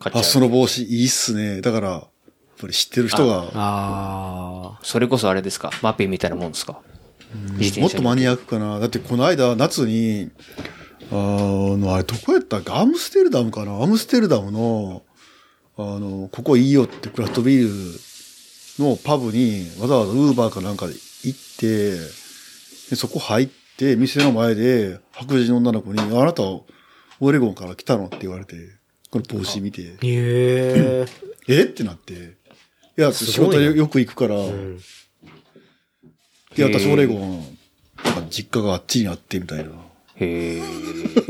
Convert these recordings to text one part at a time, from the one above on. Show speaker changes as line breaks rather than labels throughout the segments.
買っ
あ、
ちゃ。
そうの帽子いいっすね。だから、やっぱり知ってる人が、
あ
それこそあれですかマペみたいなもんですか
もっとマ
に。
ニアックかな。だってこの間、夏に、あの、あれどこやったっけアムステルダムかなアムステルダムの、あの、ここいいよってクラフトビールのパブにわざわざウーバーかなんかで行って、でそこ入って、店の前で白人の女の子に、あなた、オレゴンから来たのって言われて、この帽子見て、
ー。へえ。
えってなって、いや、仕事よよく行くから、
うん
で、私
へー
オレゴン、なんか実家があっちにあってみたいな。
へえ。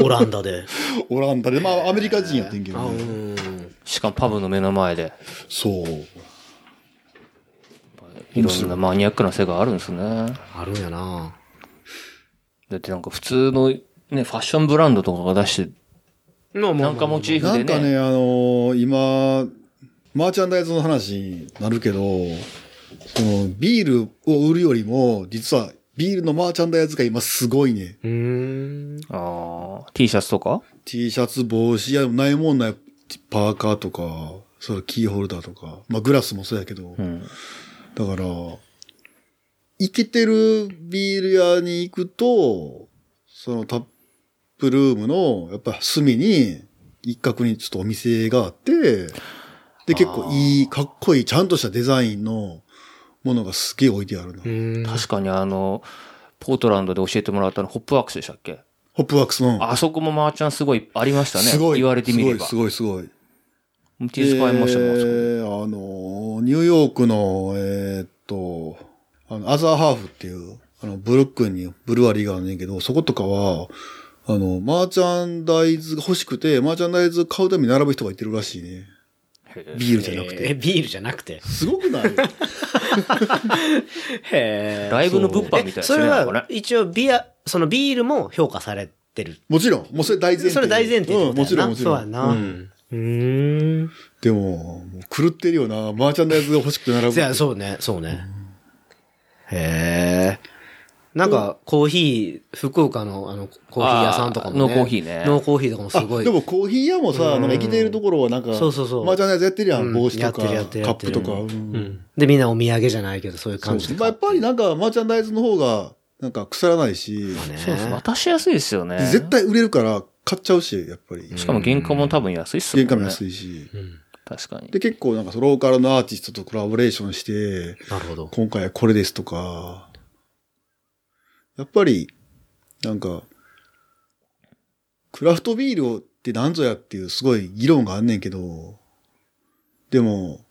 オランダで。
オランダで、まあアメリカ人やってんけど、ね、
ん。
しかもパブの目の前で、
そう。
いろんなマニアックな世があるんですね。
あるんやな。
だってなんか普通の、ね、ファッションブランドとかが出して、なんかモチーフ
な
で
んか
ね。
ね、あのー今、マーチャンダイズの話になるけど、そのビールを売るよりも、実はビールのマーチャンダイズが今すごいね。
うーん。
ああ、T シャツとか
T シャツ、帽子、いや、ないもんない、パーカーとか、それキーホルダーとか、まあグラスもそうやけど、
うん。
だから、イケてるビール屋に行くと、そのタップルームの、やっぱ隅に、一角にちょっとお店があって、で、結構いい、かっこいい、ちゃんとしたデザインのものがすげえ置いてあるな。
うん。
確かにあの、ポートランドで教えてもらったの、ホップワークスでしたっけ
ホップワークスの。
あそこもマーチャンすごいありましたね。
すごい。
言われてみれば。
すごい、すごい、すごい。
T シャツ買いましたもん、あ
え
そこ
ーあの、ニューヨークの、えーっと、あの、アザーハーフっていう、あの、ブルックリンにブルワリーがあるねんけど、そことかは、あの、マーチャンダイズが欲しくて、マーチャンダイズ買うために並ぶ人がいてるらしいね。ビールじゃなくて。
え、ビールじゃなくて。
すごくない
へえ。
ライブの物販みたい
え
です
そ
ね。
れ
なん
は
かね、
一応ビア、そのビールも評価されてる。
もちろん、もうそれ大前提。
それ大前提ってことやな
うん、もちろん、もちろん。
そうやな。うん。うーん。
でも、もう狂ってるよな。マーチャンダイズが欲しくて並ぶ。
いや、そうね、そうね。へえ。なんか、コーヒー、福岡の、あの、コーヒー屋さんとかもね。
あーノーコーヒーね
ノーコーヒーとかもすご
あ
い。
でもコーヒー屋もさ、なんか生きているところはなんか、
そうそうそう
マーチャンダイズやってるや
うん
ん。帽子
やって
とか、
るやってる
カップとか。
やって
う
る
ん
うん。で、みんなお土産じゃないけど、そういう
そう
感じで
まあ、やっぱりなんか、マーチャンダイズの方が、なんか腐らないし、
そうです。
ね。
渡しやすいですよね。
絶対売れるから買っちゃうし、やっぱり。
しかも原価も多分安いっすもん
原
ね。
価も安いし。
確かに。
で、結構なんかそのローカルのアーティストとコラボレーションして、
なるほど。
今回はこれですとか、やっぱり、なんか、クラフトビールって何ぞやっていうすごい議論があんねんけど、でも、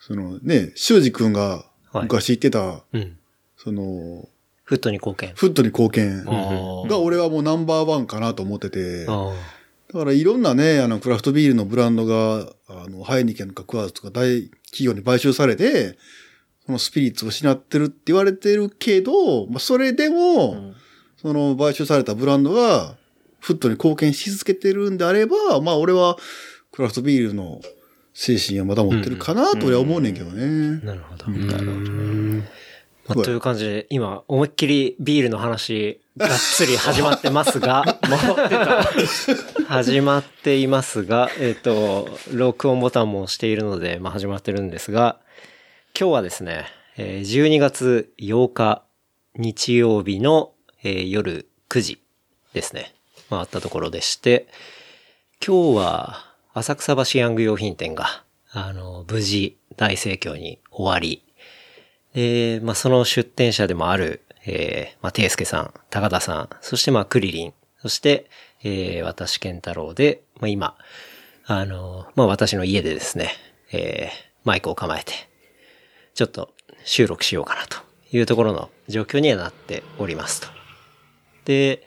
そのね、修二くんが昔言ってた、
うん。
その、
フットに貢献。
フットに貢献。
あ
が俺はもうナンバーワンかなと思ってて、だ
あ。
からいろんなね、あの、クラフトビールのブランドが、あの、ハイニケンとかクワーズとか大企業に買収されて、そのスピリッツを失ってるって言われてるけど、まあ、それでも、
ん
その買収されたブランドが、フットに貢献し続けてるんであれば、まあ俺は、クラフトビールの精神はまだ持ってるかなと俺は思うねんけどね。
なるほど。
なるほどね。
まあという感じで、今、思いっきりビールの話、がっつり始まってますが、 始まっていますが、えっ、と、録音ボタンも押しているので、まあ始まってるんですが、今日はですね、えー12月8日日曜日の、えー夜9時ですね、まああったところでして、今日は浅草橋ヤング用品店が、あの、無事大盛況に終わり、で、まあ、その出店者でもある、えー、まあ、ていすけさん、高田さん、そして、まあ、クリリン、そして、えー、私、健太郎で、まあ、今、あの、まあ、私の家でですね、えー、マイクを構えて、ちょっと収録しようかなというところの状況にはなっておりますと。で、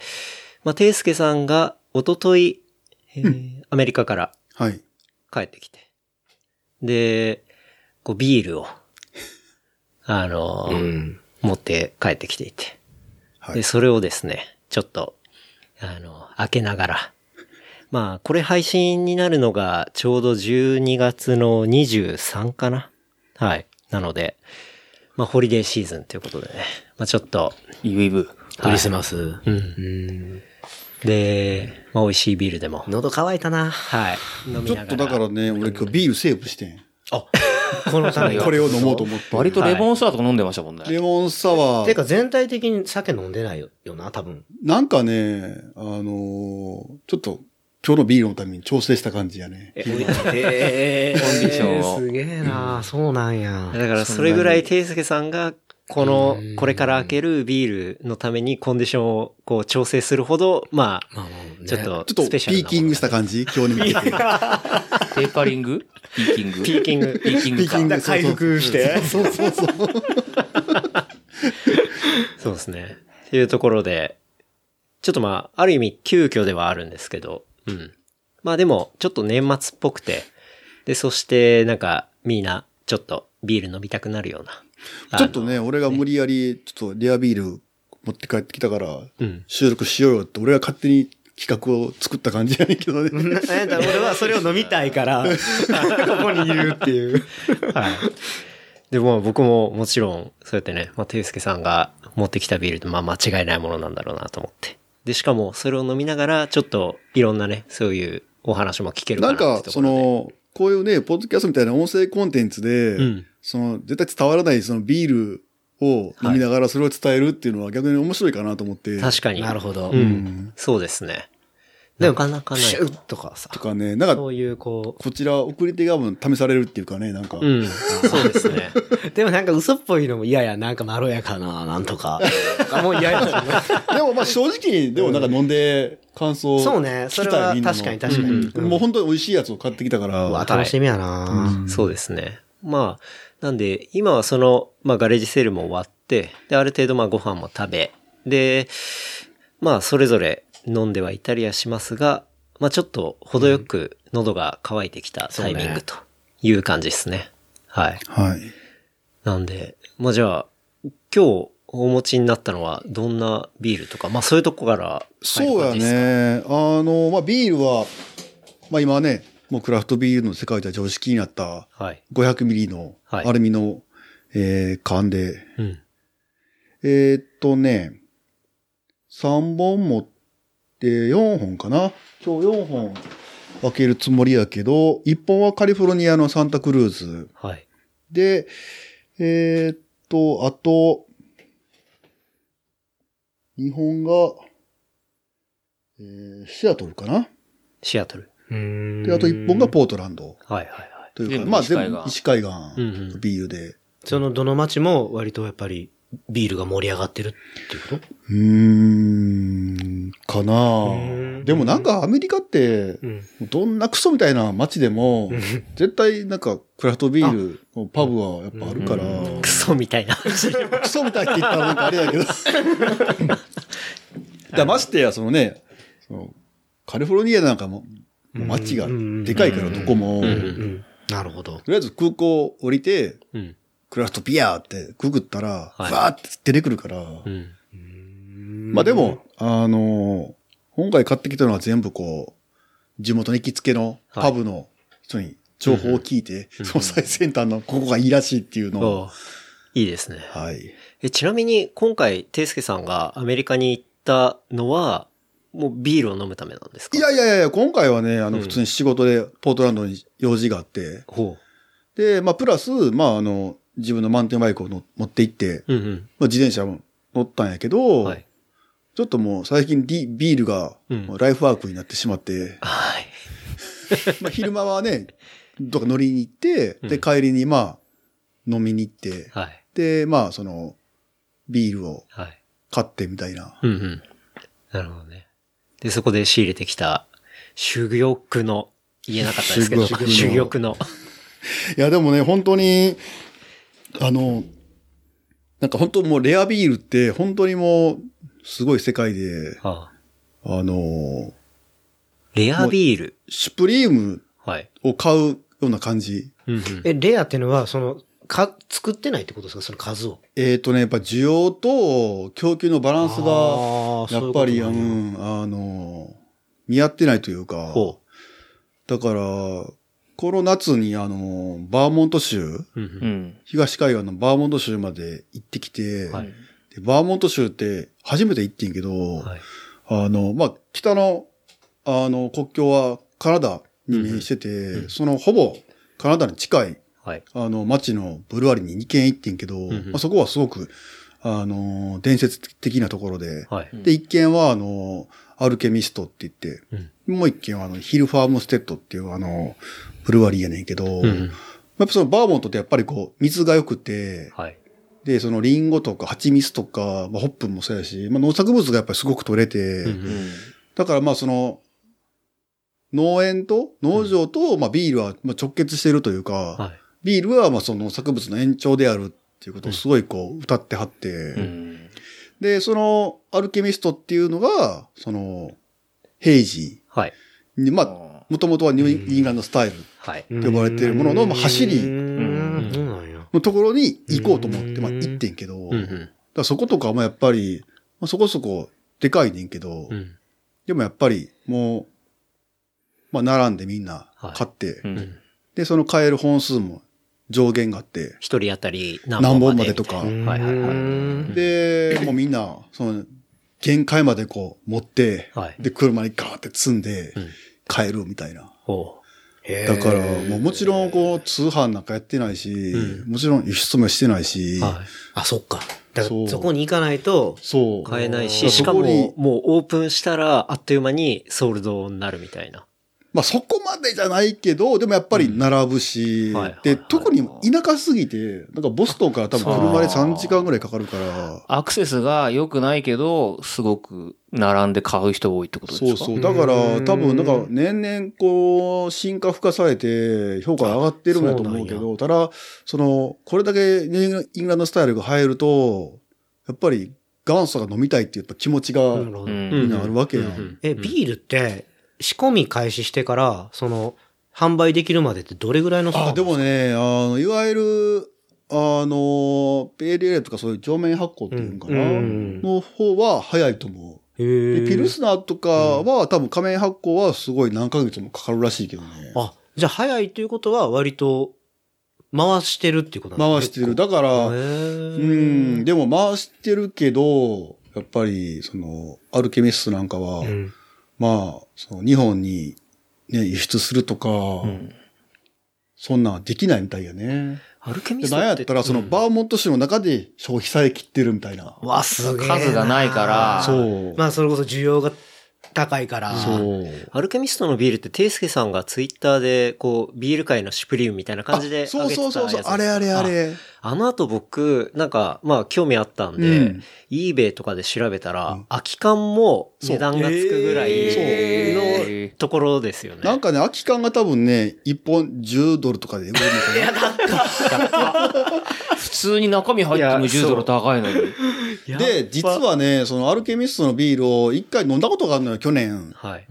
まあ、ていすけさんが、おととい、えーアメリカから
はい。
帰ってきて。で、こうビール を、あのー
うん。
持って帰ってきていて。
はい
で、それをですね、ちょっと、あの、開けながら。まあ、これ配信になるのがちょうど12月の23かな。はい。なので、まあ、ホリデーシーズンということでね。まあ、ちょっと、
イブイブ。
クリスマス。う。
うんん。で、まあ、美味しいビールでも。
喉乾いたな。
はい。飲
ち
み
ょ
な
っ
が
と
ら。
だからね、俺今日ビールセーブしてん。
このために。
これを飲もうと思って。
割とレモンサワーとか飲んでましたもんね。
レモンサワ
て
ー。
か全体的に酒飲んでないよな、多分。
なんかね、あのーちょっと今日のビールのために調整した感じやね。
ええ
コンディションを
すげえな、そうなんや。
だから、それぐらい、ていすけさんが、この
うん、
これから開けるビールのためにコンディションをこう調整するほど、まあ、
まあもうね
ちょっと
ちょっと
ス
ピ
ペシャル
ー
なものが
キングした感じ今日に 向けて。
テーパリングピーキング。
ピーキング
ピー キン
ピ
グ
ー
か。
キング。
回復して
そうそうそう。
そうですね。っていうところで、ちょっとまあ、ある意味急遽ではあるんですけど、うん。まあでも、ちょっと年末っぽくて、で、そして、なんか、みんな、ちょっとビール飲みたくなるような。あ
ちょ
の
っとね、俺が無理やり、ちょっとレアビール持って帰ってきたから、
うん。
収録しようよって、俺が勝手に企画を作った感じやねんけどね。
なんだ俺はそれを飲みたい から、ここにいるっていう。
はい。で、まあ僕ももちろん、そうやってね、まあ、てゆうすけさんが持ってきたビールって、まあ間違いないものなんだろうなと思って。で、しかも、それを飲みながら、ちょっと、いろんなね、そういうお話も聞けるか
な
なんって
か、
と
そ
ころで。
の、こういうね、ポッドキャストみたいな音声コンテンツで、
うん
その、絶対伝わらないそのビールを飲みながらそれを伝えるっていうのは逆に面白いかなと思って。
確かに。
なるほど。
う
うん
ん。そうですね。なかなか
プ
ない
シ。ュッとかさ。
とかね、なんか、
そういうこ
こちら送り手側も試されるっていうかね、なんか。
う。うん。そうですね。
でもなんか嘘っぽいのも嫌や、なんかまろやかな、なんと か。もう嫌や。
でもまあ正直、でもなんか飲んで感想を
そうね、それは確かに確かに。
に。もう本当に美味しいやつを買ってきたから。
うわ、楽しみや
う
な。
ん
そうですね。まあ、なんで、今はその、まあ、ガレージセールも終わって、で、ある程度、まあ、ご飯も食べ、で、まあ、それぞれ飲んではいたりはしますが、まあ、ちょっと、程よく喉が渇いてきたタイミングという感じですね。はい。
はい。
なんで、まあ、じゃあ、今日お持ちになったのは、どんなビールとか、まあ、そういうとこから入る
そうや
感じですか。
ね。あの、まあ、ビールは、まあ、今ね、もうクラフトビールの世界では常識になった
はい。
500ミリの
はい
アルミの、えー缶で、
うん。
えーっとね、3本持って4本かな。今日4本分けるつもりやけど、1本はカリフォルニアのサンタクルーズ。
はい。
で、えーっと、あと、日本が、えーシアトルかな
シアトル。
うん
で、あと一本がポートランド
はいはいはい。
という
全
か、
部
まあ
西海
全
岸
部西海岸
うんうん
ビールで。
そのどの町も割とやっぱりビールが盛り上がってるっていうこ
うーん、
う
かな
ん
ぁでもなんかアメリカって
と、うん。
どんなクソみたいな街でも、絶対なんかクラフトビールのパブはやっぱあるから、
クソみた いな話。
クソみたいって言ったらなんかあれだ けど。だからましてや、そのね、そのカリフォルニアなんかも、もう街がでかいからどこも、
う
と
ん
うん。なるほど。
りあえず空港降りて、
うん。
クラフトビアってググったら、
はい
わーって出てくるから、
うん。
まあでも、あのー今回買ってきたのは全部こう、地元の行きつけの
はい
パブの人に情報を聞いて、その最先端のここがいいらしいっていうのを、
おいいですね。
はい。
えちなみに、今回、ていすけさんがアメリカに行ったのは、もうビールを飲むためなんですか
いやいやいや、今回はね、あ
う
の、
ん
普通に仕事でポートランドに用事があって、
ほ
で、まあ、プラス、まあ、あの、自分のマウンテンバイクをの持って行って、
う。うん
まあ、自転車も乗ったんやけ
う
ど、
ん。はい。
ちょっともう最近リビールが
うん
もうライフワークになってしまって、
はい。
まあ、昼間はね、どっか乗りに行って、
うん
で、帰りにまあ、飲みに行って、
はい。
で、まあ、その、ビールを
はい。
買ってみたいな。
うんうん。なるほどね。で、そこで仕入れてきた、珠玉の、言えなかったですけど、
珠玉の
珠玉の。
いや、でもね、本当に、あの、なんか本当もうレアビールって、本当にもう、すごい世界で、
ああ
あの、
レアビール。
シュプリーム
はい。
を買うような感じ。
うんうん
え、レアっていうのは、その、か、作ってないってことですかその数を。
えっ、とね、やっぱ需要と供給のバランス
あ
が、
ーそう
や
いうこ
っぱ
となん
り、
や
うん、あの、見合ってないというか、
ほ
だから、この夏にあの、バーモント州、
う。うん
う
うん
ん。
東海岸のバーモント州まで行ってきて、
はい
でバーモント州って初めて行ってんけど、
はい
あの、まあ、北の、あの、国境はカナダに面してて、
ん
そのほぼカナダに近い、
はい。
あの、町のブルワリーに2軒行ってんけど、
んうん
まあ、そこはすごく、あの、伝説的なところで、
はい。
うん
で、1軒は、あの、アルケミストって言って、もう1軒は、あの、ヒルファームステッドっていう、あの、ブルワリーやねんけど、
うんう
まあ
ん
やっぱそのバーモントってやっぱりこう、水が良くて、
はい。
で、そのリンゴとか蜂蜜とか、まあ、ホップもそうやし、まあ、農作物がやっぱりすごく取れて、
うんう
う
ん
ん。
だからまあその、農園と農場と、まあビールはまあ直結してるというか、
はい。
ビールはまあその作物の延長であるっていうことをすごいこう歌ってはって、
うん。
で、そのアルケミストっていうのが、その、平時
はい。
に、まあ、
あ
もともとはニューイングランドスタイル
はい。
呼ばれてるもののまあ走り
うーんそうなんや。
のところに行こうと思って、まあ行ってんけど、
うん
だからそことかもやっぱり、まあ、そこそこでかいねんけど、
うん。うん。
でもやっぱりもう、まあ並んでみんな買って、
うん。
で、その買える本数も上限があって、
一人当たり何
何本
本
ま
ま
で
で
と
みたいな
か。
はいはいはい
うん
で、もうみんな、その、限界までこう持って、
はい
で、車にガーって積んで
うん、
買えるみたいな。
ほ
へー
だから、もうもちろんこう、通販なんかやってないし、
う
もちろん輸出もしてないし、
う。はい。
あ、そっか。だか
そう
らそこに行かないと、
そう。
買えない
お
し、
ー
しか
そこに
も、もうオープンしたら、あっという間にソールドになるみたいな。
まあそこまでじゃないけど、でもやっぱり並ぶし、
うんはいはい
で、特に田舎すぎて、なんかボストンから多分車で3時間ぐらいかかるから、
アクセスが良くないけど、すごく並んで買う人多いってことですか
そうそう。だから、
うん
多分、なんか、年々、こう、進化付加されて、評価が上がってるんだと思うけ
あ
ど、ただ、その、これだけニューイングランドスタイルが入ると、やっぱり、元祖が飲みたいっていうやっぱ気持ちが、
なるほ
う
ど
ん。
みんなあるわけやん。
え、ビールって、仕込み開始してから、その、販売できるまでってどれぐらいのスパン
あ、でもね、あの、いわゆる、あの、ペールエールとかそういう上面発酵っていうのかな、
うんうん
の方は早いと思う。
へ
で
ー
ピルスナーとかは、多分仮面発酵はすごい何ヶ月もかかるらしいけどね。
あ、じゃあ早いということは割と、回してるっていうことなん
回してる。だから、
へー
うん、でも回してるけど、やっぱり、その、アルケミストなんかは、
うん
まあ、その日本に、ね、輸出するとか、
うん
そんなんできないみたいやね。
アルケミ
で、
スト
なんや
っ
ってた。ら、その、バーモント州の中で消費さえ切ってるみたいな。
わ、すげえ。
数がないから
そう
まあ、それこそ需要が高いから。
そう。
アルケミストのビールって、ていすけさんがツイッターで、こう、ビール界のシュプリームみたいな感じで
あそ
上
う
げてた
そ
や
う
つで
そう
すか。
そう、あれあれあれ。
あ。あの後僕、なんか、まあ、興味あったん
う
で
ん、
eBay とかで調べた
う
ら
ん、
空き缶も値段がつくぐら
そう
い
へ
のところですよね。
なんかね、空き缶が多分ね、1本10ドルとかで売れるのかな。
普通に中身入っても
いや
10ドル高いのに。
やっぱ
で、実、はね、そのアルケミストのビールを一回飲んだことがあるのよ、去年。
はい。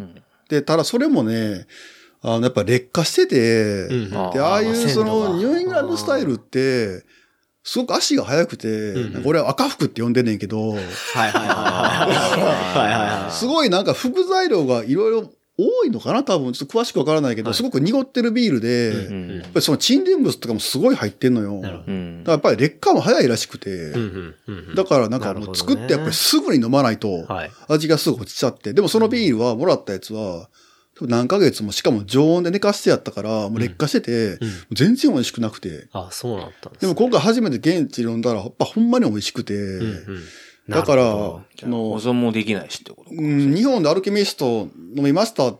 で、ただそれもね、あの、やっぱ劣化してて、
うん
あー
で、ああい
ま
う、
鮮
そ
度が
の、ニューイングランドスタイルって、すごく足が速くて、
うん
なんか俺は赤服って呼んでんねんけど、
はいはいはいはいはいはい。
すごいなんか副材料がいろいろ多いのかな多分、ちょっと詳しくわからないけど、
はい
すごく濁ってるビールで、
う
うん
やっ
ん
ぱりその沈殿物とかもすごい入ってんのよ。
なるほど
うん
だからやっぱり劣化も早いらしくて、
うんうんうんうん
だからなんか
なる
も
ほ
う
どね
作ってやっぱりすぐに飲まないと、
はい。
味がすぐ落ちちゃって。でもそのビールは、もらったやつは、多分何ヶ月も、しかも常温で寝かしてやったから、もう劣化してて、
うん
全然美味しくなくて。
あ、そうだったんです
でも今回初めて現地で飲んだら、やっぱほんまに美味しくて。
うんうん
だから、
なるほ
あ
じゃあ保
の、
存もできないしってことか。
うん日本でアルケミスト飲みましたっ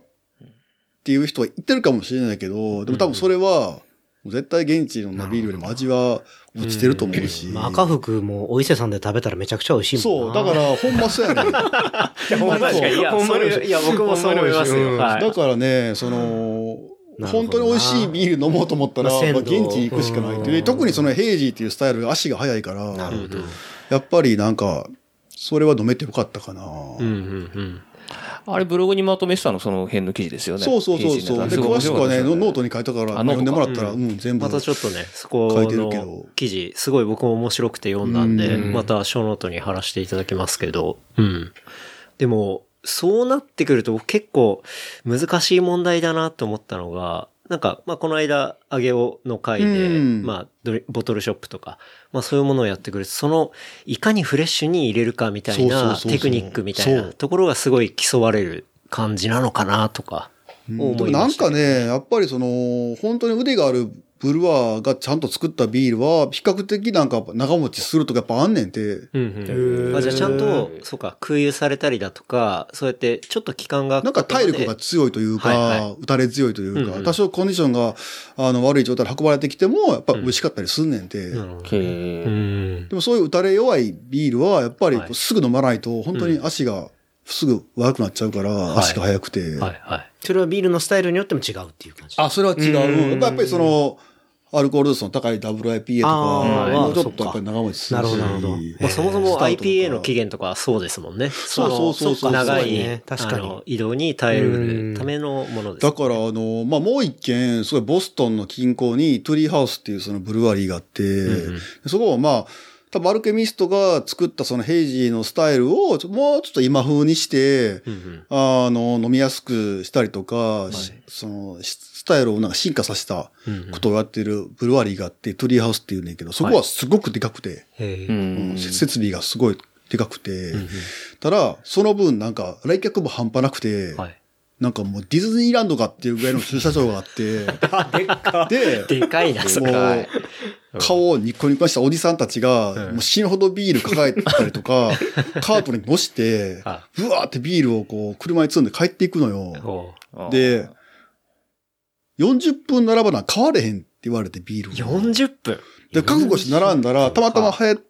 ていう人は言ってるかもしれないけど、でも多分それは、もう絶対現地のビールよりも味は落ちてると思うし。
まあ、赤服もお伊勢さんで食べたらめちゃくちゃ美味しいも
そ
ん
う、
な。
だからほんまそうやねん。
ほんまに
確かにいや
ほんまに
それ
いや、僕もそう思います
ほんまに美味しいうん
よ。はい
だからね、その、
なるほどな
本当に美味しいビール飲もうと思ったら、
ま
ま
あ
あ、
鮮度
現地に行くしかないという
う
で
ん
特にそのヘイジーっていうスタイルが足が速いから、
なるほど。
やっぱりなんか、それは飲めてよかったかな。
うんうんうん。
あれブログにまとめてたの、その辺の記事ですよね。
そうそうそうそう。
記
で、
事なん
詳
です
し
ご
く
い
は
面
ね、
白
ノ
か
ノー
ったで
ト
す
に書いたから、
あノー
読
ト
んでもらった、
から
うん、全部。
またちょっとね、そこ
書いてるけ
の
ど
記事、すごい僕も面白くて読んだんで、
うん
また書ノートに貼らせていただきますけど、うん。でも、そうなってくると僕結構難しい問題だなと思ったのが、なんか、まあ、この間、あげおの回で、
うん
まあドリ、ボトルショップとか、まあ、そういうものをやってくれて、その、いかにフレッシュに入れるかみたい
そうそう
な、
そうそう
テクニックみたい
そ
な
う
ところがすごい競われる感じなのかなと
う
か、
んで
思
も
い
な
ま
ん
した
か
けどね
ね、やっぱりその、本当に腕があるブルワーがちゃんと作ったビールは、比較的なんか長持ちするとかやっぱあんねんて。
うんうん
へー
あじゃあちゃんと、そうか、空輸されたりだとか、そうやってちょっと期間が。
なんか体力が強いというか、
はいは
打たれ強いというか、
うんうん
多少コンディションがあの悪い状態で運ばれてきても、やっぱ美味しかったりすんねんて。
なるほど。
へ
う
ー
ん。
でもそういう打たれ弱いビールは、やっぱりこ
は
う
い
すぐ飲まないと、本当に足がすぐ悪くなっちゃうから、
い
足が速くて。
はいはい。
それはビールのスタイルによっても違うっていう感じ。
あ、それは違
うん
う。やっぱやっぱりその、アルコール度数の高い WIPA と
あ
か、
ー
もうちょっとやっぱり長持ちす
な
るし。
るほどなるほど
まあ、そもそも IPA の期
限。
限とかはそうですもんね。
そうそうそうそう
あの長
そう
い、
ね確かに
あの移動に耐えるためのものです。
だから、あの、まあ、もう一軒、すごいボストンの近郊にトゥリーハウスっていうそのブルワリーがあって、
ん
そこはまあ、多分アルケミストが作ったそのヘイジーのスタイルを、ちょもうちょっと今風にして、
うんうん
あの、飲みやすくしたりとか、しその、しスタイルをなんか進化させたことをやってるブルワリーがあって、トゥリーハウスっていうねんけど、そこはすごくでかくて、
へ
う
え
ん。
設備がすごいでかくて、ただ、その分なんか来客も半端なくて、
はい。
なんかもうディズニーランドかっていうぐらいの駐車場があって、で、
でかいな、そ
も
れ。
う、 顔をニコニコしたおじさんたちが、もう死ぬほどビール抱えてたりとか、カートに乗して
あ、
ぶわーってビールをこう、車に積んで帰っていくのよ。
おう
で、40分並ばな変われへんって言われてビールを。
40分。
で、覚悟して並んだら、たまたま流行、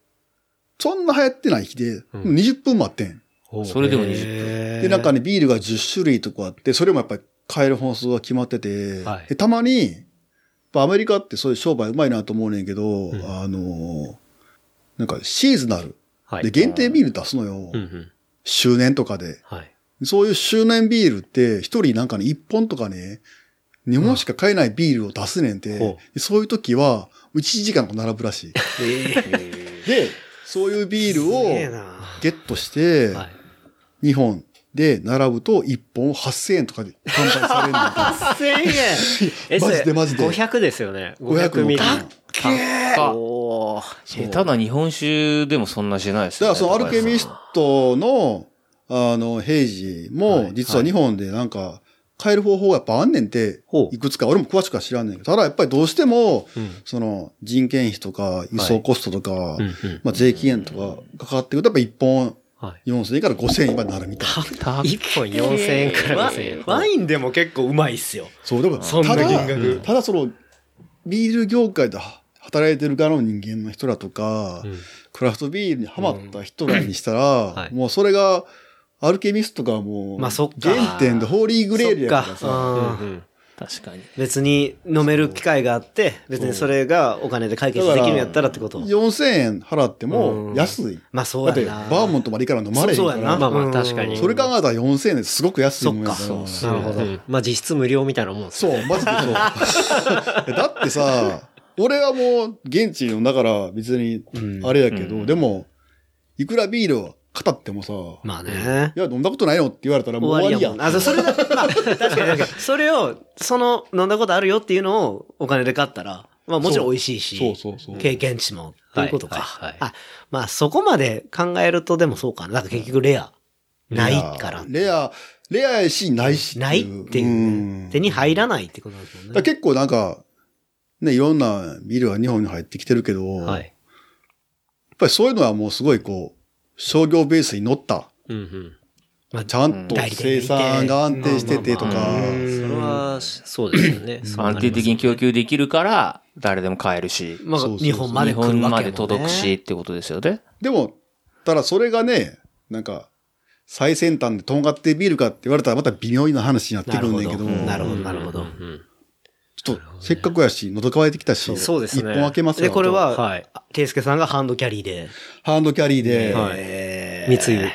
そんな流行ってない日で、
ん
20分待ってん。
おう
それでも20分。
で
で、なんかね、ビールが10種類とかあって、それもやっぱり買える本数が決まってて、
はい
でたまに、やっぱアメリカってそういう商売うまいなと思うねんけど、あのーなんかシーズナル。
はい
で、限定ビール出すのよ。
うんうん。
周年とかで。
はい。
そういう周年ビールって、一人なんかね、一本とかね、日本しか買えないビールを出すねんて、
ほ
でそういう時は、1時間とか並ぶらしい。 で、そういうビール
すげえ
を
な
ゲットして、
はい。
2本で並ぶと1本8000円とかで販売されるんだ
1000円え、そ
マ
れ
ジでマジで
500ですよね。
500
500ミリ。
高っ
あ
おー
下手な日本酒でもそんなしないです
だ
よ
から
ね。
そのアルケミストの、あの、ヘイジ
は
も、
い
実は日本でなんか、買える方法がやっぱあんねんて、
ほう
いくつか、俺も詳しくは知らんねんけど、ただやっぱりどうしても、
ん
その、人件費とか、輸送コストとか、
うんうん
まあ税金とかかかってくると、やっぱ一本
はい。
4000円から5000円になるみたいな。
1本4000円から5000円。
ワインでも結構うまいっすよ。
そう、でも、
そんな
た
金
だ、
額。
ただその、ビール業界で働いてる側の人間の人らとか、
うん
クラフトビールにハマった人らにしたら、
はい
もうそれが、アルケミストがもう、
まあそっか
原点でホーリーグレールやから
そっ
さ、
か
うんうん
確かに。
別に飲める機会があって、別にそれがお金で解決できるんやったらってこと。
4000円払っても安い。
まあそう
だっ
や
て、
な。
バーモントまで行から飲まれへん
そう
か
や
ら
な。
まあまあ
うん
確かに
それ考えたら4000円ですごく安いもんやから。
そっか
そ
なるほど
うんまあ実質無料みたいなもんですね。
う、マジで そう。だってさ、俺はもう現地のだから別に
うん
あれやけど、
うん
でも、いくらビールを語ってもさ、
まあね
い。や、飲んだことないのって言われたらもう
終
終
わ
わ
りやも
りやん。
ん。あ、そうそれだ、まあ、確かに確かに。 それを、その、飲んだことあるよっていうのをお金で買ったら、まあもちろん美味しいし、
そうそうそうそう
経験値も、ということか、
はいはいはい
あ、まあそこまで考えるとでもそうかな。なんか結局レア、ないから。
レア、レアやし、ないし
ないっていう
うん
ね。手に入らないってことなんですもん
だか
ね。
ら結構なんか、ね、いろんなビールが日本に入ってきてるけど、
は
やっ
い。
ぱりそういうのはもうすごいこう、商業ベースに乗った、
うんうん。
まあ
ちゃんと
代理店がい
生
て
産が安定しててと
まあ
か
まあ、まあそれは、そうですよね。そうな
安
ります
定的に供給できるから、誰でも買えるし、
まあ、
そうそうそう
日本まで来る
日
わけ
本
も、ね、
まで届くし。ってことですよね。
でも、ただそれがね、なんか、最先端でとんがってビールかって言われたらまた微妙な話になってくるんだけど、
なるほど、なるほど。
うん
ちょっとせっかくやし、喉乾いてきたし、
そうですね
一本開けますわ
で、これは、
はい
圭介さんがハンドキャリーで、
ハンドキャリーで、
はい
え
密輸。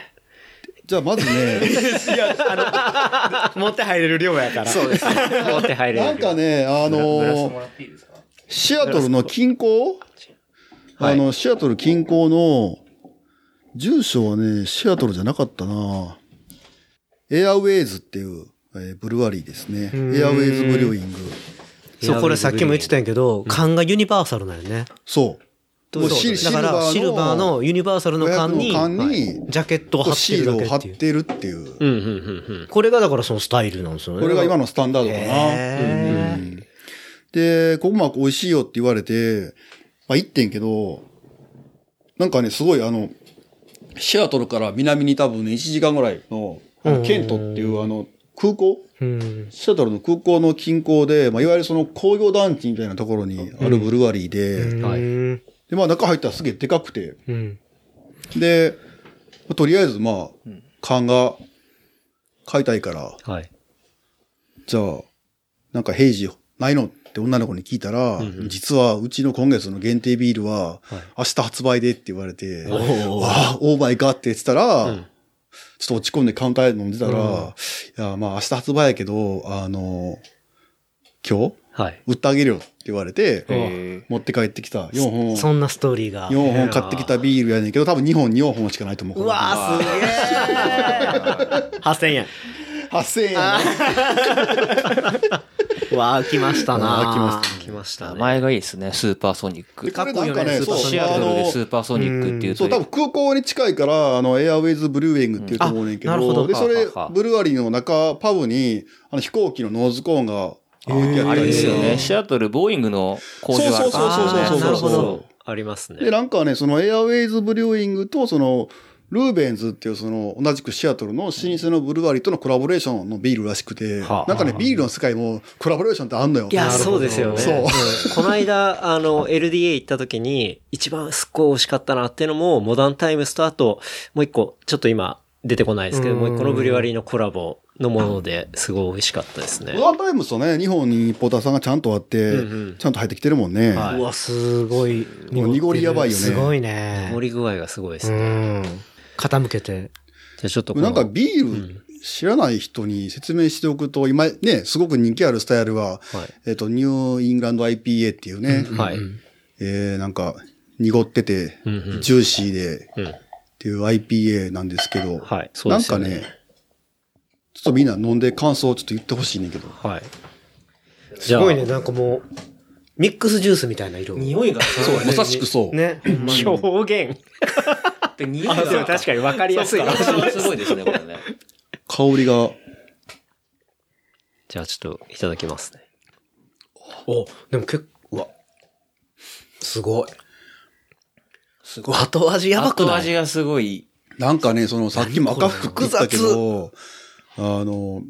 じゃあまずね、
いや、あの、持って入れる量やから。そうです。
持って入れる。
なんかね、あの、
らっていいですか
シアトルの近郊
はい
あの、シアトル近郊の、住所はね、シアトルじゃなかったなエアウェイズっていう、えーブルワリーですね。エアウェイズブリューイング。
そう、これさっきも言ってたんやけど、缶がユニバーサルなんよね。
そう。もうシ
だから、シルバーのユニバーサルの缶に、
500の缶に
はいジャケットを貼
こ
っ
う
て
シ
る
ールを
だ
貼っ
けっていう。
てるっていう。
うん、うん、うん、
これがだからそのスタイルなんですよね。
これが今のスタンダードかな。
へー
で、ここまで美味しいよって言われて、まあ行ってんけど、なんかね、すごいあの、シアトルから南に多分ね、1時間ぐらいの、あのケントっていうあの、空港
うん。
シアトルの空港の近郊で、まあ、いわゆるその工業団地みたいなところにあるブルワリーで、
はい
うん。
で、まあ中入ったらすげえでかくて、
うん。
で、まあとりあえずまあ、缶が買いたいから、
うん。はい。
じゃあ、なんか平時ないのって女の子に聞いたら、実はうちの今月の限定ビールは、明日発売でって言われて、ああ、オーマイガーって言ってたら、ちょっと落ち込んでカウンターで飲んでたら、いや、まあ明日発売やけど、あの、今日
はい。
売ってあげるよって言われて、
え
持って帰ってきた4本、
そんなストーリーが。
4本買ってきたビールやねんけど、多分2本、4本しかないと思う。
うわー、すげえ !8000 円。
8000円やね。
うわー、来ましたな
あー来ました
来ました
名
ね。
前がいいですね。スーパーソニック。
これなんかね、
スーパ
そ
ー
う、
シア
あ
トルで
の
スーパーソニックっていうと
そう、多分空港に近いから、あの、エアウェイズブルーウェングっていうと思うねんけど、
うんあなるほど
で、それ
はあはあ、
ブルワリーの中、パブに、あの、飛行機のノーズコーンが置いてあ
あ
っ
れ
たり
ですよ
して
ね。シアトル、ボーイングの工場あるからね。
そうそうそうそう
あーなるほ
そう
ど。あります
で、
ね。
なんかね、そのエアウェイズブリューイングと、その、ルーベンズっていうその同じくシアトルの老舗のブルワリーとのコラボレーションのビールらしくて、
はあ
なんかね、ビールの世界もコラボレーションってあんのよ。
いや、そうですよね。
そう
うんこの間、あの、LDA 行った時に、一番すっごい美味しかったなっていうのも、モダンタイムスとあと、もう一個、ちょっと今、出てこないですけど、もう一個のブリュワリーのコラボのものですごい美味しかったですね。
モダンタイムスとね、日本にポーターさんがちゃんとあって、
うんうん
ちゃんと入ってきてるもんね。
はいう
わ、すごい。
もう濁りやばいよね
すごい
盛
ね。
り具合がすごいです
う
ね。
ん。傾けて。
じゃあちょっとこ
な
の
んかビール知らない人に説明しておくと、今ね、すごく人気あるスタイルは、えっ、と、ニューイングランド IPA っていうね、
はい。
えー、なんか濁ってて、ジューシーで、っていう IPA なんですけど、
はいそうですよね
なんかね、ちょっとみんな飲んで感想をちょっと言ってほしいねんけど。
はい。じ
す
ゃあ
ごいね、なんかもう、ミックスジュースみたいな色。
匂いが、そう
まさしくそう。
ね。ほんまに
表現。
で匂い
あ、でも確かに分かりやすいかもしれない。
すごいですね、これね。
香りが、
じゃあちょっといただきますね。
お、でも結構、うわ。すごい。
すごい。
後味やばく
後
ない
味がすごい。
なんかね、そのさっきも赤服って言ったけど、あの、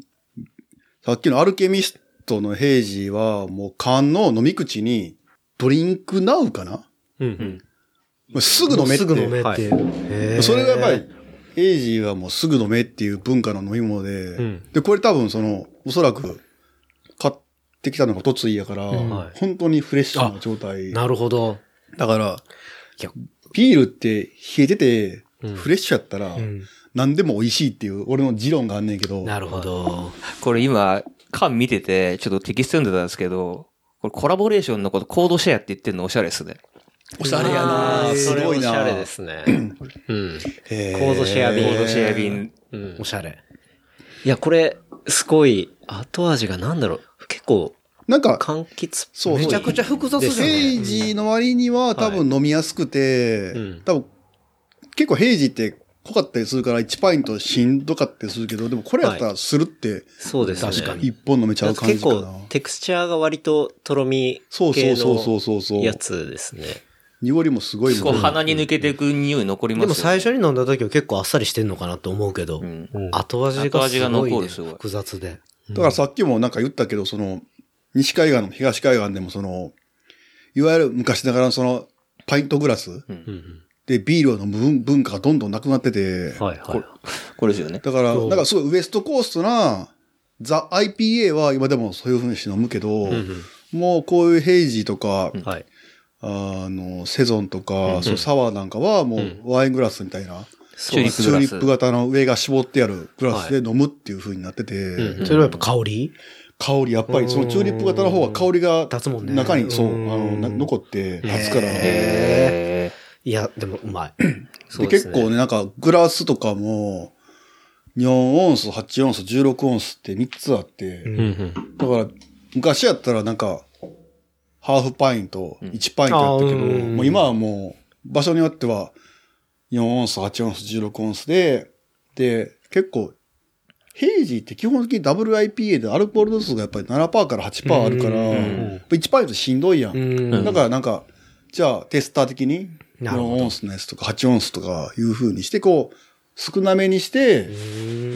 さっきのアルケミストのヘイジーは、もう缶の飲み口に、ドリンクナウかな
うん
もうすぐ飲めって。
すぐ飲めっていう。へー
それがやっぱり、ヘイジーはもうすぐ飲めっていう文化の飲み物で、
ん
で、これ多分その、おそらく、買ってきたのが突意やから、
はい
本当にフレッシュな状態。
なるほど。
だから、ビールって冷えてて、フレッシュやったら、
ん
何でも美味しいっていう、俺の持論があんねんけど。
なるほど。
これ今、缶見てて、ちょっとテキスト読んでたんですけど、これコラボレーションのこと、コードシェアって言ってるのおしゃれですね。
おしゃれや
あ
な
あ、
す
それ
ごい
おし
な
ゃれですね。うん。
へー
コードシェア
コ
便
ードシェア便。
うん
おしゃれ。
いや、これ、すごい、後味がなんだろう。結構、
なんか、
柑橘。
そう、
めちゃくちゃ複雑じゃ
ヘ
ん。
イジーの割には多分飲みやすくて、
うん
多分、結構ヘイジーって濃かったりするから1パイントしんどかったりするけど、でもこれやったらするって
そうですね。
確かに
1本飲めちゃう感じ
結
かな。
構、テクスチャーが割ととろみ
そうそ
系
うそうそうそうそ
の
う。
やつですね。
濁りもすごい
こ
も
うん
ね。
鼻に抜けていく匂い残ります
で
よ
も最初に飲んだ時は結構あっさりしてんのかなと思うけど、
ん
後味がすごい、
後味が残
ね、
るすごい
複雑で。
だからさっきもなんか言ったけど、その、西海岸の東海岸でもその、いわゆる昔ながらのその、パイントグラス
うん
でビールを飲む文文化がどんどんなくなってて、
うん。はいはい。
これですよね。
だから、
そ
な
うん
かすごいウエストコーストな、ザ・ IPA は今でもそういう風にして飲むけど、もうこういうヘイジーとか、
はい。
あの、セゾンとか、そういうサワーなんかはもうワイングラスみたいな、
チューリップ
チ
グ
ュー
ラ
リ
ス。
ップ型の上が絞ってあるグラスで飲むっていう風になってて、
うん
それはやっぱ香り
香り、やっぱりそのチューリップ型の方が香りが
立つもんね
中に、そう、あ
うん
の、な残って立つから、
へ
いや、でもうまい。
そう
で結
ですね
構ね、なんかグラスとかも、4オンス、8オンス、16オンスって3つあって、
う
う
ん
んうん。
だから昔やったらなんか、ハーフパインと1パインとやったけど、
あーうん
もう今はもう場所によっては4オンス、8オンス、16オンスで、で、結構、ヘイジーって基本的に WIPA でアルコール度数がやっぱり7%から8%あるから、
うん
1パインとしんどいやん。
うん
だからなんか、じゃあテスター的に
なる
4
ほど
オンスのやつとか8オンスとかいう風にして、こう、少なめにして、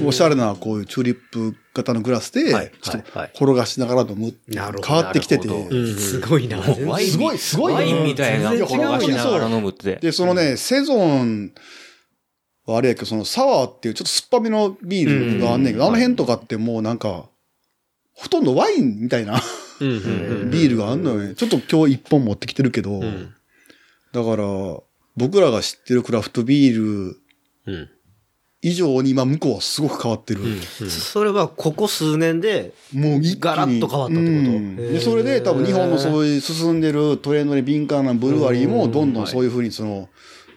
おしゃれなこういうチューリップ型のグラスで、
はい
ちょっと
はいはい
転がしながら飲む。
なるほど
変わってきてて。
なるほ
うんうん
すごいな。
え。ワイン
すごいすごい
ワインみたいな、
全然
転
違うよ
がしながら飲むって。
で、そのね、セゾンはあれやけど、そのサワーっていうちょっと酸っぱめのビールがあんねんけど、
うん
あの辺とかってもうなんか、ほとんどワインみたいな
うんうんうん。
ビールがあんのよね。ちょっと今日一本持ってきてるけど、
うん
だから、僕らが知ってるクラフトビール
うん。
以上に今向こうはすごく変わってる。
うん。
それはここ数年で、
もう一気に
ガラッと変わったってこと
うん
へ
で
ー
それで多分日本のそういう進んでるトレンドに敏感なブルワリーもどんどんそういうふうにその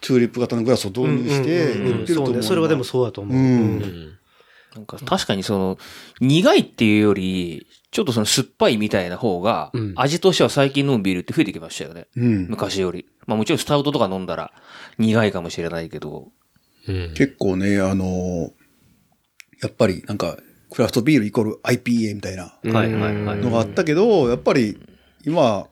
チューリップ型のグラスを導入して
うん
うんうん
売ってると
そ
思
う
う
ね。それはでもそうだと思う。
うん
うん。
なんか確かにその、苦いっていうより、ちょっとその酸っぱいみたいな方が、
うん
味としては最近飲むビールって増えてきましたよね。
うん
昔より。まあもちろんスタウトとか飲んだら苦いかもしれないけど。
うん。
結構ねあのーやっぱりなんかクラフトビールイコール IPA みたいな
はいはいはい。
のがあったけどやっぱり今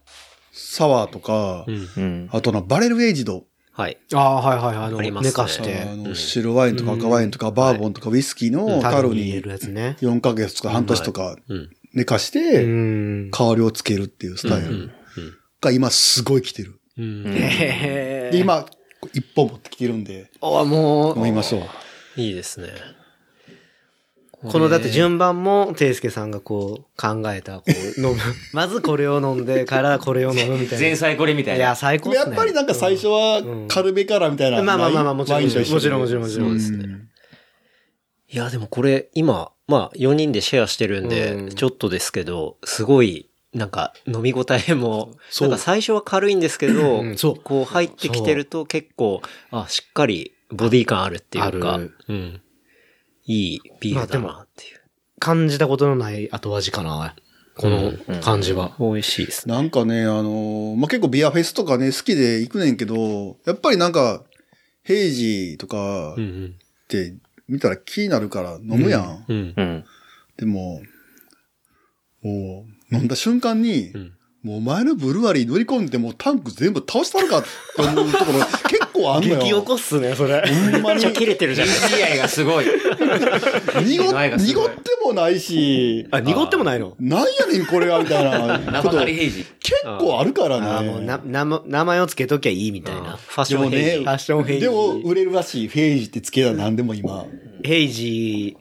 サワーとか
うん。
うん。
あとのバレルエイジド
はい。
ああ、はいはいはい。あの、
ありますね
寝かし
あ
て。
の白ワインとか赤ワインとかバーボンとかウイスキーの
タ
タ
ル
ル
に入れ
に
るやつね。
4ヶ月とか半年とか
うん。
寝かし
う
て
ん。
香りをつけるっていうスタイ
う
ル
ん。
が今すごい来てる。
うん。
へ
で、今、一本持ってきてるんで、
ああ、もう、
飲みましょう。
いいですね。
このだって順番も、ていすけさんがこう、考えた、こう、飲む。まずこれを飲んでからこれを飲むみたいな。
前菜これみたい
いや、
な。
最高
で
っす
もや
ね。
っぱりなんか最初は軽めからみたいな。
まあまあまあまあ、もちろん、
ワイ
も
ンと一緒に
ちろん、もちろん、もちろん。
ですね。いや、でもこれ今、まあ4人でシェアしてるんで、ちょっとですけど、すごい、なんか飲み応えも、なんか最初は軽いんですけど、
うんそう
こう入ってきてると結構、あ、しっかりボディ感あるっていう
あ
か
る、
うん。いいビールだなっていう。
感じたことのない後味かな。この感じは。
美味しいですね。
なんかね、あのーまあ結構ビアフェスとかね、好きで行くねんけど、やっぱりなんか、ヘイジーとか
う
っ
ん
て見たら気になるから飲むやん。
うん。うん。
うん。
でも、もう、飲んだ瞬間に、
ん
もう前のブルワリー乗り込んでもうタンク全部倒したのかって思うところ 結構あんのよ。
激起こっすね、それ。
ほんま
めっ
に
ちゃ切れてるじゃないですか。
いがすごい。
濁
前
っ
がす
濁
ご
っ
い
てもないし、
あ、濁ってもないの
なんやねんこれはみた いなこ
生
と
カリ
結
ヘイジ。
構あるか
あ
ら
ーもうな、
ね。
名前名前をつけときゃいいみたい
あ
な。
ファッシ
で
ョ
も
ンヘイジ
ね
ー
ファッションヘイ、ジ
でも売れるらしい。フェイジってつけたら何でも今。
ヘイジ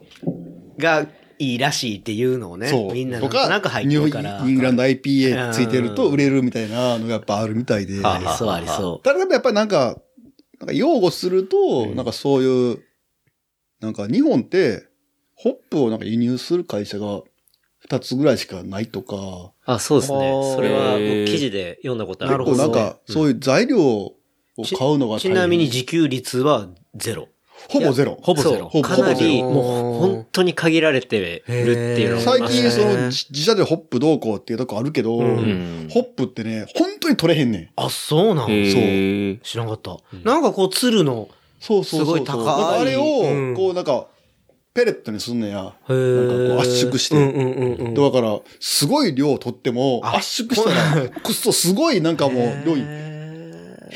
ーがいいらしいっていうのをね、
そう。
みんななんとなく入ってるから
ニュー。イングランド IPA ついてると売れるみたいなのがやっぱあるみたいで。
あ
た
りそう、ありそ
だやっぱりなんか、なんか擁護すると、なんかそういう、なんか日本って、ホップをなんか輸入する会社が2つぐらいしかないとか、
あ、そうですね。それは僕記事で読んだことある
結構なんか、そういう材料を買うのが
う。
大変
ちなみに自給率はゼロ。
ほぼゼロ。
ほぼゼ
そう
ロ。
ほぼ
かなり、
ほぼ
もう本当に限られてるっていうの
最近、そ
へ
の、
ー
自自社でホップどうこうっていうとこあるけど、
ん
ホップってね、本当に取れへんねん。
あ、そうなの
へー
知らんかった。なんかこう、鶴の、
そうそうそう。
すごい高い
なんかあれ
う
を、
ん
こうなんか、ペレットにすんねや。
へー
なんかこう圧縮して
うんうんうんうん。
だから、すごい量取っても、
あ
圧縮したら、くっそ、すごいなんかもう、量減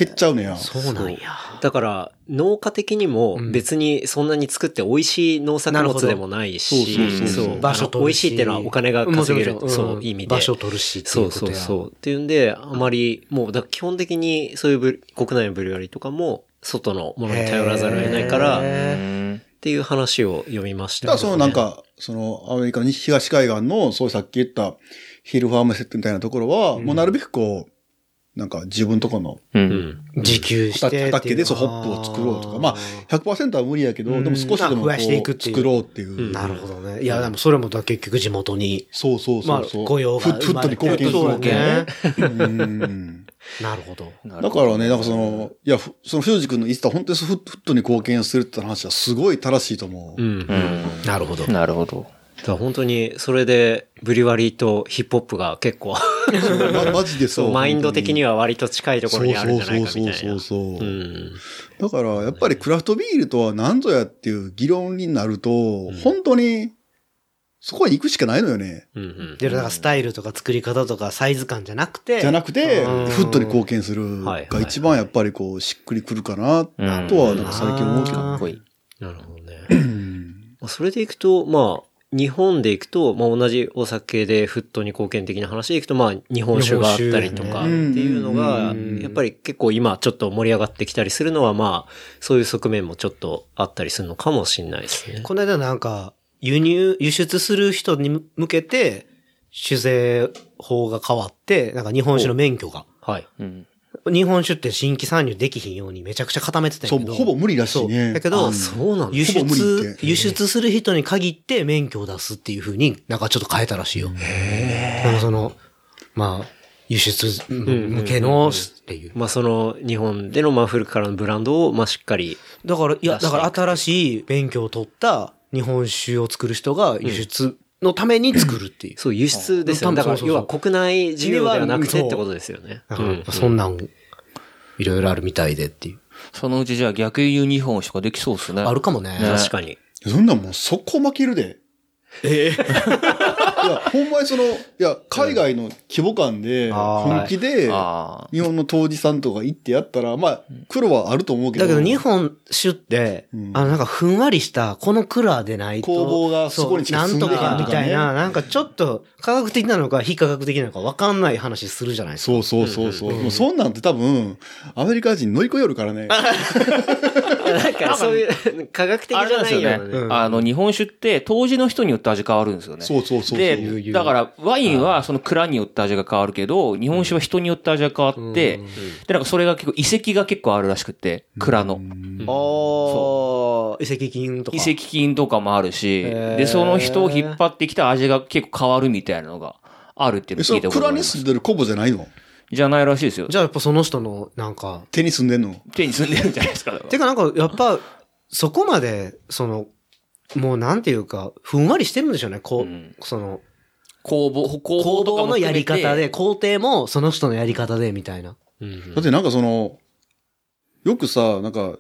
っちゃうねや。
そうなんや。
だから、農家的にも別にそんなに作って美味しい農作物でもないし、
なるほどそうそうそう
そう
場
あ
所
の美
取る
味
し。
しいっていうのはお金が稼げる
もち、ろん
そう、
ん
意味で。
場所取るしってい
そうう
こ
そ
と
う
や。
そう。っていうんで、あまり、もう、だから基本的にそういうブリ国内のブリュワリーとかも、外のものに頼らざるを得ないから、っ
う
へ
ん。
ていう話を読みまし
だから
たけ
そ
ど
のなん
ね、
か、そのアメリカの東海岸の、そうさっき言ったヒルファームセットみたいなところは、もうなるべくこう、なんか自分とこの
う。
うんん。
自給してっていう
畑でそうホップを作ろうとかまあ100%は無理やけど、
うん
でも少しでもこ
まあ増やしていくっ
う
ていう
作ろうっていう。
ん
なるほどね。いや、でもそれもだ結局地元に、
そうそう
ま
そ
あ
うそう。、
雇用が
フッフットに貢献する
そう
わ
だ
け。
ね。
うん
なるほど。
だからね、なんかその、いや、ふその藤治君の言ってた本当にフッフットに貢献するって話はすごい正しいと思う。
うん。
う
だか
ん。
なるほど。
なるほど。
ら本当に、それで、ブリュワリーとヒップホップが結 構、
まマジでそう。
マインド的に
は
は割と近いところにあるんじゃないかみたいな。
そうそうそうそうそうう、
ん。
だから、やっぱりクラフトビールとは何ぞやっていう議論になると、本当に、そこに行くしかないのよね。
うんうん。
で、だからスタイルとか作り方とかサイズ感じゃなくて、
じゃなくて、
うん
フットに貢献する
はい
が一番やっぱりこう、しっくりくるかな、と
うん
は、なんか最近思うけど。
あー
かっこいい。
なるほどね。
うん
まあそれでいくと、まあ、日本でいくと、まあ、同じお酒でフットに貢献的な話でいくと、まあ、日本酒があったりとか
日本
って
酒ね
いうのが
うん、
やっぱり結構今ちょっと盛り上がってきたりするのは、まあ、そういう側面もちょっとあったりするのかもしれないですね。
この間なんか、輸入、輸出する人に向けて、酒税法が変わって、なんか日本酒の免許が。
はい。
うん。
日本酒って新規参入できひんようにめちゃくちゃ固めてたん
そ
や
う
け、ど。
ほぼ無理らしい
そ。
うね。
だけど、
あそうなんだ
輸
ほぼ無理っ
出、
て
輸出する人に限って免許を出すっていう風になんかちょっと変えたらしいよ。なんかその、まあ、輸出向けのっていう。
まあ、その、日本での、まあ、古くからのブランドを、まあ、しっかり、
だから、いや、
出して
だ
いく
から新しい免許を取った日本酒を作る人が輸出のために作るっていう。
そう、輸出ですよね。だ
あそ
か
う
ら、
そうそう
要は国内事業ではなくて
そう
ってことですよね。
だ
う
から
ん
そんなん、いろいろあるみたいでっていう。
そのうちじゃあ逆輸入日本酒ができそうですね。
あるかもね。
ね
確かに。
そんなんもうそこ負けるで。ええいや、ほんまにその、いや、海外の規模感で、本気で、
あ
日本の当時さんとか行ってやったら、まあ、苦労はあると思うけど。
だけど日本酒って、
うん
あのなんかふんわりした、このクラーでないと。
工房がそこに
そ
し
う
か
な
住
ん
んで
と
ないとかね
かみたいな、なんかちょっと科学的なのか非科学的なのかわかんない話するじゃないですか。
そうそうそうそう。もうそんなんって多分、アメリカ人乗り越えるからね。
なんか、そういう、科学的じ
あ。あれな
ゃ
んで
な
すよ
いよ
ね
うな。ね。
うん
あの、日本酒って、当時の人によって味変わるんですよね。
そうそうそうそう。
で、だから、ワインはその蔵によって味が変わるけど、日本酒は人によって味が変わって、で、なんかそれが結構、遺跡が結構あるらしくて、蔵の。
ああ、遺跡金とか。
遺跡金とかもあるし、で、その人を引っ張ってきた味が結構変わるみたいなのがあるっていうのを
え
聞
そ
いた
れ、
ことがあ
蔵
り
に
ます
住んでるコボじゃないの
じゃないらしいですよ。
じゃあやっぱその人のなんか、
手に住んでんの
手に住んでるんじゃないですか。 だから
てかなんかやっぱそこまで、その、もうなんていうか、ふんわりしてるんでしょうね、こう、
うん
その、
工房、工
行
房とかも
動のや
含め
り
て
方。で、工程もその人のやり方でみたいな。
だってなんかその、よくさ、なんか、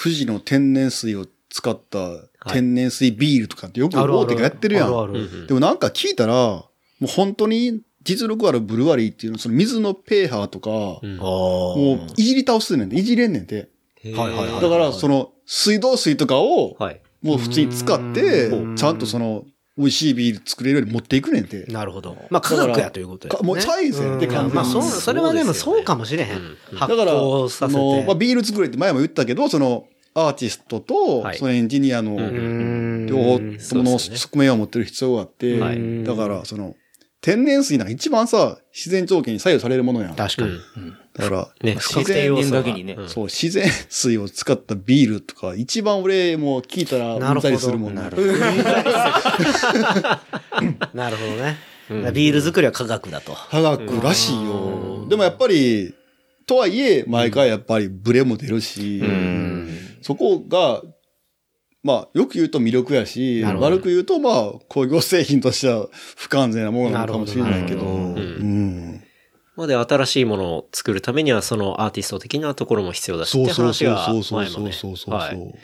富士の天然水を使った天然水ビールとかってよく
あるあ
大
る
手がやってるやん。
あるある。
でもなんか聞いたら、もう本当に実力あるブルワリーっていうのは、その水のペーハーとか、
ん
もういじり倒すねんで、いじれんねんて。
はいはい
だからその水道水とかを、
はい。
もう普通に使って
うん、
ちゃんとその美味しいビール作れるように持っていくねんて。
なるほど。まあ科学やということで
かもうサイエンスやんって
うん
完全に
まあそう、それはで
そう
も
ですよね
そうかもしれへん。
うん
発
だから、あ
酵させて。
の、まあ、ビール作れって前も言ったけど、そのアーティストと
は、い
そのエンジニアの
ん
両方
うん、
ともの側面を持ってる必要があって
はい
だからその、天然水なんか一番さ、自然条件に左右されるものやん。だ
確かに。
から、
ね、
自
自
然
然
要
要
素
素
だ
が
けにね。
そう、自然水を使ったビールとか、一番俺も聞いたらう
な
ん
るほど
ざりするもん
な
な
る
る
ほど。
なるほどね。だからビール作りは科学だと。
科学らしいよ。でもやっぱり、とはいえ、毎回やっぱりブレも出るし、
うん。
そこが、まあ、よく言うと魅力やし、悪く言うと、まあ、工業製品としては不完全なものなのかもしれないけど、うん。
まあで、新しいものを作るためには、そのアーティスト的なところも必要だし、
そ
っ
う
て
そう
話
そう
が
そうそう
前も
そう
ね
そうそう。
はい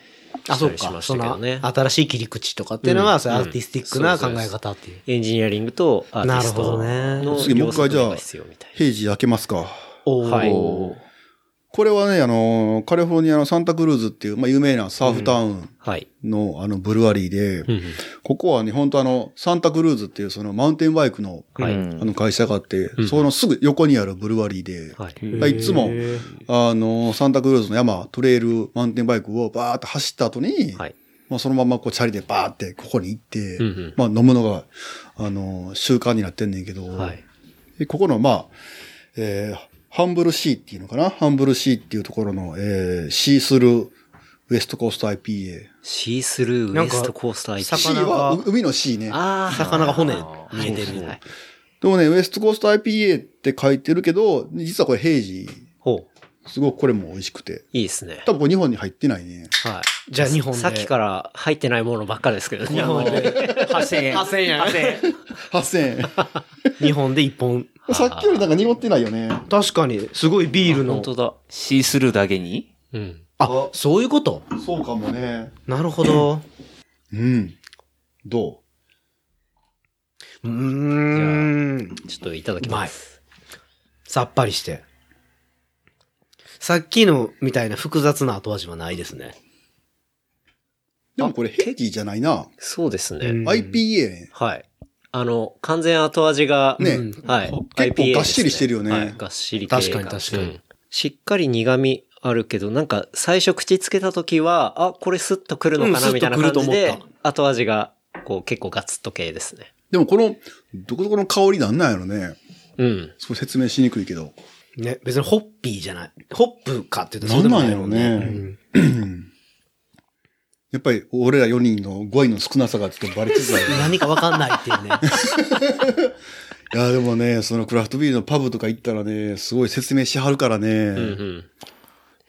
あ、そう
し
か。
ま
そ
したけど
の
ね
新しい切り口とかっていうのは、
うん
それアーティスティックな考え方っていう。
エンジニアリングとアーティスト
なる
の
ほど
次もう一回じゃ
両側
あ
が必要みたい、
平時開けますか。
お
はい
お
これはね、あの、カリフォルニアのサンタクルーズっていう、まあ、有名なサーフタウン
な。はい。
の、あの、ブルワリーで、
うんうん
ここはね、本当あの、サンタクルーズっていうそのマウンテンバイクの、
はい
あの会社があって、そのすぐ横にあるブルワリーで、
はい。
い、つも、あの、サンタクルーズの山、トレイル、マウンテンバイクをバーッと走った後に、
はい。
まあ、そのままこうチャリでバーってここに行って、
うんうん
まあ、飲むのが、あの、習慣になってんねんけど、
はい。
でここの、まあ、えーハンブルシーっていうのかなハンブルシーっていうところの、えー、シースルーウエストコースト IPA。
シースルーウエストコースター IPA。
シーはう海の C ね。
あー
魚が骨
見えてる。はい
でもね、ウエストコースト IPA って書いてるけど、実はこれ平時、
ほう。
すごくこれも美味しくて。
いいですね。
多分これ日本に入ってないね。
はい。
じゃあ日本で。
さっきから入ってないものばっかりですけどね。
8000円。
8000円
8000円。
日本で一本。
さっきよりなんか濁ってないよね。
確かに、すごいビールの
本。当だ。
シースルーだけに
うん。
あ、そういうこと
そうかもね。
なるほど。
うん。ど
うーん。
ちょっといただき
う
ま。
ますい。さっぱりして。さっきのみたいな複雑な後味はないですね。
うでもこれヘッジじゃないな。
そうですね。
うん
IPA ね。
はい。あの、完全後味が、
ね
うんはい。
結
IPA ですね
構がっしりしてるよね
はい、がっしり系が
確かに確かに
うんしっかり苦味あるけど、なんか最初口つけた時は、あ、これスッとくるの
うん
か
スッ
な
と
みたいな
くる
感
と
じ
思っ
で、
た
後味が、こう結構ガツッと系ですね。
でもこの、どこどこの香りなんなんやろね。
うん。
そう説明しにくいけど。
ね、別にホッピーじゃない。ホップかって言うと
な
そうんでも
なん
ない
や
も
ろ
ん
ね。やっぱり俺ら4人の語彙の少なさがちょっとバレつつある。
何かわかんないっていう ね。
いや、でもね、そのクラフトビールのパブとか行ったらね、すごい説明しはるからね。
うんうん。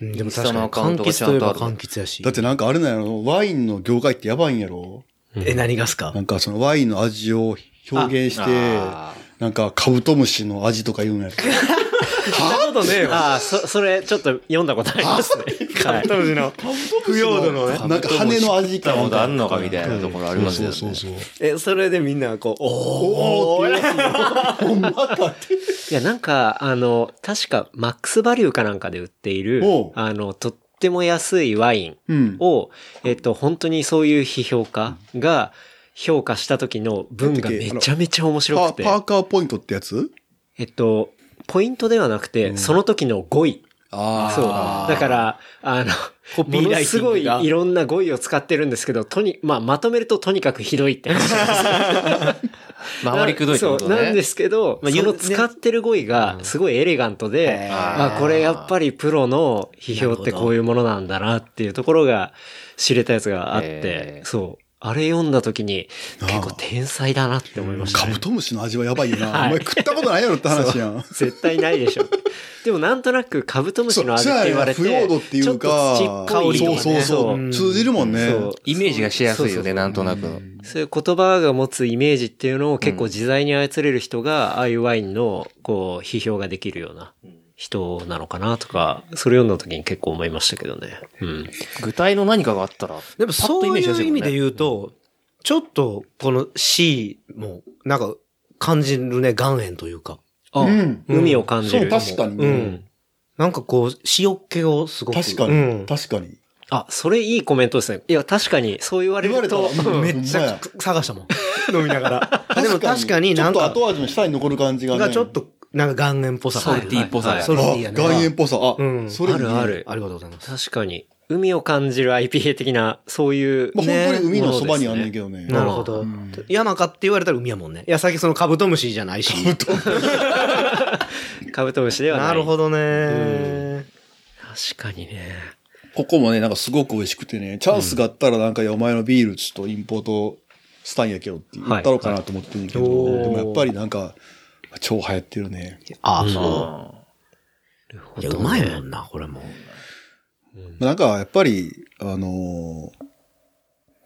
うんでも
確か
確
に
かに柑橘といえば柑橘やし
だっ。てなんかあれなんやろ、ワインの業界ってやばいんやろ
え、何がっすか
なんかそのワインの味を表現して、なんかカブトムシの味とか言うんやろ。
なるほどね。ああ、そ、それ、ちょっと読んだことありますね。はい。
当時の、不要度のね。
なんか羽の味
た
か
こ
み
と
た
あ
い
ん
な。
のかみたいなところありますよね。
そうそうそう。
え、それでみんな、こう、お
お
ー
ーって言うやつよほんまかって。
いや、なんか、あの、確か、マックスバリューかなんかで売っている
おう、
あの、とっても安いワイン
うん。
を、えっと、本当にそういう批評家が評価した時の文がめちゃめちゃ面白
パ
くて、
パーカーポイントってやつ
えっと、ポイントではなくて、その時の語彙。
あ
そう。だから、あの、
コピーライティング
ものす
が
ごいいろんな語彙を使ってるんですけど、とに、まあ、まとめるととにかくひどいって話なんですよ
回りくどいってことね。
そう、なんですけど、
まあ
その
ね
使ってる語彙がすごいエレガントで、あ、これやっぱりプロの批評ってこういうものなんだなっていうところが知れたやつがあって
へ、ー
そう。あれ読んだ時に
あー
結構天才だなって思いました
カ
ね、
ブトムシの味はやばいよな。
はい
お前食ったことないやろって話やん。
絶対ないでしょ。でもなんとなくカブトムシの味って言われて、
そうそうやな不要度っていうか、
ちょっと土っぽいと
そ
か
う
ね
そうそう、
そう
通じるもんね。
そう
イメージがしやすい
そうそ
よ
うそ
ね、
う
なんとなく。
そういう言葉が持つイメージっていうのを結構自在に操れる人が、ああいうワインの、こう、批評ができるような人なのかなとか、それ読んだ時に結構思いましたけどね。うん。
具体の何かがあったら、
でもそういう意味で
う。
言うと、ちょっとこの C もなんか感じるね、岩塩というか。
あ、
ん
海を感じ
そう
る。
確かに
う
ね、
ん。なんかこう、塩気をすごく。
確かに、
うん
確かに。
あ、それいいコメントですね。いや、確かに、そう言われ
言われ
る
たら
と、
うん
めっち
ほんま
ゃ
や
探したも ん。飲みながら。でも確かになん
ちょっ
か、
と後味の舌に残る感じがね。
がちょっと、なんか岩塩っぽさがある。
ソルティーっぽさが
はいソル
あ、
ティーやね。
岩塩っぽさ。あ、
うん
それいい
あるある
ありがとうございます。
確かに、海を感じる IPA 的な、そういう、
まあ、
ね
本当に海のそばにあんねんけどね。
なるほど。山かって言われたら海やもんね。いや、さっきそのカブトムシじゃな いし。
カブトムシではない。
なるほどね。
確かにね。
ここもね、なんかすごく美味しくてね、チャンスがあったらなんか、いやお前のビールちょっとインポートしたんやけどって言ったろうかなと思ってんねんけど、
はいはい
でもやっぱりなんか、超流行ってるね。
ああ、そ
なる
う。
ほ
いや、
ど
うまいもんな、これも。
なんかやっぱり、あのー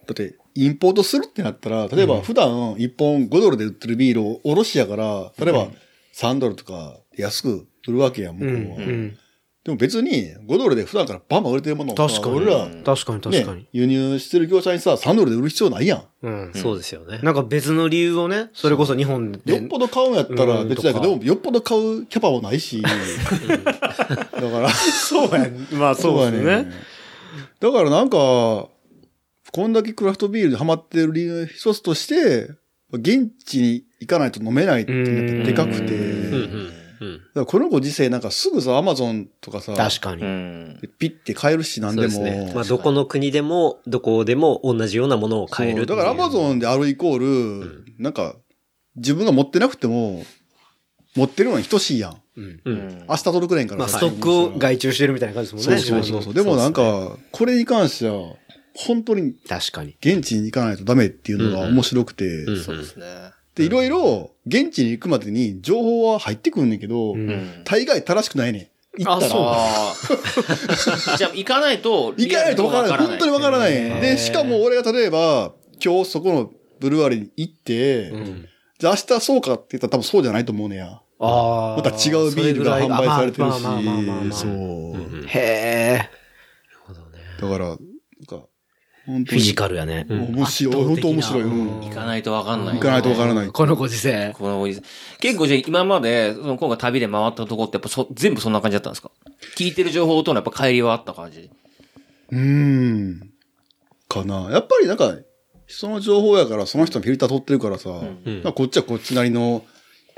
だって、インポートするってなったら、例えば普段1本5ドルで売ってるビールを卸やから、例えば3ドルとか安く売るわけやん、向こうは。
うん。
でも別に5ドルで普段からバンバン売れてるものをさ
確かに
俺ら、
確かに確かに
ね。、輸入してる業者にさ、3ドルで売る必要ないやん。
うん。
そうですよね。
なんか別の理由をね、それこそ日本で。
よっぽど買うんやったら
うん
別だけど、
とか
でもよっぽど買うキャパもない し。だから、そうやね。
まあそうですね。。
だからなんか、こんだけクラフトビールにハマってる理由の一つとして、現地に行かないと飲めないっていうのがやっぱでかくて、
う
うんう
だ
ん。うん。
からこのご時世なんかすぐさ、アマゾンとかさ、
確かに。
うん。
ピッて買えるしなん
そう
で
で
も。
すね。まあ、どこの国でも、どこでも同じようなものを買え
そ
る
うだからアマ
ン。
ゾンであるイコール、なんか、自分が持ってなくても、持ってるのに等しいやん。
うん
明日届くねんから。
まあ、ストックを
外
外注してるみたいな感じです
そ
もん
う
ね。
そうそうそう。でもなんか、これに関しては、本当に
確かに。
現地に行かないとダメっていうのが面白くて、
そうですね。
で、いろいろ、現地に行くまでに情報は入ってくんねんけど、
ん
大概正しくないねん。行ったら。
あー じゃあ行かないと、
行かないとわからない。本当にわからない。で、しかも俺が例えば、今日そこのブルワリーに行って、じゃあ明日そうかって言ったら多分そうじゃないと思うねや。
あ
また違うビールが販売されてる
まあまあまあまあまあま
し、
あ
そう。
へえ。
だから、なんか、本当
フィジ
に
カルやね。
面白い。本当面白い。うん
行かないとわかんない。
行かないとわからない。
このご時世。
このおじさん結構じゃあ今まで、その今回旅で回ったとこってやっぱそ全部そんな感じだったんですか聞いてる情報とのやっぱ帰りはあった感じ。
うーん。かな。やっぱりなんか、その情報やから、その人のフィルター取ってるからさ、だからこっちはこっちなりの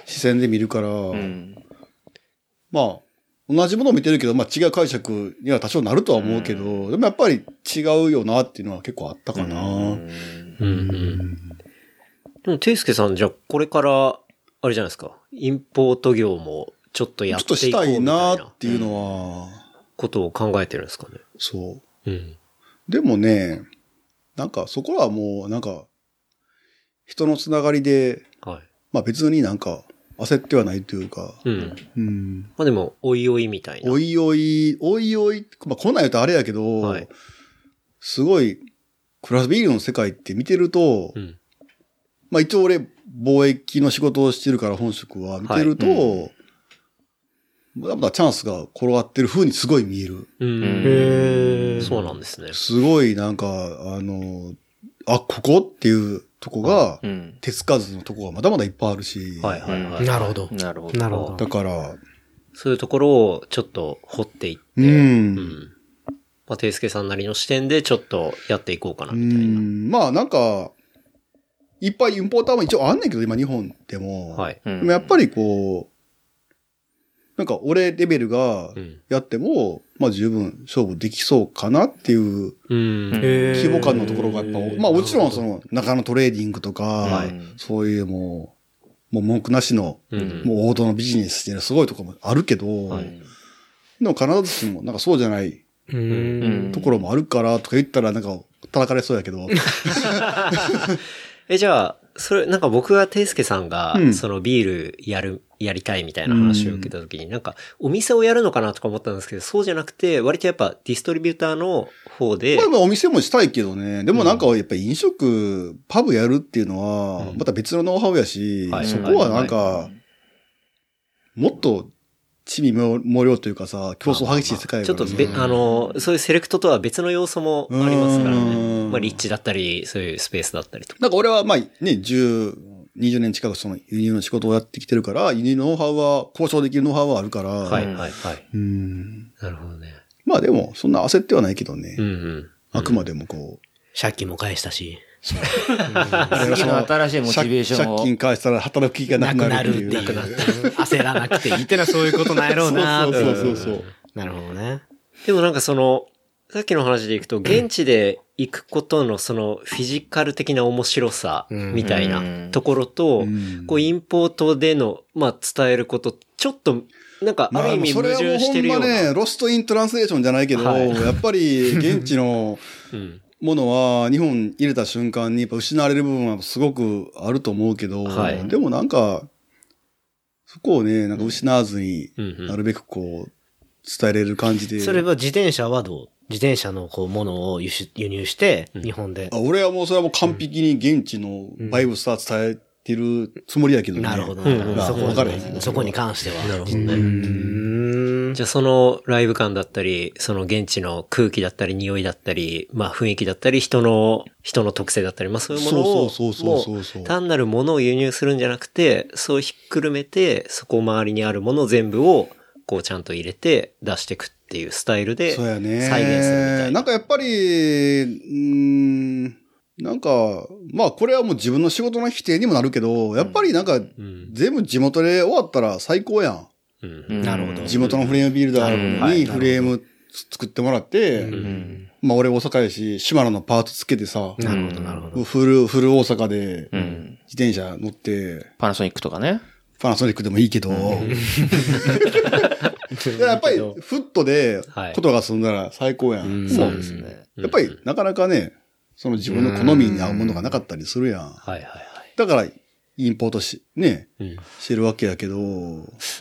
視線で見るから、
うん。
まあ、同じものを見てるけど、まあ違う解釈には多少なるとは思うけど、でもやっぱり違うよなっていうのは結構あったかな。
でも、ていすけさん、じゃあ、これから、あれじゃないですか、インポート業も、ちょっと
ちょ
や
っ
って
と
いこう
し
み
た
たい
いなっ
な
ていうのは、
ことを考えてるんですかね。
そう。
うん。
でもね、なんかそこはもう、なんか、人のつながりで、
はい。
まあ別になんか焦ってはないというか、
うん。
うん、
まあでも、おいおいみたいな。
おいおい、おいおい、まあ、来ないとあれやけど、
はい
すごい、クラスビールの世界って見てると、
うん
まあ一応俺、貿易の仕事をしてるから本職は見てると、
は
まだまだチャンスが転がってる風にすごい見える。
うん。
へえ。
そうなんですね。
すごいなんか、あの、あ、ここっていうとこが、
うん。
手つかずのとこがまだまだいっぱいあるし、
はいはいはい。
なるほど。
なるほど。
なるほ
だ
ど。
から、
そういうところを、ちょっと掘っていって、
うん。
うん。まあ、ていすけさんなりの視点で、ちょっとやっていこうかな、
う
みたいな。
ん、まあなんか、いっぱいインポーターも一応あんねんけど、今日本でも。
はい。
うん
でもやっぱりこう、なんか俺レベルが
うん。
やっても、まあ十分勝負できそうかなっていう
うん。
へー
規模感のところがやっぱ、まあもちろんその中のトレーディングとか、
はい
そういうもう、もう文句なしの、
うん
もう王道のビジネスっていうのはすごいところもあるけど、でも必ずしもなんかそうじゃない
うん。
うん
ところもあるからとか言ったらなんか叩かれそうやけ ど、
え、じゃあ、それ、なんか僕がていすけさんが、
うん
そのビールやる、やりたいみたいな話を受けた時に、なんか、お店をやるのかなとか思ったんですけど、そうじゃなくて、割とやっぱディストリビューターの方で
まあ、まあお店もしたいけどね。でもなんかやっぱ飲食、パブやるっていうのは、また別のノウハウやし、
はい
そこはなん
は
か、もっと、地味無量というかさ、競争激しい世界
ちょっとべ、あの、そういうセレクトとは別の要素もありますからね。まあ、立地だったり、そういうスペースだったりとか。
なんか俺はまあね、10、20年近くその輸入の仕事をやってきてるから、輸入のノウハウは、交渉できるノウハウはあるから、
はい、はい、はい。
うん
なるほどね。
まあでも、そんな焦ってはないけどね。
うん、うん。
あくまでもこう、
借金も返したし。
次の新しいモチベーション
借
を。
金返したら働く気がな
な
く
く
な
な
る
る
っ
ってて
い。
いうう。焦らなくていいってのはそういうことなんやろうな
そう
ってい
そうそうそう。
なるほどね。
でもなんかその、さっきの話でいくと、現地で行くことのそのフィジカル的な面白さみたいなところと
ん、
こうインポートでの、まあ伝えること、ちょっと、なんかある意味
そ
矛
れはもう
盾してるよ
ほ
うん
まね、
な。
ロストイントランスレーションじゃないけど、
はい
やっぱり現地の
うん
ものは日本に入れた瞬間にやっぱ失われる部分はすごくあると思うけど、
はい
でもなんか、そこをね、なんか失わずに
うんうん
なるべくこう、伝えれる感じで。
それは自転車はどう自転車のこう、ものを輸出輸入して、日本で
あ。俺はもうそれはもう完璧に現地のバイブスター伝えてるつもりやけどね。
なるほど。
うん
なるほど
まあ
そこ
わからへんけど
そこに関しては。なるほど
じゃあそのライブ感だったり、その現地の空気だったり、匂いだったり、まあ雰囲気だったり、人の、人の特性だったり、まあそういうものを、
そうそうそうそうそう
もう単なるものを輸入するんじゃなくて、そうひっくるめて、そこ周りにあるもの全部を、こうちゃんと入れて出していくっていうスタイルで、
そう
再
や
現す
ね。
るみたい
な
な。
んかやっぱり、うーん、なんか、まあこれはもう自分の仕事の否定にもなるけど、やっぱりなんか、全部地元で終わったら最高やん。
うん
なるほど
地元のフレームビルダーにフレーム作ってもらって、まあ俺大阪やし、島野のパーツつけてさ、
なるほど、なるほど。
フル、フル大阪で
ん
自転車乗って、
パナソニックとかね。
パナソニックで もいいけど。やっぱり、フットで
はい、
ことが済んだら最高やん。
そうですね。
やっぱり、なかなかね、その自分の好みに合うものがなかったりするやん。
はいはいはい。
だから、インポートし、ね、
うん
してるわけやけど、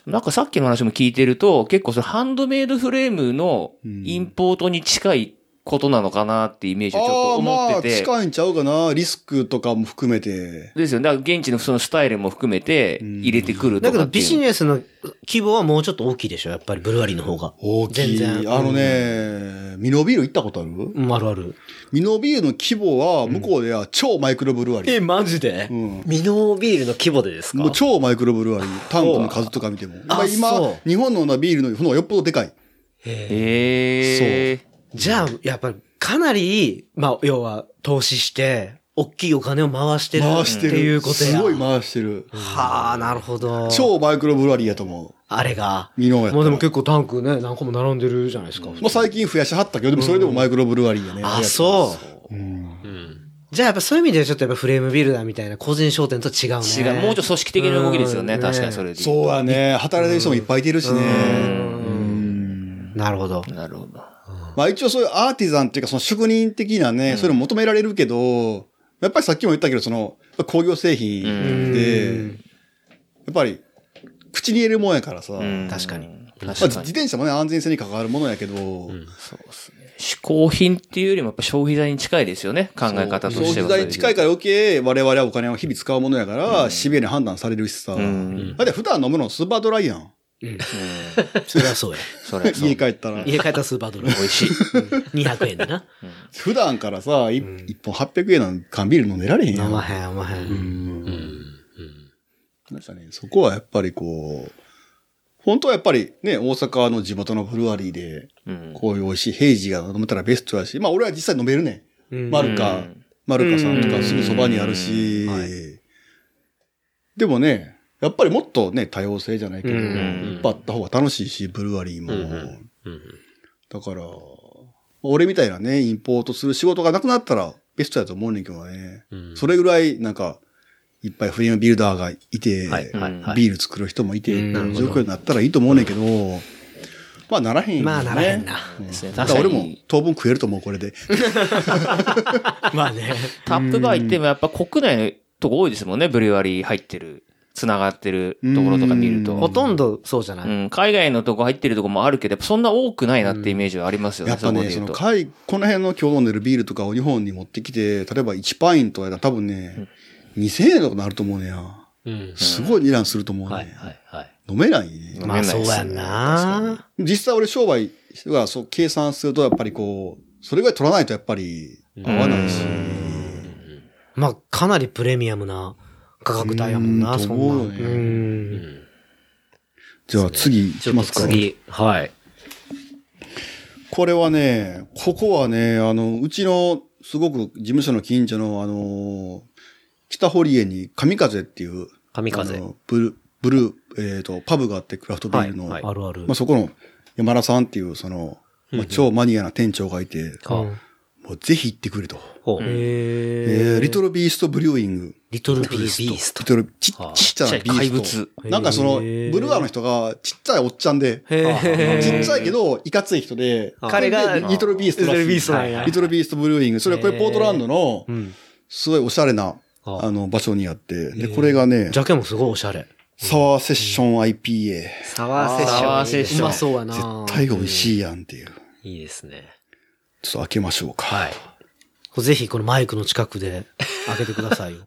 なんかさっきの話も聞いてると、結構そのハンドメイドフレームのインポートに近いことなのかなってイメージをちょっと
ああ、ま
思っ
あ、
てて。
近いんちゃうかな。リスクとかも含めて。
ですよね。だから現地のそのスタイルも含めて入れてくると
だけ
か
ど
ってい
ビ
う
ジネスの規模はもうちょっと大きいでしょやっぱりブルワリーの方が。
大きい。
全然
あのね、ミノビール行ったことある
うんあるある。
ミノビールの規模は、向こうでは超マイクロブルワリー。
マジで
うん。
ミノービールの規模でですか
もう超マイクロブルワリー。タンクの数とか見ても。まあ
そ
今、日本のビールの方がよっぽどでかい。
へえ。
じゃあ、やっぱりかなり、まあ、要は投資して、大きいお金を回してる
回してる。
っていうことや。
すごい回してる。
はあ、なるほど。
超マイクロブルワリーやと思
あれが。
う。ミノーやったら
まあでも結構タンクね、何個も並んでるじゃないですか。
もう最近増やしはったけど、でもそれでもマイクロブルワリーやね。。
あ、そう
うん。
う。ん。
う。じゃあやっぱそういう意味ではちょっとやっぱフレームビルダーみたいな個人商店と違う
違
ね。
う。もうちょっと組織的な動きですよね。
うん
確かにそれで言
そうやね。働いてる人もいっぱいいてるしね。
と。なるほど。
うなるほど。
まあ一応そういうアーティザンっていうかその職人的なね、それも求められるけど、やっぱりさっきも言ったけど、その、工業製品で、やっぱり、口に入れるもんやからさ、
うん
確かに。
まあ
確
自
かに。
転車もね、安全性に関わるものやけど、
嗜好品っていうよりもやっぱ消費財に近いですよね。考え方としては。
消費財に近いから余計我々はお金を日々使うものやから、シビアに判断されるしさ、
うん
だって普段飲むのスーパードライやん。
それはそうや。
それはそう
家帰ったら。
家帰ったらスーパードライ。
美味しい。
200円でな。
普段からさ、い一本800円の缶ビール飲んでられへんや
飲
ん。
まへん、飲まへん。
なんかね、そこはやっぱりこう、本当はやっぱりね、大阪の地元のブルワリーで、
うん
こういう美味しい平時が飲めたらベストやし、まあ俺は実際飲めるね。マル
う
カ
ん、
マルカさんとかすぐそばにあるし、でもね、やっぱりもっとね、多様性じゃないけど、いっぱいあった方が楽しいし、ブルワリーも。だから、俺みたいなね、インポートする仕事がなくなったらベストやと思うねんけどね。それぐらい、なんか、いっぱいフレームビルダーがいて、
はいはい
ビール作る人もいて、っていう状況になったらいいと思うねんけど、まあならへんよね。
まあならへんな。
ですね。
だ
確か
か
らに。
俺も当分食えると思う、これで。
まあね。
タップバー行ってもやっぱ国内のとこ多いですもんね。ブリュワリー入ってる、繋がってるところとか見る
う
と。
ほとんどそうじゃな
う
い。
ん、海外のとこ入ってるとこもあるけど、やっぱそんな多くないなってイメージはありますよね、
やっぱ
こ
ね、
で
そ
言うと。
の海、この辺の今日飲んでるビールとかを日本に持ってきて、例えば1パインとかやったら多分ね、2000円とかなると思うねや。
うん。
すごい値段すると思うね。
はいはいはい。
飲めないね。
まあそうやんな。
実際俺商売がそう計算するとやっぱりこう、それぐらい取らないとやっぱり合わないし。
まあかなりプレミアムな価格帯やもん
う
な、
ん
そん
と
な。
思うよね
うん。
じゃあ次行
ち
き
ょっ
ま
と
すか。
次。はい。
これはね、ここはね、あの、うちの、すごく事務所の近所の、あの、北堀江に神風っていう、
神風
あのブル、ブルー、えっ、と、パブがあって、クラフトビールの、
はい
あるある
まあ、。そこの山田さんっていう、その、まあ、超マニアな店長がいて、
あ
もうぜひ行ってくれと。
ほう。
え
へえ。
ー、リトルビーストブリューイング。
リトルビ
ビー
ー
スト
スト。
リトル、ち
は
っ
あ
ちゃなビースト。
ちっちゃい怪物
なんかその、
へ
ブ
ー
ルワーの人が、ちっちゃいおっちゃんで、
へえ。
ちっちゃいけど、いかつい人で、
彼が
でリトルビーストらしい。
リトルビーストなんや
リトルビーストブルーイング。それはこれポートランドの、すごいおしゃれな、
あ
あの、場所にあって、で、これがね
ジ、ャケもすごいおしゃれ。
サワーセッション IPA。
サワーセッション。
サワーセッション
うまそうやな。
絶対美味しいやんっていう。
いいですね。
ちょっと開けまし ょうか。
はい。
ぜひこのマイクの近くで開けてくださ いよ。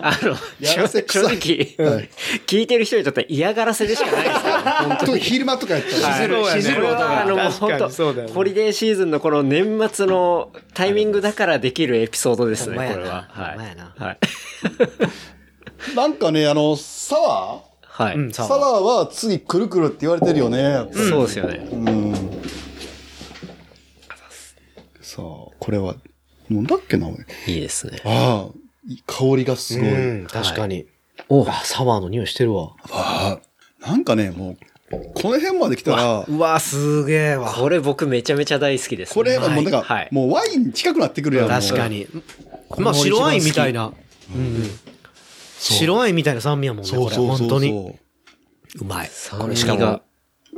あの、
やらせ
正
臭い
直、
はい
聞いてる人にとっては嫌がらせでしかないですよ。
特に昼間とかやったら、
はいこれはあの、もう本当、ホリデーシーズンのこの年末のタイミングだからできるエピソードですね、
ほんまや
こ
な
れは。は
ほんまや
い。
な
はい。
なんかね、あの、サワー
はい。
うん、さ
サワーは次くるくるって言われてるよね。
そうですよね。
うん。さあ、これは、なんだっけな、俺
いいですね。
ああ、い香りがすごい。
うん、確かに。おあサワーの匂いしてるわ。
ああ、なんかね、もう、この辺まで来たら、
うわ、すげえわ。
これ僕めちゃめちゃ大好きです、ね。
これはもうなんか、
はい
もうワイン近くなってくるやん。
確か
もう。
に。まあ白ワインみたいな。白ワインみたいな酸味やもんね、
そ
こ
う
れ。
そうそ
本
う
当に。
そう
まい。
こ
こ
れしかも、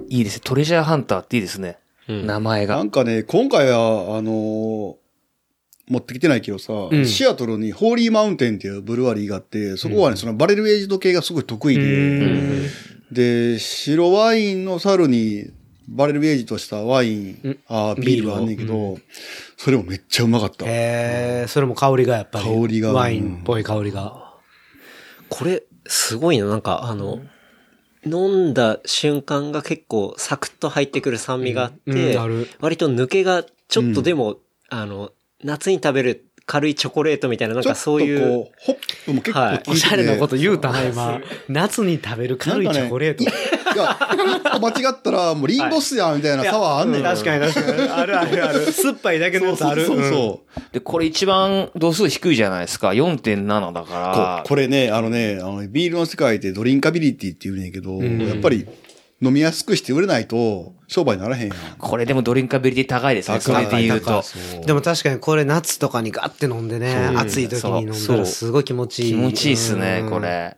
いいですね。トレジャーハンターっていいですね。
うん
名前
う。な
が。
んかね、今回は、あのー持ってきてないけどさ、
ん
シアトルにホーリーマウンテンっていうブルワリーがあって、そこはね、そのバレルエイジド系がすごい得意で、で、白ワインの樽にバレルエイジとしたワイン、あービールがあんねんけど、それもめっちゃうまかった。
へえ、それも香りがやっぱり。
香りが
ワインっぽい香りが。
これ、すごいな。なんか、あの、飲んだ瞬間が結構サクッと入ってくる酸味があって、
ある。
割と抜けが、ちょっとでも、あの、夏に食べる軽いチョコレートみたいな、なん
ちょっ
か
と
そう
こ
いう、
う、ホップも結構
はい
効いてて、
おしゃれなこと言う たな、今。夏に食べ
な
る軽
ん
い
か
チ
ね
ョコレート
い。いや、一個間違ったら、もうリンゴ酢やんみたいな差はあんねん。
確かに確かに。あるあるある。 酸っぱいだけの
そ
や
う
つあ
そうそう
る。うん
そう。
で、これ一番度数低いじゃないですか。4.7だ
こ
か
これね、あのね、あのビールの世界でドリンカビリティって言うねんけど、
ん
やっぱり飲みやすくして売れないと商売にならへんや
ら、
ん。
これでもドリンカビリティ高いですね。それで言うと。
でも確かにこれ夏とかにガッて飲んでね、暑い時に飲んだらすごい気持ちいい。
気持ちいいっすね
う、ん
こ。れ。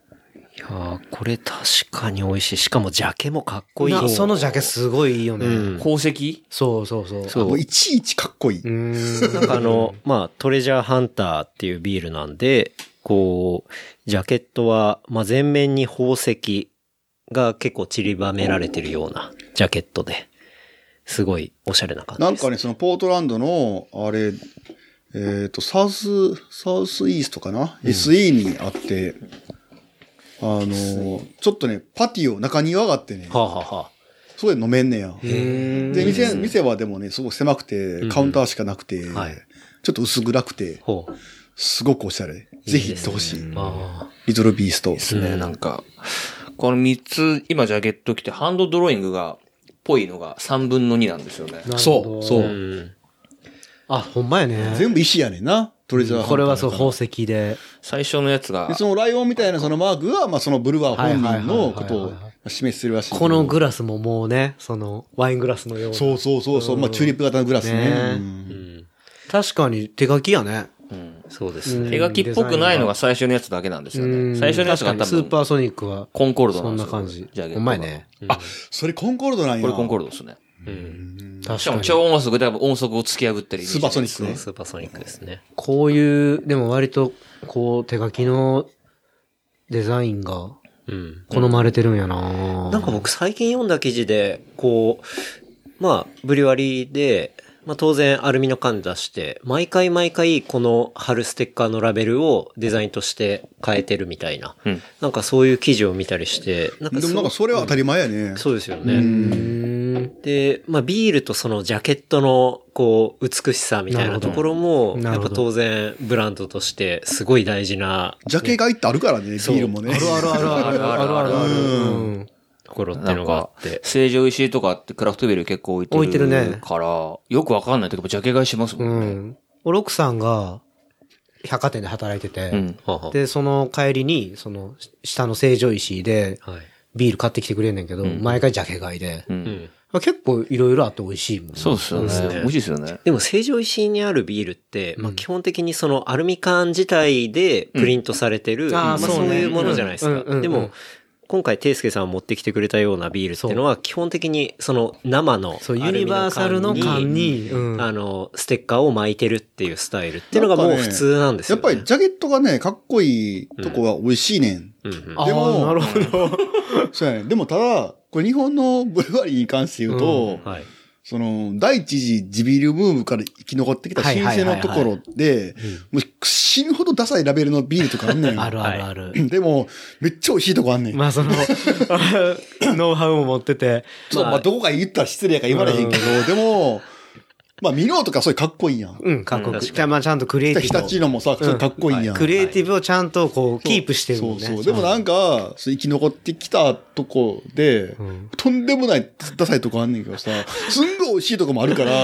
いやーこれ確かに美味しい。しかも、ジャケもかっこい。
ないそのジャケすごいいいよね。
うん。
宝石
そうそうそう。
そう
もういちいちかっこいい。
うーん。
なんかあの、まあ、トレジャーハンターっていうビールなんで、こう、ジャケットは、まあ、全面に宝石が結構散りばめられてるようなジャケットで、すごいおしゃれな感じ
な
で
ん
す。
かね、そのポートランドの、あれ、えっ、と、サウス、サウスイーストかな、?SE にあって、あの、ちょっとね、パティオ、中庭があってね、
はあ、はあはあ、
そこで飲めんねや。で、店、店はでもね、すごく狭くて、カウンターしかなくて、
はい
ちょっと薄暗くて、
ほう。
すごくおしゃれ。ぜひ行ってほしい。
あ。
リトルビースト。
ですね、なんか。この3つ、今ジャケット着て、ハンドドローイングが、ぽいのが3分の2なんですよね。
そう、そうう。
ん。
あ、ほんまやね。
全部石やねんな、トレジャーハンター
これはそう、宝石で。
最初のやつが
で、、そのライオンみたいなそのマークが、まあ、そのブルワー本人のこと
はいはいはいはい
を
はい
示してるらしい。
このグラスももうね、その、ワイングラスのような。
そうそうそうそう、まあ、チューリップ型のグラスね。
ね
うん
確かに手書きやね。
うん
そうですね。
手書きっぽくないのが最初のやつだけなんですよね。最初のやつが多
スー
分、
パーソニックは、
コンコルド
そ
なん
ん
で
な
すよ。
感じ
ジャケッ。ト
う
が
まいね。
あ、それコンコルドなんや。
これコンコルドですね。
確
しか
か
も
に。
超音速で多分音速を突き破ってるイメージ
スーパーソニックね。
スーパーソニックですね。
こういう、でも割と、こう、手書きのデザインが
うん。
好まれてるんやな
なんか僕最近読んだ記事で、こう、まあ、ブリュワリーで、まあ当然アルミの缶出して、毎回毎回この貼るステッカーのラベルをデザインとして変えてるみたいな。
うん
なんかそういう記事を見たりして、なんか
でもなんか
そ
それは当たり前やね。
そうですよ
う
ね。
ん
で、まあビールとそのジャケットのこう美しさみたいなところも、
な
や
る
っぱ
ほど
当然ブランドとしてすごい大事な
ジャケ買いってあるからね、ビールもね。
あるあるあるあるあるある。うん
ところって
ない
うんのがあ
か
って、。
成城石井とかってクラフトビール結構置いてる。
置いてるね
から、よくわかんない時もジャケ買いしますも
うん
ね。
ん。俺奥さんが、百貨店で働いて
う
て、
ん。
はあは
で、その帰りに、その、下の成城石井で、
あはい。
ビール買ってきてくれんねんけど、毎回ジャケ買いで。
うん。
結構いろいろあって美味しいもんね。
そうですよね。美味しいですよね。
でも成城石井にあるビールって、まあ基本的にそのアルミ缶自体でプリントされてる、まあ
そうね
そういうものじゃないです
うんうんうんう
か。
ん
でも、今回、ていすけさんが持ってきてくれたようなビールっていうのは、基本的にその生の
そう、ユニバーサルの缶に、うん
あの、ステッカーを巻いてるっていうスタイルっていうのがもう普通なんです
や
よ、
っ
ね。
ぱりジャケットがね、かっこいいとこは美味しいねん。
うんうん、
あ
で
ー
も
なるほど。
そうやね。でもただ、これ日本のブルワリーに関して言うと、
はい。
その、第一次地ビールブームから生き残ってきた新生のところで、もう死ぬほどダサいラベルのビールとかあんねん。
あるあるある。
でも、めっちゃ美味しいとこあんねん。
まあその、 ノウハウを持ってて、
ちょっとまあ、どこが言ったら失礼やから言われへんけど、でも、まあ、ミノーとかそういうかっこいいやん。
うん、かっこよく。じゃあまあちゃんとクリエイテ
日立
ィ
のもさ、そういうかっこいいや
ブを、
ん。
クリエイティブをちゃんとこう、キープしてるもんね。
そうそう。でもなんか、そう生き残ってきたとこで、とんでもないダサいとこあんねんけどさ、すんごい美味しいとこもあるから、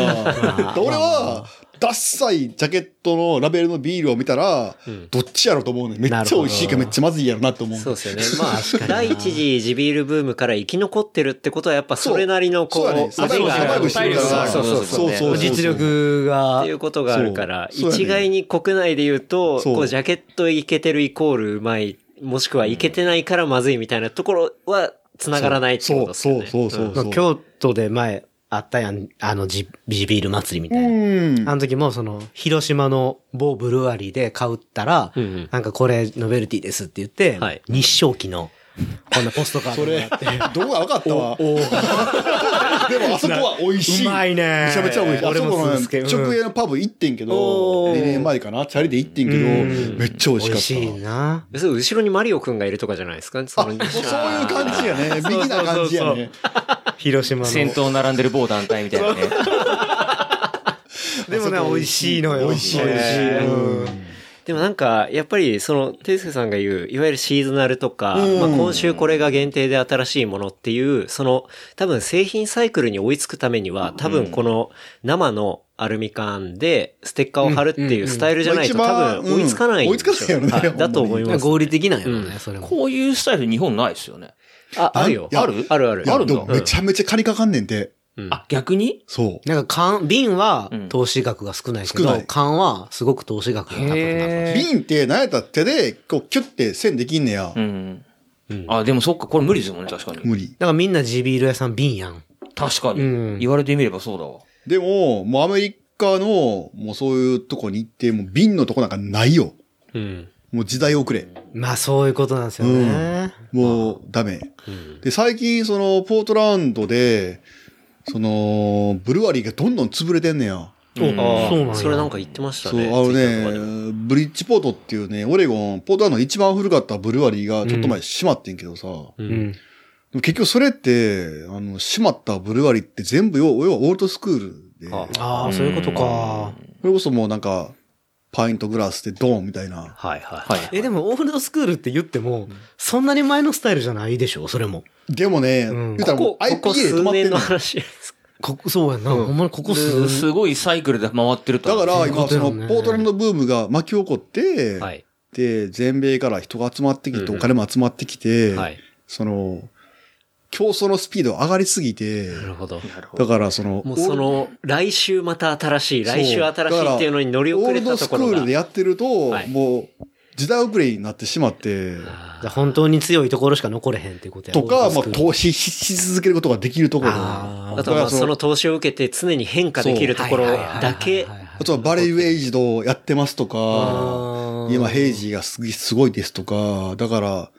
で俺は、ダッサいジャケットのラベルのビールを見たら、どっちやろと思うねんめっちゃ美味しいかめっちゃまずいやろなと思う。
そうです よね。まあ、第一次地ビールブームから生き残ってるってことは、やっぱそれなりのこう、
そうやね。サバイ
味
ブ
が
サバイブしてるから。
そうそうそう
そうそう
そう
実力
っ
が
てい、うことがあるから、
そうそうやね
一概に国内で言うと、
そう
こうジャケットいけてるイコールうまいもしくはいけてないからまずいみたいなところは繋がらないってことですよね。
そうそうそうそう
まあ
そう。
京都で前あったやん、あのジ、ジビール祭りみたいな。
うん。
あの時もその、広島の某ブルワリーで買うったら、
うんうん
なんかこれノベルティですって言って、
はい
日照期の、こんなポストカード
そ
が
れ
あって。、
どこが分かったわ。でもあそこは美味しい。
うまいね
めちゃめちゃ美味しい。あ
俺
そこ
も
の
好きうん
直営のパブ行ってんけど、2年前かなチャリで行ってんけど、めっちゃ美味しか
美味
った。
しいな。
別に後ろにマリオくんがいるとかじゃないですかそ
あ、
の
もうそういう感じや ね。ビギな感じやね。
広島の。
先頭並んでる某団体みたいなね。
でもね、美味しいのよ。
美味しい
美味しいうん
でもなんか、やっぱりその、ていすけさんが言う、いわゆるシーズナルとか、まあ今週これが限定で新しいものっていう、その、多分製品サイクルに追いつくためには、多分この生のアルミ缶でステッカーを貼るっていうスタイルじゃないと
まあ
多
一番
分追いつかないんです
う
よ。
ん追いつかないよねほ
は
んまに
だと思います。
合理的なんやろね、それも。
こういうスタイル日本ないですよね。
あ、あるよ。
いや
あるある。
いや、で
の
もめちゃめちゃ金かかんねんて。
あ、逆に
そう。
なんか缶、瓶は
ん
投資額が少ないけ
少
ど、
ない
缶はすごく投資額が高くなる。
瓶って何やったら手で、こう、キュッて線できんねや
う。ん。あ、でもそっか、これ無理ですもんね、確かに。
無理。
だからみんなジビール屋さん瓶やん。
確か
う
に
ん。
言われてみればそうだわ。
でも、もうアメリカの、もうそういうとこに行って、もう瓶のとこなんかないよ。
うん。
もう時代遅れ。
まあそういうことなんですよね。
もうダメ。で、最近、その、ポートランドで、その、ブルワリーがどんどん潰れてんね
う
や。
ん
あ
そうなん
あ、
や
それなんか言ってました
そう、あの
ね。Twitter とかでも。
ね、ブリッジポートっていうね、オレゴン、ポートランドの一番古かったブルワリーがちょっと前閉まってんけどさ、
う。
うんん。
でも結局それって、あの、閉まったブルワリーって全部、要要はオールドスクールで、
あ
こ
ああ、そういうことか。
れこそもうなんか、パイントグラスでドーンみたいな。
はいはい。
はい。
え、でもオールドスクールって言っても、そんなに前のスタイルじゃないでしょ、それも。
でもね、
うん
言うたらも
ここ、
う IPA
ここ
で止
数
まってんの
年の
よ。
話です。
ここ、そうやんな。ほんまにここ
す
す、
すごいサイクルで回ってると
だ
思
か
う。
ら、今、その、
そういうことよね
ポートランドブームが巻き起こって、
はい。
で、全米から人が集まってき
うん
て、
う
お
ん
金も集まってきて、
はい。
その、競争のスピードが上がりすぎて、
なるほど。
だからその、
もうその、来週また新しい、
そう
来週新しいっていうのに乗り遅れたところ
オールドスクー
が
ルで。やってると、
はい
もう、時代遅れになってしまって、
じゃあ本当に強いところしか残れへんっていうことや
とか、まあ、
資。
投資しし続けることができるところ。あ
あ
あとはまあその投資を受けて常に変化できるところだけ。
とはバレーウェイジドやってますとか、
あ。
今ヘイジーがすすごいですとか、だから、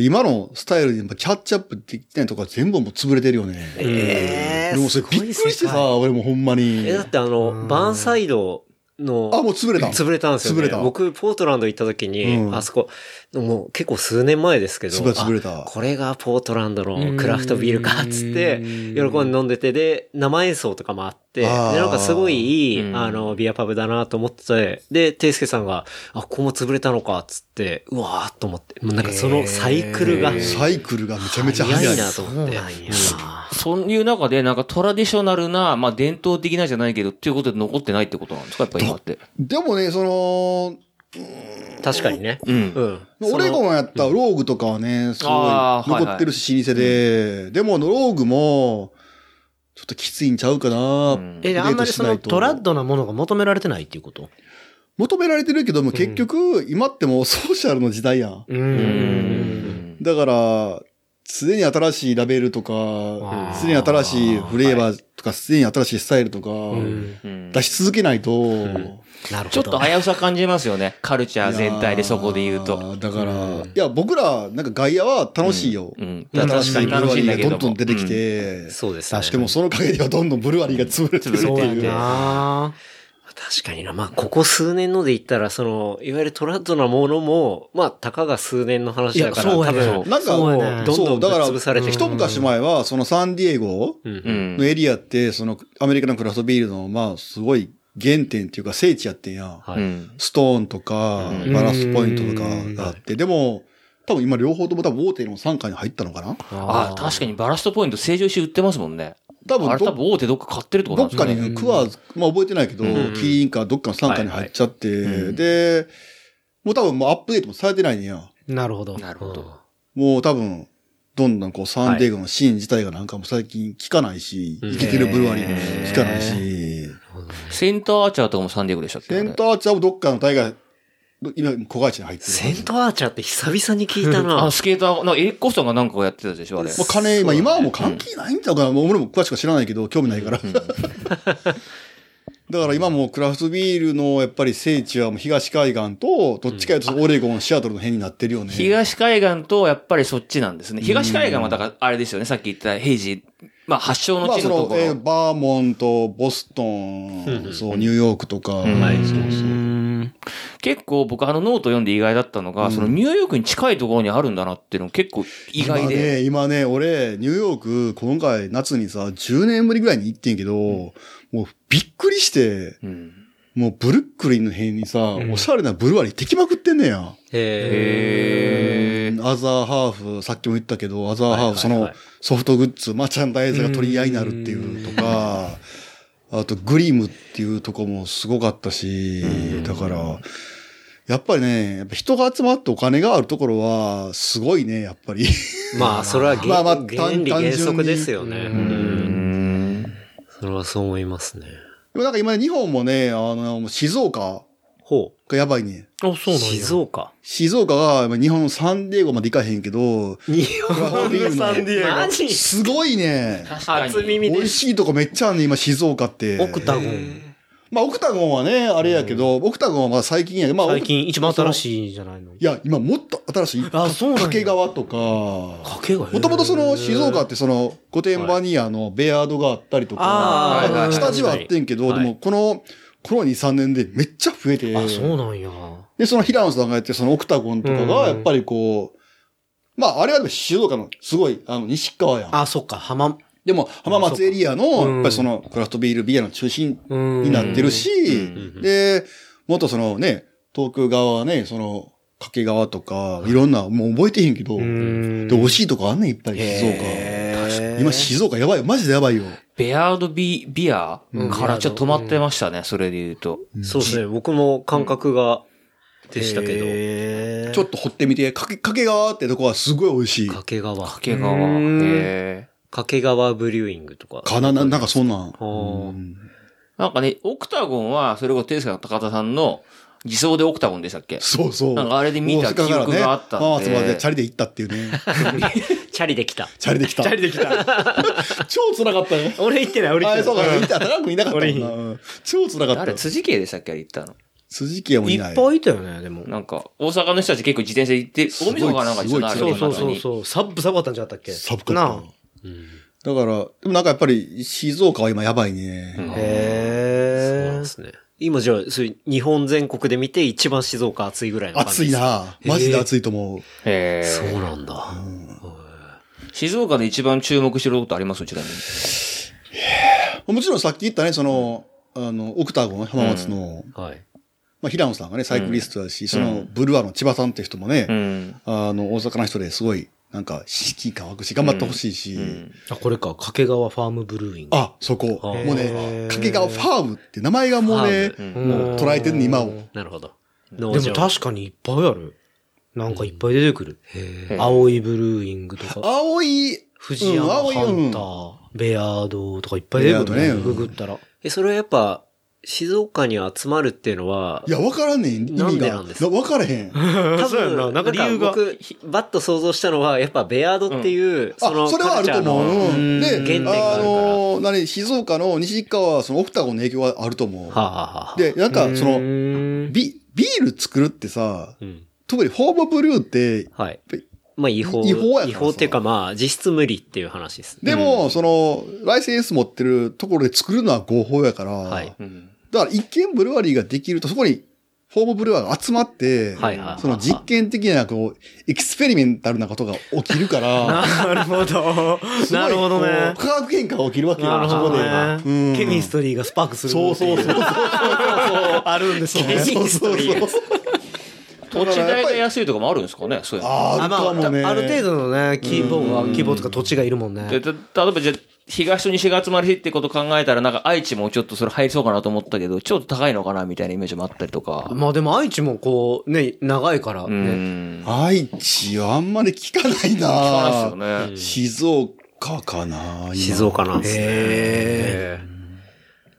今のスタイルにやっぱキャッチアップできてないとか全部もう潰れてるよね。
ええ
でもそれびっくりしてさ、俺もほんまに
え、。だってあの、バーンサイドの、
あ、もう潰れた。
潰れたんですよ、ね。
潰れた
僕、ポートランド行った時に、
うん
あそこ、もう結構数年前ですけど、
潰れた潰れた
あこれがポートランドのクラフトビールか、つって、喜んで飲んでて、で、生演奏とかもあって、で、
あー
なんかすごいいい、
うん
あの、ビアパブだなと思ってて、で、ていすけさんが、あ、ここも潰れたのか、つって、うわーっと思って、もうなんかそのサイクルが、
サイクルがめちゃめちゃ
早
早
い
い。
なと思って。
そういう中で、なんかトラディショナルな、まあ伝統的なじゃないけど、っていうことで残ってないってことなんですか、やっぱ今って。
でもね、その、
確かにね。
うん
う。その
オレゴンやったローグとかはね、すごい
あーはいはい
残ってるし、老舗で。でも、ローグも、ちょっときついんちゃうかな。
ん
え、あんまりそのトラッドなものが求められてないっていうこと
求められてるけども、結局、今ってもうソーシャルの時代やん。
う。
うんん。
だから、常に新しいラベルとか、常に新しいフレーバーとか、常に新しいスタイルとか、
うん
出し続けないと、
なるほど。
ちょっと危うさ感じますよね。カルチャー全体でそこで言う
いや
と。
ーだから、いや、僕ら、なんか外野は楽しいよ。
うん。
新
確
し
かに
いブル
楽し
ワリ
いんだ
ー
け
が
ど
ど
も。
んどん出てきて、
そうですね。
でもその陰ではどんどんブルワリーが潰れて
潰れて
る。
る
そうやな
確かにな。まあ、ここ数年ので言ったら、その、いわゆるトラッドなものも、まあ、たかが数年の話だから、
いやそうや
多
ね
分、
なんか
そう
もう
やね、
どんど
そう、
んぶ
だ
っ
から、
潰されていく
一昔前は、そのサンディエゴ
うん
のエリアって、そのアメリカのクラフトビールの、まあ、すごい原点っていうか聖地やってんや。
は
う
い。
ん。
ストーンとか、バラスポイントとかがあって、でも、多分今両方とも多分大手の傘下に入ったのかな
あ、確かにバラストポイント成城石売ってますもんね。
多分
あれ多
ど、
分大手どっか買ってるってことな
ど
んで
っ
す
か
かね。
に、クワーズ、まあ覚えてないけど、キリンかどっかの傘下に入っちゃって、で、もう多分もうアップデートもされてないんや。
なるほど。
なるほど。
もう多分、どんどんこうサンディエゴのシーン自体がなんかもう最近聞かないし、生きてるブルワリーも聞かないし、
センターアーチャーとかもサンディエゴでしたっけ
センターアーチャーもどっかの大河今、子会社に入ってる。
セントアーチャーって久々に聞いた
あ
な
の、。スケーター、なんかエリック・コフトンがなんかをやってたでしょ、あれ。
もう金、まあ今はもう関係ないんだから、もう俺も詳しくは知らないけど、興味ないから。 だから今もうクラフトビールのやっぱり聖地はもう東海岸と、どっちかいうとオレゴン、シアトルの辺になってるよね。
東海岸とやっぱりそっちなんですね。東海岸はだからあれですよね、さっき言ったヘイジー、まあ発祥の
まあ
地
そ
のと
の
こ、ろ。
えーバーモント、ボストン、そう、ニューヨークとか、
ん
はい、そう
う
そ
ーん結構僕あのノート読んで意外だったのが、そのニューヨークに近いところにあるんだなっていうの結構意外
今
で。
ね、今ね、俺、ニューヨーク、今回夏にさ、10年ぶりぐらいに行ってんけど、もうびっくりして、
うん
もうブルックリンの辺にさ、おしゃれなブルワリー敵まくってんねや。
へー
アザーハーフ、さっきも言ったけど、アザーハーフ、そ
はいはい
の
はい
ソフトグッズ、マーチャンダイズが取り合いになるっていうとか、あとグリムっていうとこもすごかったし、だから、やっぱりね、やっぱ人が集まってお金があるところは、すごいね、やっぱり。
う。まあ、それは原
まあまあ
原理
単
原
単純に
則ですよね。う。
うんん
それはそう思いますね。
でもなんか今ね日本もね、あの、静岡
ほ。
がやばいね。
あ、そううなんや。
静岡。
静岡が今日本のサンディエゴまで行かへんけど、
日
本のサンデ
ィエゴマジ
すごい ね。
確かに
初耳
美
で
味しいとこめっちゃあるね、今静岡って。
オクタゴン。
まあ、オクタゴンはね、あれやけど、オクタゴンはまあ最近やけど、まあ、オク
最近一番新しいじゃないの。
いや、今もっと新しい。
あそうなんや
掛川とか。
かけが
もともとその静岡ってその御殿場にあのベアードがあったりとか、
あ
ー
まあ下地はあってんけど、
はい
でもこの、この2、3年でめっちゃ増えて、
あ、そうなんや。
で、その平野さんがやってるそのオクタゴンとか
う
が、
ん
やっぱりこう、まあ、あれはでも静岡のすごい、あの、西川やん。
あ、そっか、浜、
でも、浜松エリアの、
うん
やっぱりその、クラフトビールビアの中心
うん
になってるし、
う
で、もっとそのね、東京側はね、その、掛川とか、いろんな、もう覚えてへんけど、
ん
で、美味しいとこあんねん、いっぱい、静岡。今、静岡やばいよ。マジでやばいよ。
ベアードビビアからちょっと止まってましたね、それで言うと。
そうですね。僕も感覚がでしたけ
け
ちょっと掘ってみて、掛掛川ってとこはすごい美味しい
ど、。掛川。
掛川。
うん
へー
掛川ブリューイングとか。
かな、ななんかそんなん。
ほう
なんかね、オクタゴンは、それこそテイスカの高田さんの自走でオクタゴンでしたっけ
そうそう。
なんかあれで見た記憶があったんで
大阪からね浜松までチャリで行ったっていうね。
チャリできた。
チャリで来た。チャリで来た。 超辛かったね。
俺行ってない、俺行っ
あ、
て
そう
な
か、
い。
行った高くいなかったもんな。うん超辛かっ
誰
た。
辻圭でしたっけあれ行ったの。
辻木屋も
い
い
っ
ない。
ぱいいたよね、でも。
なんか、大阪の人たち結構自転車で行って、
ご
大
い
晦日かなんかですよね、あ
す
れ
ごいう
そそうそう
に。
そう。サブ、サブあったんじゃなかったっけ
寒かった
な
な。だから、でもなんかやっぱり静岡は今やばいね。
うん
そう
あ。
なん
へ
ですね。今じゃあ、そういう日本全国で見て一番静岡暑いぐらいの感じ
暑い。な。マジで暑いと思う。
へ
そ
ー
うなんだ。
静岡で一番注目してることありますうちなみに。
もちろんさっき言ったね、その、あの、オクタゴン、浜松の、
はい。
まあ、平野さんがね、サイクリストだし、その、ブルワの千葉さんって人もね、
うん。
あの、大阪の人ですごい、なんか、四季乾くし、頑張ってほしいし、
うん
ーあ、これか、掛川ファームブルーイング。
あ、そこ、もうね、掛川ファームって名前がもうね、
ファ
ー
もう捉えてんの、今を。
なるほど。
で
農
も
場。
確かにいっぱいある。なんかいっぱい出てくる。
へ
青いブルーイングとか、
青い、
藤山
うん
ハ
青
ン
い
ター、ベアードとかいっぱい出てくる
ベアー
ね。
ドね
ググったら。
え、それはやっぱ、静岡に集まるっていうのは、
いや、わからんねん、意
なん
味
で
が。
なんですか
わからへん。
多
そうやんななんか理由が
僕、ひバッと想像したのは、やっぱベアードっていう、その、
あ、それはあると
カルチャー
思う。
の
うん
原
で
点、があ
あ
るから。は
の、何、静岡の西川、そのオクタゴンの影響はあると思
あ
う。
はあはあ。
で、なんか、そうの、
ーん
ビ、ビール作るってさ、
うん。
特にホームブリューって、
はい。まあ違法。
違法やからさ
違法っていうかまあ、実質無理っていう話ですね。
でも、その、ライセンス持ってるところで作るのは合法やから、
はい
うん
だから一見ブルワリーができると、そこに、ホームブルワーが集まって、
はいはいはい
その実験的な、こう、エクスペリメンタルなことが起きるから、
なるほど。
すごい
なるほどね
こう。化学変化が起きるわけ
な
よ、
るほ
そこ
ど
で。
ね。
うん
ケミストリーがスパークする。
そうそうそうそうそうそう。
あるんですね。
そうそうそう。
土地代が安いとかもあるんですかねそういうの。
あーあ
あ
るか
ま
もね。
あ、ある程度のね、キーボーは、キーボーとか土地がいるもん
で
ね。
た例えばじゃあ東と西が集まる日ってこと考えたら、なんか愛知もちょっとそれ入りそうかなと思ったけど、ちょっと高いのかなみたいなイメージもあったりとか。
まあでも愛知もこう、ね、長いから
う
ね。
ん。
愛知はあんまり聞かないな。
聞かないですよね。
静岡かな。今
静。岡なんですね。
へえ。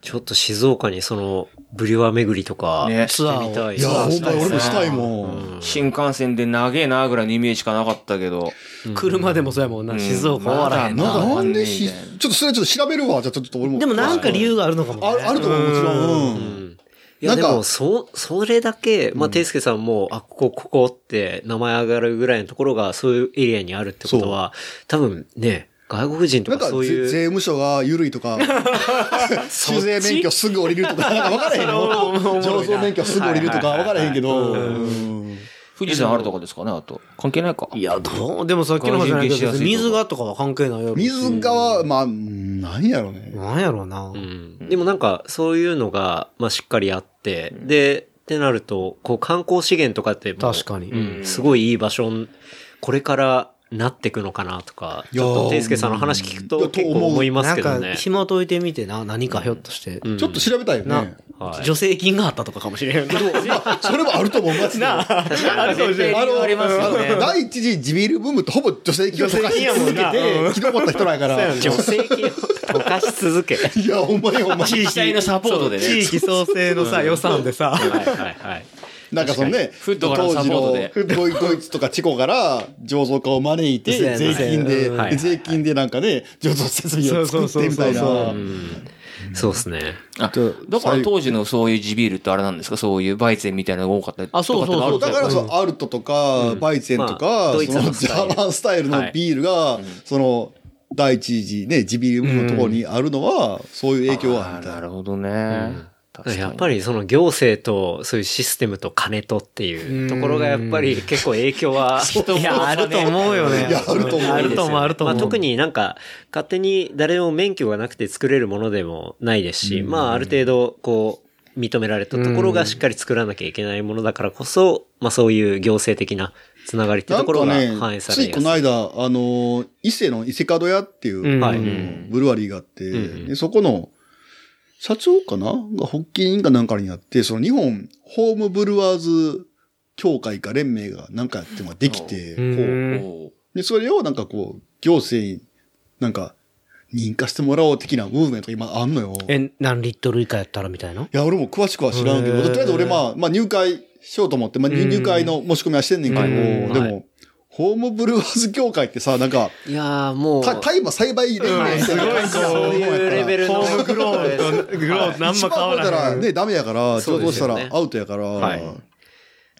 ちょっと静岡にその、ブリュワ巡りとか、
ね
してみたい。
いや、ほんま俺もしたい
ん。
もん。
新幹線で長えなぐらいのイメージしかなかったけど。
車でもそうやもん
う
な、
ん
静岡終わらへん
まだ
な。
あ
なんで
み
し、
たいな
ちょっとそれちょっと調べるわ。じゃあちょっと俺も。
でもなんか理由があるのかもね。
あるあると思う、もちろん。うん
いや、で
なん
も、
か
そう、それだけ、まあ、ていすけさんも、あ、ここ、ここって名前上がるぐらいのところが、そういうエリアにあるってことは、多分ね、外国人と
なん
か
か
そう
ぜ
いう、
税務署が緩いと か、修税免許すぐ降りるとか、なんか分 からへんよ。上層免許すぐ降りるとか分からへんけど。うん
富士山あるとかですかね、あと。関係ないか。
いや、どうでもさっきの話じゃないけ
個人消し
ど、
やすいとこ
水がとかは関係ないよ。
水がは、まあ、うんなんやろね。
なんやろうな。
うんでもなんか、そういうのが、まあ、しっかりあって、で、ってなると、こう、観光資源とかってもう、
確かに。
うんすごいいい場所に、これからなってくのかなとか、
い
ち
やー
ょっと、ていすけさんの話聞く
いや
と、
と
結
思う
構思います
なん
けど
か、
ね。
紐解いてみてな、何かひょっとして。
うん
ちょっと調べたいよね。
はい
助成金があったとかかもしれん。
まあそれもあると思う、マジで。あ
確かに
の、
ありますよね
あの第一次地ビールブームってほぼ女性企業とかし続けて、生き残った人なんやから。
女性金を 溶かし続け。
いや、ほんまにほんまに。
自治体のサポートで
地
ね。
域創生のさ、予算でさ、
はいはいはい。
なんかそのね、
フットからのサポー
当時のドイドイツとかチコから醸造家を招い
そう
て、
やね
税金で、
うん
はいはい
税金でなんかね、醸造設備を作ってみたいな。
そうそうそうそう
そうですね。
あだから当時のそういう地ビールってあれなんですかそういう売店みたいなのが多かったりとかって
そうそうそう
あるんで
だ
す
か
から
そのアルトとか、バイツェンと
まあ
か、
ドイ
そ
ツの
の
ス
ジ
タイ
ャ
ル
ーマンスタイルのビールが、その、第一次ね、地ビールのところにあるのは、そういう影響はあるみたい
な
な。
るほどね。確かに
やっぱりその行政とそういうシステムと金とっていうところがやっぱり結構影響 は
いや、あると思うよね。
いやあると思う
あると思う、あると思
ま
う。
あ、特になんか勝手に誰も免許がなくて作れるものでもないですし、まあある程度こう認められたところがしっかり作らなきゃいけないものだからこそ、まあそういう行政的なつながりって
な
と
ん
ころ
か
が
ね
反映、さ
つ
れ
い
る
この間、あの、伊勢の伊勢門屋っていう、
うん
はい
ブルワリーがあって、でそこの、社長かなが発起人かなんかになって、その日本ホームブルワーズ協会か連盟がなんかやってもできて、
ん
こ
う
うん
おう
で、それをなんかこう、行政になんか認可してもらおう的なムーブメントが今あんのよ。い
え、何リットル以下やったらみたいな。
や、俺も詳しくは知らんけど、とりあえず俺まあ、まあ入会しようと思って、まあ入入会の申し込みはしてんねんけど、
うん
で
は
も、ホームブルワーズ協会ってさ、なんか、
いやーもう、
た大麻栽培連盟みたいな感じやん
そう
日本やった
いう
ら
レベルの。
ホームグローと、グロ ーと何
一
も変
番
わ
超えた
ら
ら
ない。
ね、ダメやから、上
そうで
等
す
し
よ
た
ね
らアウトやから、
はい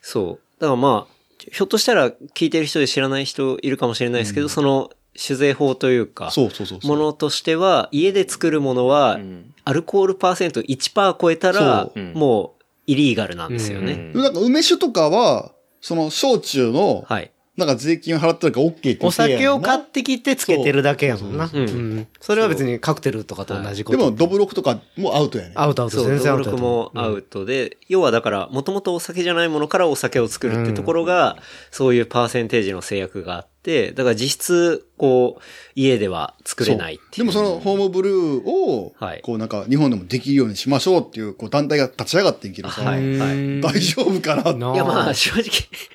そう。だからまあ、ひょっとしたら聞いてる人で知らない人いるかもしれないですけど、その酒税法というか、
そうそうそうそう。
ものとしては、家で作るものは、アルコールパーセント1%超えたら
そ、
もう、イリーガルなんですよ
う
ね。
ん
でもなんか梅酒とかは、その焼酎の、
はい。
なんか税金を払ってるから OK って言って
お酒を買
っ
ってきてつけてるだけやもんな。
そうそうそう
う
うん
それは別にカクテルとかと同じこ
で
と。
も、ドブロクとかもアウトやね。
アウトアウト、
そう、
全然ア
登
ウ
録
トやと思
もアウトで、要はだから、もともとお酒じゃないものからお酒を作るってところが、そういうパーセンテージの制約があって、だから実質、こう、家では作れないって
で
いう。
もそのホームブルーを
はい、
こうなんか日本でもできるようにしましょうっていうこう団体が立ち上がってんけどさ、
は
大
い、はい。
丈夫かなって。
う。
いやま
あ
あ正直、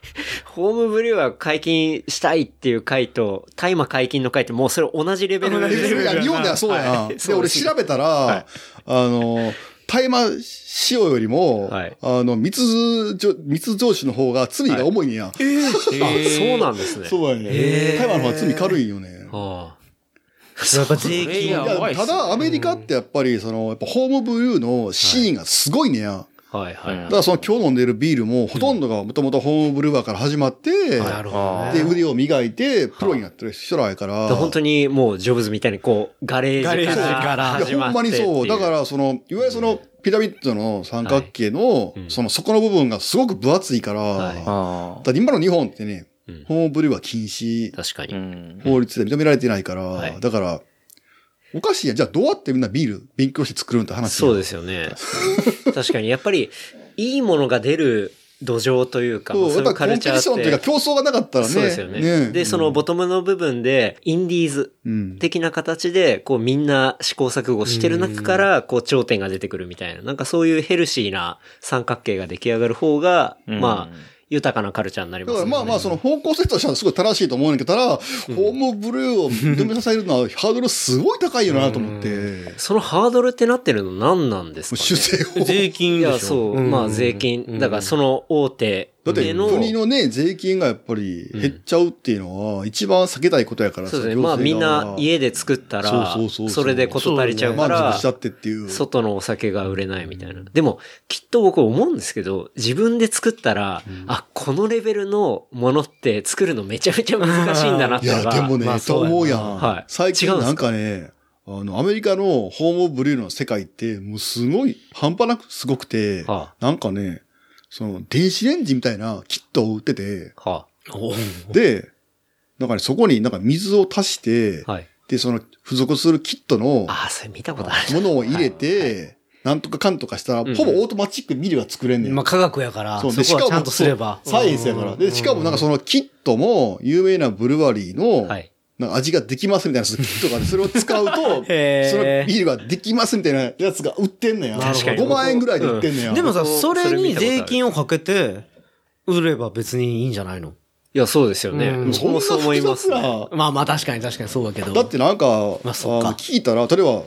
ホームブリューは解禁したいっていう回と、大麻解禁の回ってもうそれ同じレベル
レベルや日本ではそうやん。
はい
で、俺調べたら、あの、大麻使用よりも、
はい
あの、密造、密造酒の方が罪が重いねや。
あそうなんですね。
そうやね。大麻の方が罪軽いんよね。
あ
やっぱ税
それ
金
や
いや
ばいっすね
ただアメリカってやっぱり、その、やっぱホームブルーのシーンがすごいねや。
あはいはい。
だからその今日飲んでるビールもほとんどがもともとホームブルワーから始まって、
なるほど
で、
ね。
腕を磨いてプロになってる人らやから。
本当にもうジョブズみたいにこう、ガレージから
い
始
や、
ま
ほ
っ
んま
てってい
にそう。だか、ら、その、いわゆるその、ピラミッドの三角形の、その底の部分がすごく分厚いから、
はい
だか
あ
ら今の日本ってね
うん、
ホームブルーは禁止
確か
あ。う
に。
ん。
法律で認められてないから、
はい
だから、おかしいやん。じゃあどうやってみんなビール勉強して作るんって話。
そうですすよね。確かに、やっぱり、いいものが出る土壌というか、
そう、やっ
い
ぱコンペティションというか競争がなかったらね。
そうですよね。で、そのボトムの部分で、インディーズ
うん。
的な形で、こうみんな試行錯誤してる中から、こう頂点が出てくるみたいな、なんかそういうヘルシーな三角形が出来上がる方が、
うん
まあ、豊かなカルチャーになりま
だ
す
か
ね、
らまあまあ、その方向性としてはすごい正しいと思うんだけど、ただ、ホームブルーを認めさせるのはハードルすごい高いよなと思って、も
そのハードルってなってるの何なんです
う
か、ね、
修正法。
税金
い
でしょ
や、そう、まあ税金。だからその大手
だって
での、
国のね、税金がやっぱり減っちゃうっていうのは一番避けたいことやから
そうですね。まあみんな家で作ったら
そうそうそう、そう
それで事足りちゃうか
満
ら
足しち、ゃってっていう。
外のお酒が売れないみたいな。でも、きっと僕思うんですけど、自分で作ったら、あ、このレベルのものって作るのめちゃめちゃ難しいんだなっ
い
ての
や、
が。
でもね、と思うやん。
はい
最近
違うんです
な
か
んかね、あの、アメリカのホームブリューの世界って、もうすごい、半端なくすごくて、
は
なんかね、その、電子レンジみたいなキットを売ってて、
あ、は
で、なんかね、そこになんか水を足して、
あ、はい。
で、その、付属するキットの
ああ、それ見たことある。
ものを入れて、なんとかかんとかしたら、
んうん
ほぼオートマチックにミルが作れんねん。
まあ科学やから、
そう
そ
で
こはちゃんと
そ
す
う
れば。
サイエンスやから。で、しかもなんかそのキットも有名なブルワリーの、
はい。
なんか味ができますみたいなやつとかで、それを使うと、そのビ
へー
ールができますみたいなやつが売ってんのや。
確かに
5万円ぐらいで売ってんのや。
でもさ、
僕も
それ
それ見
に
たことある
税金をかけて、売れば別にいいんじゃないの
いや、そうですよね。
うん
僕もそう思いま
そ
す、
んな
ね。
複雑
まあまあ確かに確かにそうだけど。
なだってなんか、
まあそっか
あの聞いたら、例えば、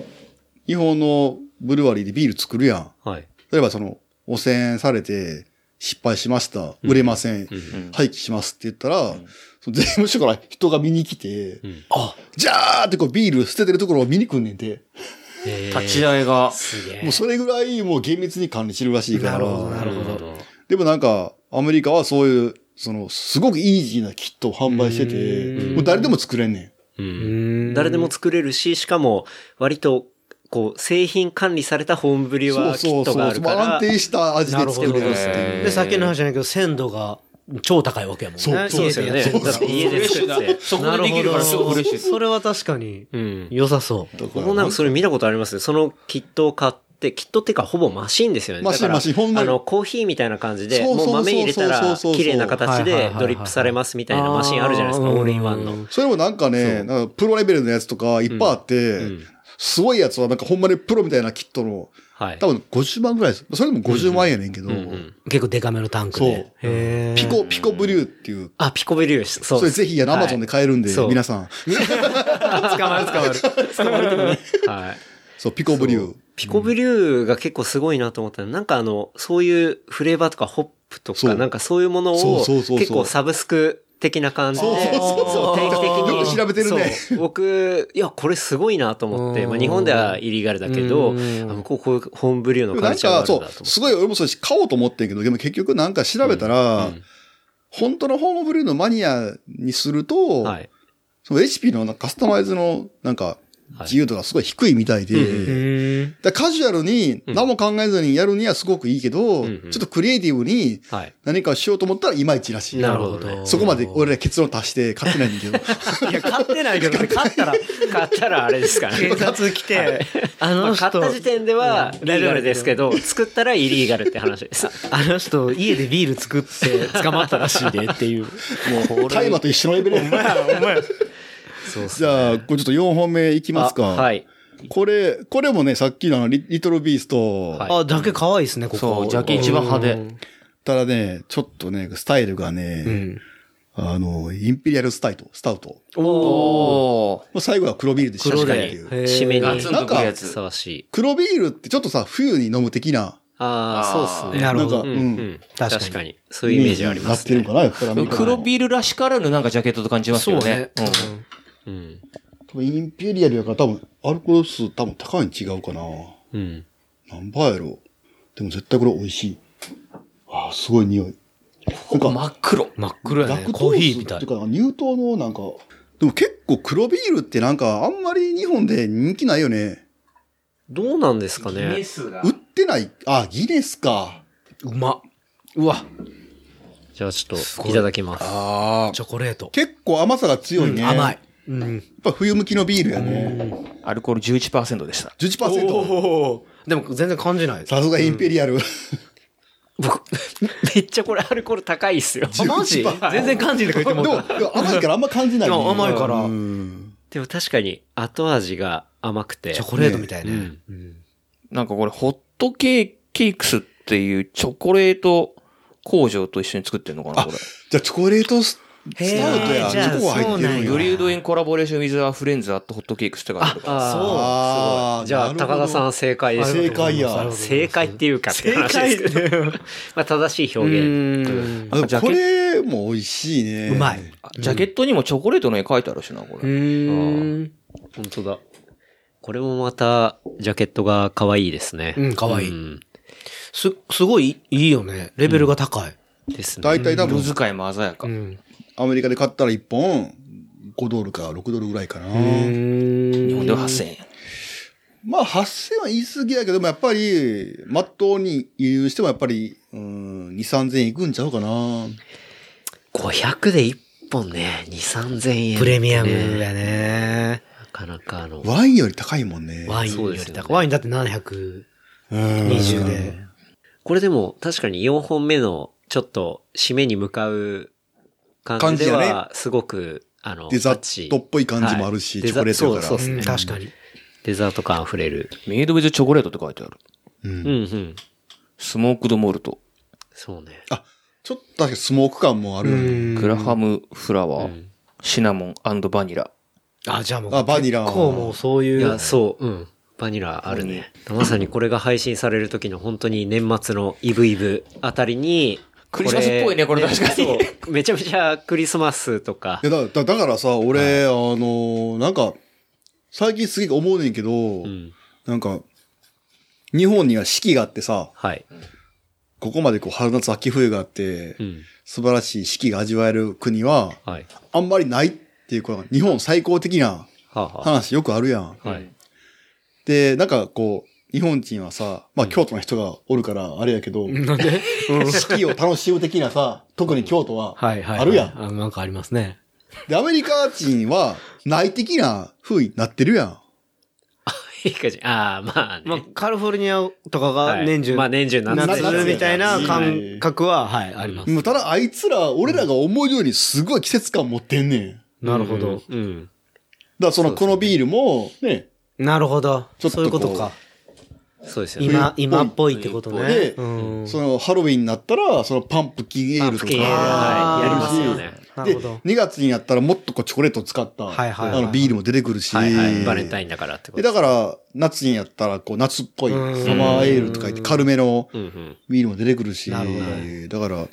日本のブルワリーでビール作るやん。
はい。
例えばその、汚染されて、失敗しました。売れません。廃棄しますって言ったら、その税務署から人が見に来て、あ、じゃーってこうビール捨ててるところを見に来んねんて。
立ち会いが。
すげえ
もうそれぐらいもう厳密に管理してるらしいから。
なるほど、なるほど。
でもなんか、アメリカはそういう、その、すごくイージーなキットを販売してて、もう誰でも作れんね
うん、誰でも作れるし、しかも、割と、こう、製品管理されたホームブリ
ん。
ュワーキットがある
ま
か
あ安
ら、
定した味で作れるっていう。
で、さっきの話じゃないけど、鮮度が超高いわけやもんね。
そうそう
ですよね。
そうそう
だって家で作って。
そこでできるからすごく嬉しいです。
それは確かに
うん。
良さそう。
だから
僕もなんかそれ見たことありますね。そのキットを買って、キットっていうかほぼマシンですよね。
マシン
だから
マシンほんま
あ
に
の、コーヒーみたいな感じ
そ
で、
うそう
も
そう
う豆入れた
そうそう
ら、
そうそう
綺麗な形
はいはいはい
で
はい
ドリップされますみたいなマシンあるじゃないですか、
あー
オールインワンの。
それもなんかね、なんかプロレベルのやつとかいっぱいあって、すごいやつはなんかほんまにプロみたいなキットの、
はい
多。分50万ぐらいです。それでも50万円やねんけど、
結構デカめのタンク
そう
で。へ
ピコ、ピコブリューっていう、
あ、ピコベリューシ、そ
そ
うで
れ
す。
ぜひ、あの、アマゾンで買えるんで、
そう
皆 さん。
捕まる捕まる。 捕まるはい。
そう、ピコブリュー。
ピコブリューが結構すごいなと思ったのなんかあの、そういうフレーバーとかホップと
そう
か、なんかそういうもの
そう
を
そうそうそう
結構サブスク的な感じで、
そうそうそうそう
定期的に。
よく調べてるね
そう僕、いや、これすごいなと思って、まあ日本ではイリーガルだけど、あ向こうこういうホームブリューの
な
カ
ん
ルチャーがあ
か、
るん
そ
だと
う、
思
すごい俺もそうだし、買おうと思ってんけど、でも結局なんか調べたら、
うんうん
本当のホームブリューのマニアにすると、
って。はい。
そのレシピのなんかカスタマイズのなんか
はい
自由度がすごい低いみたいで、だからカジュアルに何も考えずにやるにはすごくいいけど、
んうん
ちょっとクリエイティブに
はい。
何かをしようと思ったらいまいちらしい。
なるほどね。
そこまで俺ら結論足して買ってないんだけど。
いや、買ってないけどね、買ったら、
買ったらあれですからね
警。察来て、あ
ま
の
あ買っ
人、
た時点ではリーガルですけど、作ったらイリーガルって話です。
あの人、家でビール作って捕まったらしいでっていう。
もう、 大麻と一緒のレベル。 じゃあ、これちょっと4本目いきますか。
あはい。
これ、これもね、さっきのあのリリトルビースト、
はい
あ、だけ可愛いですね、ここ。
そう、ジャケ一番派手。
ただね、ちょっとね、スタイルがね、あの、インペリアルスタイト、スタウト。
おお
もう最後は黒ビールで締めたっていう。
締め
ー。ガ
に
ツンとくるや
ふ
つ
さ。わしい。
黒ビールってちょっとさ、冬に飲む的な、
ああ、そうですね。
なるほど。
なん
う
かうん
ん、うん。確かに。そういうイメージあります
なって
ね
る。かな、やっぱりアメリカの
黒ビールらしからぬなんかジャケットと感じますよね。うん
うん。
多分インペリアルやから多分、アルコール数多分高いに違うかな。
うん。
何倍やろ。でも絶対これ美味しい。ああ、すごい匂い。なんか、
真っ黒。
真っ黒や
ラ
ね。
クト
コーヒー
ー
み
ス
た
ってい。
いう
か、乳糖のなんか、でも結構黒ビールってなんかあんまり日本で人気ないよね。
どうなんですかね。
売ってない、あ、ギネスか。
うまっ。うわ、
じゃあちょっと、いただきます。
ああ。
チョコレート。
結構甘さが強いね。
甘
や
い
っ。
うん。
ぱ冬向きのビールやね。
アルコール11%でした。
11%。
おーでも全然感じないです。
さすがインペリアル。
僕、めっちゃこれアルコール高いっすよ。
あマジ全然感じないとか
で
言って
も、
も
で
うた。
も甘いからあんま感じない、ね。
いや甘いから
うん
でも確かに、後味が甘くて
チョ。コレートみたいね。
なんかこれ、ホットケーキケークスっていうチョコレート工場と一緒に作ってるのかな、これ。
じゃあチョコレートス
へー
スタウトや
じゃあ
チョコが入ってる
そ
ん
う
や
な
ブ
んや
リュードインコラボレーションウィズアフレンズアットホットケークしてから
あー
あー
じゃあ、
なるほ
高
ど
田さん正解です。
正解や
あの正解っていうかって話ですけど。まあ、正しい表現。
ん。
あ
ジャケ
でもこれも美味しいね。
うまい。
ジャケットにもチョコレートの絵描いてあるしな、こ
う
れ。
ん。
本当だ。これもまた、ジャケットが可愛いですね。
うん可愛い
うん
す、すごいいいよね。レベルが高い。
ですね。
大体多
色
分、
使いも鮮やか。
アメリカで買ったら1本5ドルか6ドルぐらいかな。
日本では8000円。
まあ8000は言い過ぎやけども、やっぱり、まっとうに輸入してもやっぱり、うん、2、3000円いくんちゃうかな。
500で1本ね、2、3000円。
プレミアム
ね
やね。
なかなかあの、
ワインより高いもんね。
ワインより
そうですよ
高
ね
い。ワインだって720
うん
で。
これでも確かに4本目のちょっと締めに向かう感
感
じ
じ
で
やね
は、すごく、あの、
デザ
タッチ
ートっぽい感じもあるし、
はい
チョコレート
デ
やか
ザそう
ら
そう。ですね。
確かに。
デザート感溢れる。
メイドウィズチョコレートって書いてある。
うん
うんうん。
スモークドモルト、
そうね。
ちょっとだけスモーク感もあるよね。
グラハムフラワー、
うん
シナモンバニラ。
あ、じゃあもう。
あバニラ
結構もうそう
い
いう
や、。そう、うん。バニラあるね。まさにこれが配信される時の本当に年末のイブイブあたりに、
クリスマスっぽいねこれ確かに
そうめちゃめちゃクリスマスとか
い。やだだだからさ、俺、あのー、なんか、最近すげえ思うねんけど、
うん。
なんか、日本には四季があってさ、
はい。
ここまでこう春夏秋冬があって、
うん。
素晴らしい四季が味わえる国は、
はい。
あんまりないっていう、この日本最高的な
はあ、は
話よくあるやん。
あ、はい。
で、なんかこう、日本人はさ、まあ京都の人がおるからあれやけど、 四季を楽しむ的なさ、特に京都は、
はいはい。
あるやん。
あなんかありますね。
で、アメリカ人は内的な風になってるやん。
いい感じ。ああ、まあね。
まあ、カリフォルニアとか
は
が
い
年中、
まあ年中夏
夏
夏みたいな感覚は、は
はい、あります。
もうただあいつら、俺らが思うようにすごい季節感持ってんねん。だか
なるほど。
うん。
らその、このビールも、ね、
なるほど。
ちょっとこう
そういうことか。
そうですよね。
今、今っぽいっ
ってて
こ
ことと
ね
ね。
うん
そのハロウィンになったら、そのパンプキンエールと
パンプキンエール
か
は
ある
い
し。
やりますよね
な
で、
るほど。
2月になったらもっとこうチョコレートを使った、
はいはいはい
あのビールも出てくるし。
はいはい。バレンタインだからってこ
で、
と。
だから、夏にやったら、こう、夏っぽい、サ
うん
マーエールとか言って、軽めの
うんうん。
ビールも出てくるし、
なるほど
だから、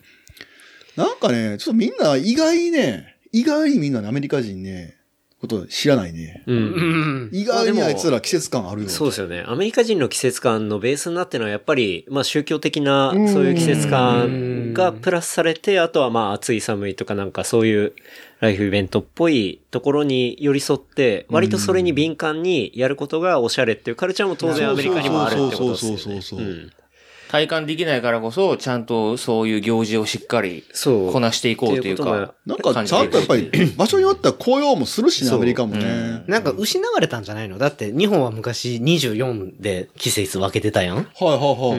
なんかね、ちょっとみんな意外にね、意外にみんなねアメリカ人ね、こと知らないね。
うん。
意外にあいつら季節感あるよ。
そうですよね。アメリカ人の季節感のベースになってるのはやっぱり、まあ宗教的なそういう季節感がプラスされて、あとはまあ暑い寒いとかなんかそういうライフイベントっぽいところに寄り添って、割とそれに敏感にやることがおしゃれっていうカルチャーも当然アメリカにもあるってことですよね。
そうそうそうそうそうそう
うん
体感できないからこそ、ちゃんとそういう行事をしっかり
そう
こなしていこうという
っていうこ
か。
なんか、ちゃんとやっぱり、場所によっては紅葉もするしね、アメリカもね。
なんか失われたんじゃないのだって日本は昔24で季節分けてたやん。
はいはい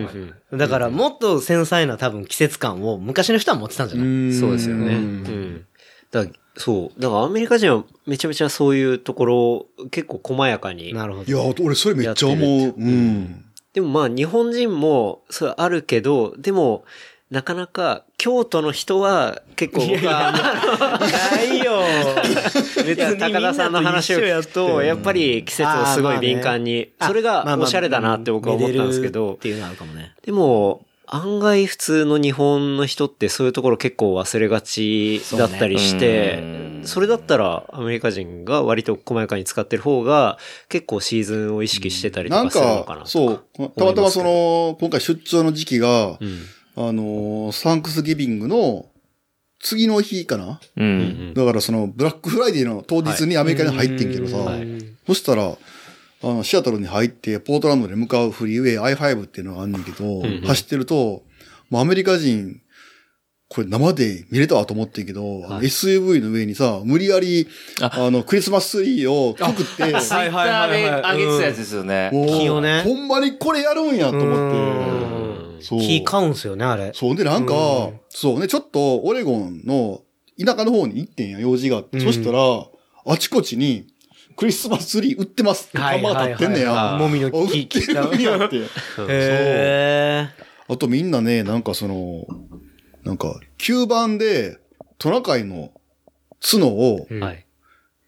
はい。
だからもっと繊細な多分季節感を昔の人は持ってたんじゃない、
そうですよね。うん。だからそう。だからアメリカ人はめちゃめちゃそういうところを結構細やかに。
なるほ
い
ど。
や、俺それめっちゃ思う。うん。
でもまあ日本人もそれあるけど、でもなかなか京都の人は結構僕は、
ないよ。
いや高田さんの話を聞くと、やっぱり季節をすごい敏感に、それがおしゃれだなって僕は思ったんですけ
めでる
ど
っ、ていうのはあるかもね。
でも案外普通の日本の人ってそういうところ結構忘れがちだったりして、それだったらアメリカ人が割と細やかに使ってる方が結構シーズンを意識してたりと
なん
かするのか
か
な、とか。
そう、たまたまそ
思
の、今回出張の時期が、
うん。
あのー、サンクスギビングの次の日かな、
う。
うんうんん
だからその、ブラックフライデーの当日にアメリカに入ってんけどさ、
はい
そしたら、あの、シアトルに入って、ポートランドに向かうフリーウェイ i5 っていうのがあんねんけど、
ん
走ってると、もうアメリカ人、これ生で見れたわと思ってんけど、SUV の上にさ、無理やり、あの、クリスマスツリーをくくって、
はいはいはいはい。上げてたやつですよね。
もう
木をね
ほんまにこれやるんやと思って。そう。
木買うんすよね、あれ。
そう。で、なんか、そうね、ちょっとオレゴンの田舎の方に行ってんや、用事があって。そしたら、あちこちに、クリスマスツリー売ってますって看板立ってんね
はいはいはい
や
は。いもみの木
あ売って るんやって。
へ
あとみんなね、なんかその、なんか、吸盤でトナカイの角を
ん。はい。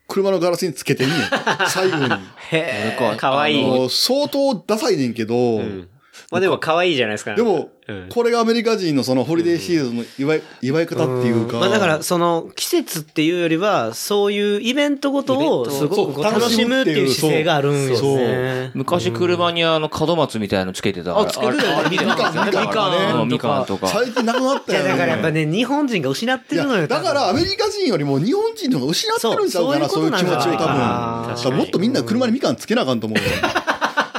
車のガラスにつけてんねん。 最後に。
へ
なん
え。かわい
あ
い。
の相当ダサいねんけど、
うん。まあでもかわいいじゃないですか。
でも、
うん
これがアメリカ人のそのホリデーシーズンの祝い、祝い方っていうか。
まあだから、その季節っていうよりは、そういうイベントごとをすごくこう
イベント
楽しむっていう姿勢があるんですね。
昔車にあの門松みたいのつけてた。
あつけてたよね
あれ
みかん
あれ
みかん
みかん
ね
うんみかんとか。
最近なくなっ
い
た
や
よね。
だからやっぱね、日本人が失って
いや
るのよ。
だからアメリカ人よりも日本人の方が失ってるんちゃうかな、
そ
そうういう気持ちを多
そう
分。
いうことなんだ
だからもっとみんな車にみかんつけなあかんと思うよ。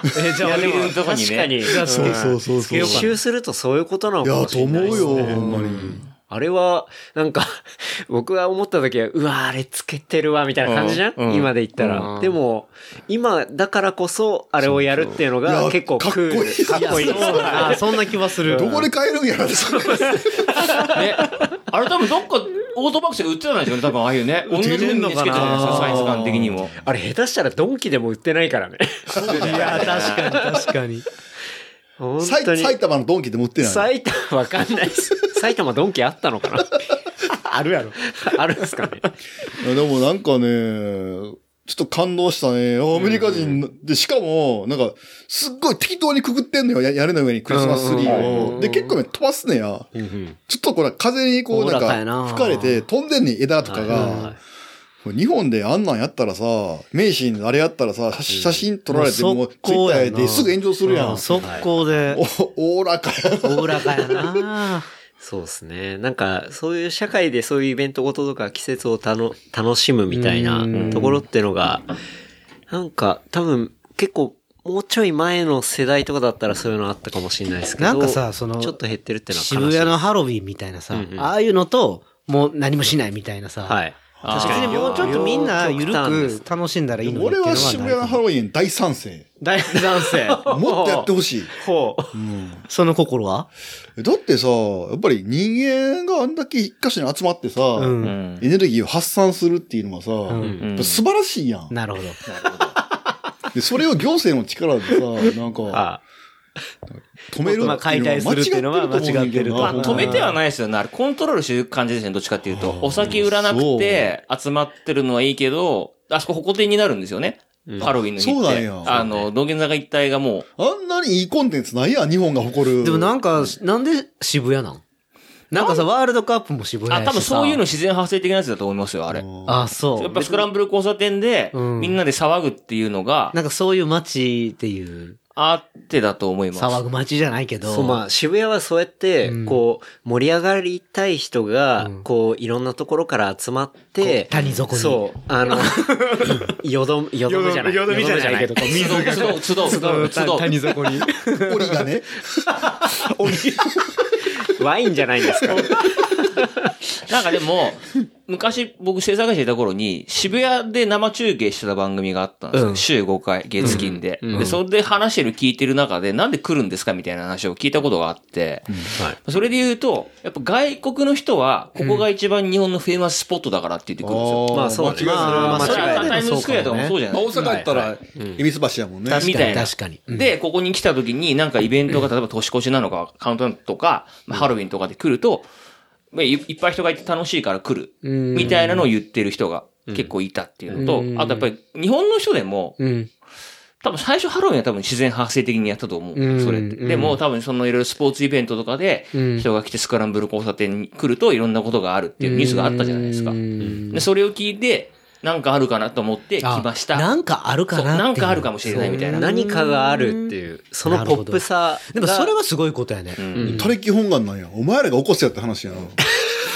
えじゃあ
いやでも
でも
確かに
確かに。
そうそうそうそう
一周するとそういうことなの
い
か
や、
も
と
しれ
思
ないで
う
すね。
よ、ほんまに。
あれは、なんか、 僕が思った時は、うわ、あれつけてるわ、みたいな感じじゃん、
うんうん
今で言ったら、でも、今だからこそ、あれをやるっていうの
そうそうい
が
や
結構ク
かっこいい
ール。かっこいい。
あ そんな気はする。
どこで買えるんやろ、それ。
ね。あれ多分どっかオートバックスが売ってたんですよね、多分ああいうね。同じものつけてたじゃないですか、サイズ感的にも。
あれ下手したらドンキでも売ってないからね。
いや、確かに確かに。
本
埼
当に。
埼玉のドンキでも売ってない。
埼玉わかんないです。埼玉ドンキあったのかな
あるやろ。
あるんですかね。
いやでもなんかね、ちょっと感動したね。アメリカ人で、しかも、なんか、すっごい適当にくぐってんのよ、や屋根の上にクリスマスツリーを。で、結構ね、飛ばすねや。ちょっとこれ、風にこう、なん
おおら
か
かや、な
吹かれて、飛んでんねん枝とかが。これ日本であんなんやったらさ、名シーンあれやったらさ、写写真撮られて、
もう
もう、ツイ
速
ッ
攻
タ
やな
ーですぐ炎上するやん。
速攻で、
お、おおらかやな。
おおらか やな
そうですね。なんか、そういう社会でそういうイベントごととか季節をたの楽しむみたいなところってのが、なんか、多分、結構、もうちょい前の世代とかだったらそういうのあったかもしれないですけど、
なんかさその
ちょっと減ってるってのは悲しい
渋谷のハロウィンみたいなさ、ああいうのと、もう何もしないみたいなさ。
はい。
別にもうちょっとみんな緩く楽しんだらいいのにって
俺
いうの
は渋谷のハ
ウ
ロウィン大賛成。
大男 性。
もっとやってほしい。
ほう。
ィン。その心は
だってさ、やっぱり人間があんだけ一箇所に集まってさ、
うん
うん
エネルギーを発散するっていうのはさ、
ん
やっぱ素晴らしいやん。
なるほど。
で、それを行政の力で さ、なんか、
あ
止める
まあ解体するっていうのは間違ってると
まあ、
うん
止めてはないですよね。あれ、コントロールしてる感じですね。どっちかっていうと。お酒売らなくて、集まってるのはいいけど、あそこ、ホコ天になるんですよね。ハロウィンの日って。
そうなんや
あの、道玄坂一帯がも
あんなにいいコンテンツないやん、日本が誇る。
でもなんか、なんで渋谷なんなんかさ、ワールドカップも渋
う、あ、
谷やし
多分そういうの
の。
自然発生的なやつだと思いますよ、あれ。
あ、そ
やっ
う。
ぱスクランブル交差点で、
うん
みんなで騒ぐっていうのが、
なんかそういう街っていう、
あってだと思います。
騒ぐ街じゃないけ
あ
ど。
そう、まあ、渋谷はそうやって、こう、盛り上がりたい人が、こう、いろんなところから集まって、
谷底に。
そう、あの、よどむ、よどむじゃない。よどみじゃないけど、
集う、集う、集う、 集う。
谷底 に。
檻がね。
ワインじゃないんですか。
なんかでも、昔僕制作会社いた頃に渋谷で生中継してた番組があったんですよ。
うん
週5回、月金で、で、それで話してる聞いてる中で、なんで来るんですかみたいな話を聞いたことがあって、それで言うと、やっぱ外国の人は、ここが一番日本のフェイマススポットだからって言ってくるんですよ。
まあそうだね
間違い
ま
な
あ、そ
い
れ
間違いない
はタイムズスクエアとかもそうじゃ
ま
な
あ
い
大阪やったら、恵比寿橋やもんね。
確
み
か
たい
に、
な
確かに。
で、ここに来た時になんかイベントが、例えば年越しなのか、カウントダウンとか、まあハロウィンとかで来ると、まあいいっぱい人がいて楽しいから来る、みたいなのを言ってる人が結構いたっていうのと、あとやっぱり日本の人でも、
うん。
多分最初ハロウィンは多分自然発生的にやったと思う。それって。でも多分そのいろいろスポーツイベントとかで、人が来てスクランブル交差点に来るといろんなことがあるっていうニュースがあったじゃないですか。で、それを聞いて、なんかあるかなと思って来
あ
ました。
なんかあるか
そう
なっていう
なんかあるかもしれないみたいな。
何かがあるっていう、そのポップさが。
でもそれはすごいことやね。
他力本願なんや。お前らが起こせよって話やな。
で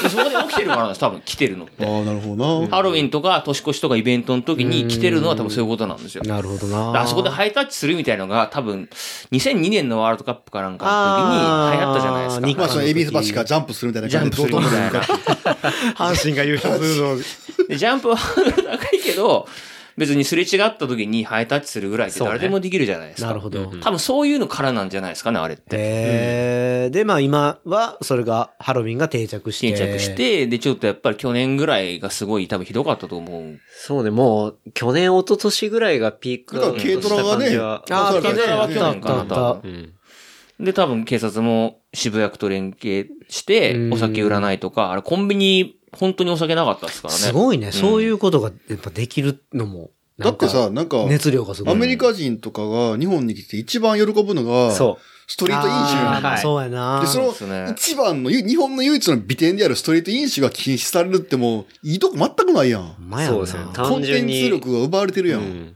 そこで起きてるからなんです、多分来てるのって。
ああ、なるほどな。
ハロウィンとか年越しとかイベントの時に来てるのは多分そういうことなんですよ。
なるほどな。
あそこでハイタッチするみたいのが多分2002年のワールドカップかなんかの時に流行ったじゃないです
あー日
か。
まあその恵比寿橋からジャンプするみたいな
ジャ
感
ン
じ
プ
です
るみたいな。
阪神が優勝するの。
でジャンプはハードル高いけど、別にすれ違った時にハイタッチするぐらいって誰でもできるじゃないですか。
なるほど。
多分そういうのからなんじゃないですかね、あれって。
えー、で、まあ今は、それが、ハロウィンが定着して。
定着し。て、で、ちょっとやっぱり去年ぐらいがすごい多分ひどかったと思う。
そうね、もう、去年、一昨年ぐらいがピーク
だから軽トラがね、
あ
あ
あ
あ、
あ、
軽
軽
ト
トラ
ラが
は
ね
去
あ
年
ったあったあった。
で、多分警察も渋谷区と連携して、お酒売らないとか、あれコンビニ、本当にお酒なかったですからね。
すごいね。そういうことがやっぱできるのも。
だってさ、、なんか、
熱量がすごい。
アメリカ人とかが日本に来て一番喜ぶのが、
そ
ストリート飲酒
あ
な
ー
んだ
まあ
はい
そうやな。
で、そ
そうですね
の、一番の、ゆ日本の唯一の美点であるストリート飲酒が禁止されるってもう、いいとこ全くないや
ほ
ん。
ん
う。
まやな
そうですね。
コン
単
テ
純
ン
に。
ツ力が奪われてるやん。
うん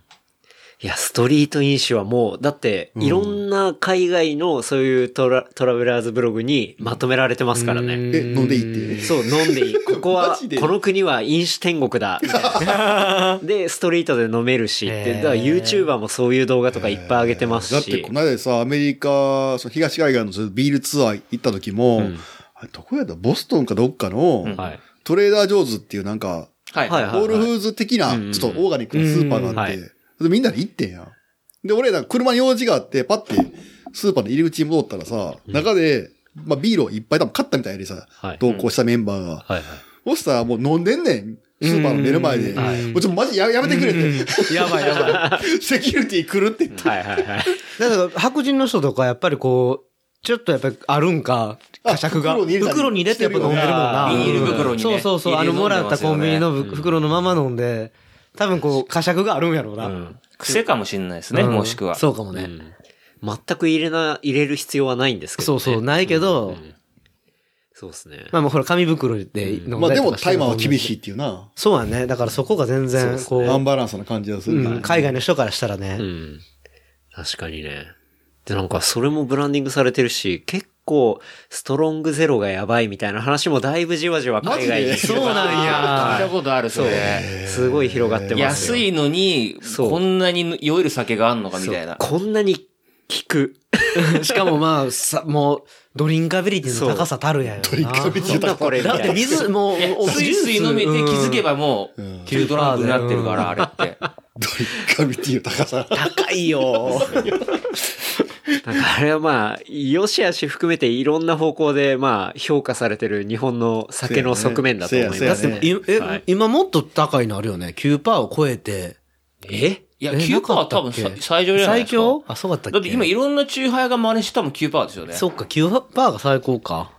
いや、ストリート飲酒はもう、だって、いろんな海外のそういうトラトラベラーズブログにまとめられてますからね。
え、飲んでいいって。
そう、飲んでいい。こ こ
マ
は
ジで、
この国は飲酒天 国だ。みたいなで、ストリートで飲めるしって。だから YouTuber もそういう動画とかいっぱい上げてますし。
だってこの間さ、アメリカ、その東海岸のそのビールツアー行った時も、
うん
あれどこやったボストンかどっかの、
うん
はい。
トレーダー・ジョーズっていうなんか、
はい。
はい
ホールフーズ的な、
うん
ちょっとオーガニックのスーパーがあって、
うん
でみんなで行ってんやん。で、俺なんか車に用事があって、パッて、スーパーの入り口に戻ったらさ、中で、まあビールをいっぱい多分買ったみたいでさ、
はい
同行したメンバーが。
はいはい。
そしたらもう飲んでんねん。スーパーの目の前で。もうちょっとマジややめてくれって。やばいやばい。 セキュリティ来るって言って。
はいはいはい。
だから白人の人とかやっぱりこう、ちょっとやっぱりあるんか、
あ
呵責が。
袋に入れたり
袋に入れてやっぱ飲んでるもんな。
ビール袋にね
そうそうそう、あ
入れて
の
飲ん
も
でますよね
らったコンビニのぶ袋のまま飲んで、多分こう、呵責があるんやろうな。
うん癖かもしれないですね、
うん
もしくは。
そうかもね。
全く入れな、入れる必要はないんですけど、
そ
ね。
うそう、ないけど、
そうですね。
まあもうほら紙袋で飲んだりとかして
まあでもタイマーは厳し
い。
いっていうな。
そうやね。だからそこが全然、こう
アンバランスな感じがする。
うん、海外の人からしたら
う
ね。
ん。確かにね。で、なんかそれもブランディングされてるし、結構、ストロングゼロがやばいみたいな話もだいぶじわじわ海外
マジ
に。
で
そうなん
聞いた
や。
ことある、それ。
すごい広がってますよ。
安いのに、
そう
こんなに酔える酒があんのかみたいな。
こんなに効く。
しかもまあ、さ、もう、ドリンカビリティの高さたるやよな。ドリンカビリ
なんだこれみ
だ
た
って
いな。
水、もう、お
スイスイ飲めて気づけばもう、急ドランクになってるから、あれって。
ドリッカビティの高さ。
高いよ。なんかあれはまあ、よしあし含めていろんな方向でまあ、評価されてる日本の酒の側面だと思い
せや
ま
ねせ
す。
やせや
いえ、
はい
今もっと高いのあるよね。9%を超えて。
え
いや、
え
9%
なか
は
った
多分
っけ
さ最上じゃない
最
ですか
強。あ、そうだったっけ
だって今いろんなチューハイが真似して多分9%ですよね。
そっか、9%が最高か。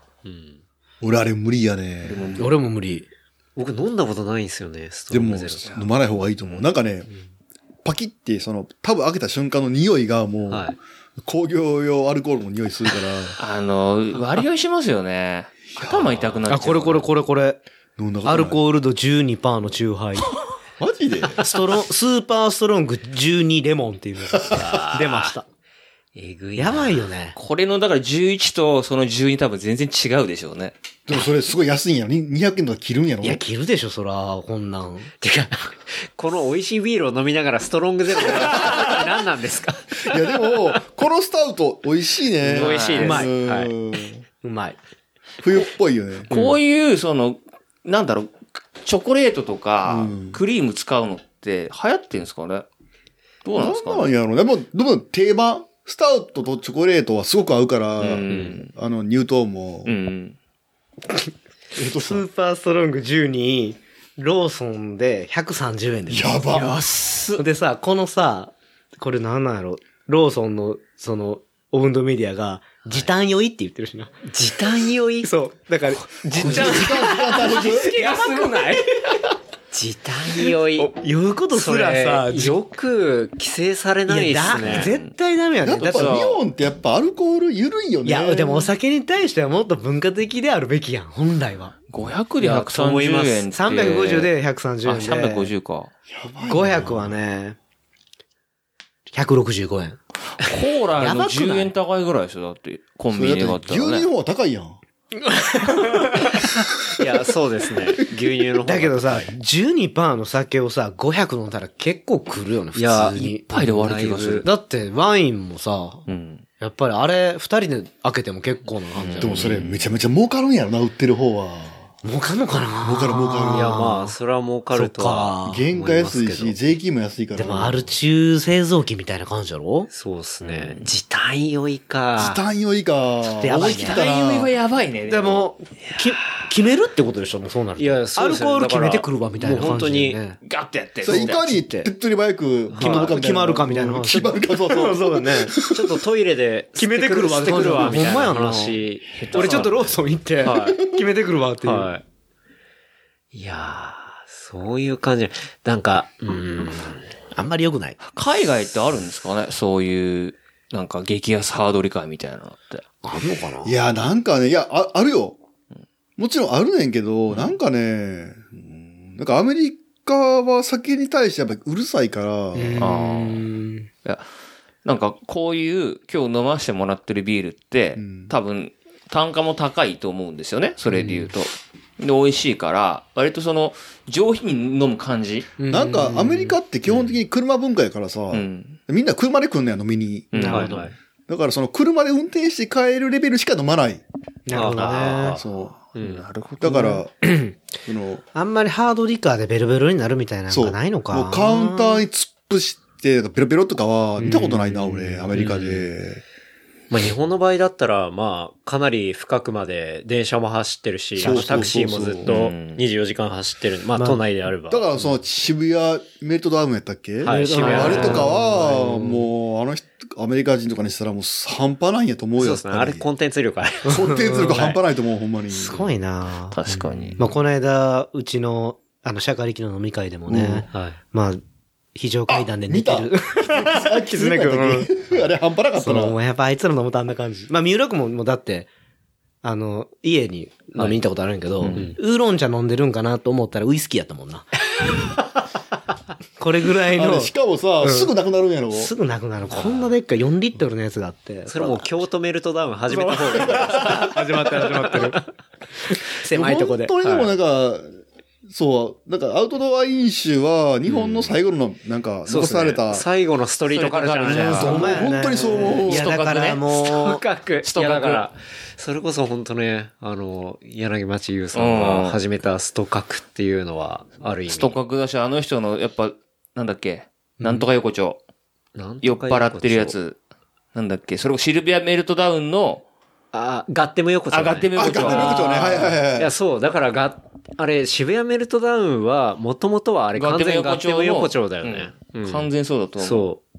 俺あれ無理やね。
俺も無理。
僕飲んだことないんですよね、スト
で
ロン
も
グゼロ。
飲まない方がいいと思う。なんかね、パキってそのタブ開けた瞬間の匂いがもう、
はい
工業用アルコールの匂いするから、
あの、割り合いしますよね。頭痛くなっちゃ
あ、
う。
これこれこれこれ。
飲んだことない
アルコール度12%のチューハイ。
マジで
ス トロン、スーパーストロング12レモンっていうのが出ました。
えぐいな。
やばいよね。
これの、だから11とその12多分全然違うでしょうね。
でもそれすごい安いんやろに ?200 円とか切るんやろ
いや、切るでしょ、そら、こんなん。
てか、この美味しいビールを飲みながらストロングゼ ロって何なんですか
いやでも、このスタウト美味しいね。
美味しいです。
うまい
うん
はい。
うまい。
冬っぽいよね。
こういう、その、なんだろう、チョコレートとか、クリーム使うのって流行ってんですかねどうなんですか
なんなん
ね
やろでも、でも定番、スタウトとチョコレートはすごく合うから、
うん
あの、乳糖も。
うん。
えっと
スーパーストロング12、ローソンで130円です。
やば
安っでさ、このさ、これなんなんやろ、ローソンの、その、オウンドメディアが、時短酔いって言ってるしな。
時短酔い
そう。だから、時短
いや、すごない時短酔い。
酔うことすらさ、
それよく規制されないで
いや
す
だ
ね。
絶対ダメや
や
ね。
っ
だ
ぱ
って
日本ってやっぱアルコール緩いよね。
いや、でもお酒に対してはもっと文化的であるべきやん、本来は。
500で130円って。
350で
あ、
130円で。
350か。
500はね、165円。
コーラ
や
の
ばくない
10円高いぐらいでしょだって、コン
そ
ビニ
れ
で
だ
買
っ
ってた
牛
ら
乳の
ね。
方が高いやん。
いや、そうですね。牛乳の方が
だけどさ、12%の酒をさ、500飲んだら結構くるよね、普
いや
通
一
に。
杯で終わる気がする。
だってワインもさ、
うん。
やっぱりあれ、2人で開けても結構な感じ
で
や
もそれめちゃめちゃ儲かるんやろな、売ってる方は。
儲かんのかな
儲かる儲か
いや、まあ、それは儲かるとは
そっか
原価安い
思ま
し、
すけど
税金も安いから。
でもアル中製造機みたいな感じやろ
そうですね。時短酔いか。
時短よいか。
やば
思
いね
い切った
タイミング
な。
やばいね。
でも、き決めるってことでしょ、もうそうなると。
いやそ
ア
うで
ル
すよ
コール
だか
決
ら
めてくるわ、みたいな感じで、ね。
もう本
ガッてやって。
それいかに手っ取り早く決まるかみたいな。
決まるかみた
決
いな話
まるか、そうそう。
そうだね。ちょっとトイレで、
決めてくるわ
吸ってくるわ、
ほん
み
まや
たい
な
な話。
俺ちょっとローソン行って、
はい
決めてくるわっていう。
はい。いやー、そういう感じ。なんか、うーん。
あんまり良くない。
海外ってあるんですかねそういう、なんか激安ハード理解みたいなのって。
あんのかない
や、なんかね、いや、ああるよ。もちろんあるねんけど、なんかね、うんなんかアメリカは酒に対してやっぱりうるさいから、
ああ。
うん
いや、なんかこういう今日飲ましてもらってるビールって、
ん
多分単価も高いと思うんですよね。それで言うと。で、美味しいから、割とその上品に飲む感じ。
なんかアメリカって基本的に車文化やからさ、
うん。
みんな車で来んねん、飲みに。
うん
はいはい。
だからその車で運転して帰るレベルしか飲まない。
なるほどね。
そう。
なるほど。
だから、その、
あんまりハードリカーでベロベロになるみたいなの
そう。
がないのか。
もうカウンターに突っ伏して、なんかベロベロとかは見たことないな、俺、アメリカで。
まあ日本の場合だったら、まあかなり深くまで電車も走ってるし、
そうそうそうそう
タクシーもずっと24時間走ってる。まあ都内であれば。
だからその渋谷メイトダウンやったっけ、
はい、渋谷
あれとかは、
うん
もう、あの人、アメリカ人とかにしたらもう半端ないんやと思う
そう
よ。
ですね。あれコ
コン
ンテンツ力ある。
テンツ力半端ないと思う、ほんま に。
すごいな
確かに。
まあ、この間、うちの、あの、社会力の飲み会でもね、
はい。
まあ、非常階段で寝て
あ見
る。
あ、気づいたっけ あれ半端なかっ
そ
た
う、
な。
もうやっぱあいつらのもたあんな感じ。まあ、三浦君も、もうだって、あの、家に飲みに行ったことあるんやけど、ウーロン茶飲んでるんかなと思ったらウイスキーやったもんな。これぐらい
あ
の
れ、しかもさ、すぐなくなるんやろ。
すぐなくなる。こんなでっかい4リットルのやつがあって。
それもう京都メルトダウン始めた方が
始まってる始まってる。狭いとこで。
本当にでも
はい
なんか、そう、なんかアウトドア飲酒は日本の最後のなんか
そ
残
うですね
された。
最後のストリートカルチャーみたいな。
そう
まやね
本当にそう思う
いや、だからもう、
深く。
スト
い
ッ
や
ク
だから、それこそ本当ね、あの、柳町優さんが始めたストカクっていうのは、ある意味。
ストカクだし、あの人の、やっぱ、なんだっけ、なんとか横丁。
なん
酔っ
とか横丁
払ってるや。つ。なんだっけ、それをシルビアメルトダウンの、
あ、ガッテム横丁ね。
上がってみる
あ、
こ
ガッテ
と
ン
は。
横丁ね。はいはいはい
いや、そう、だからが、あれ、渋谷メルトダウンは、もともとはあれ、完全にガッテム横丁だよね。
うん
うん
完全そうだと思う。
そう。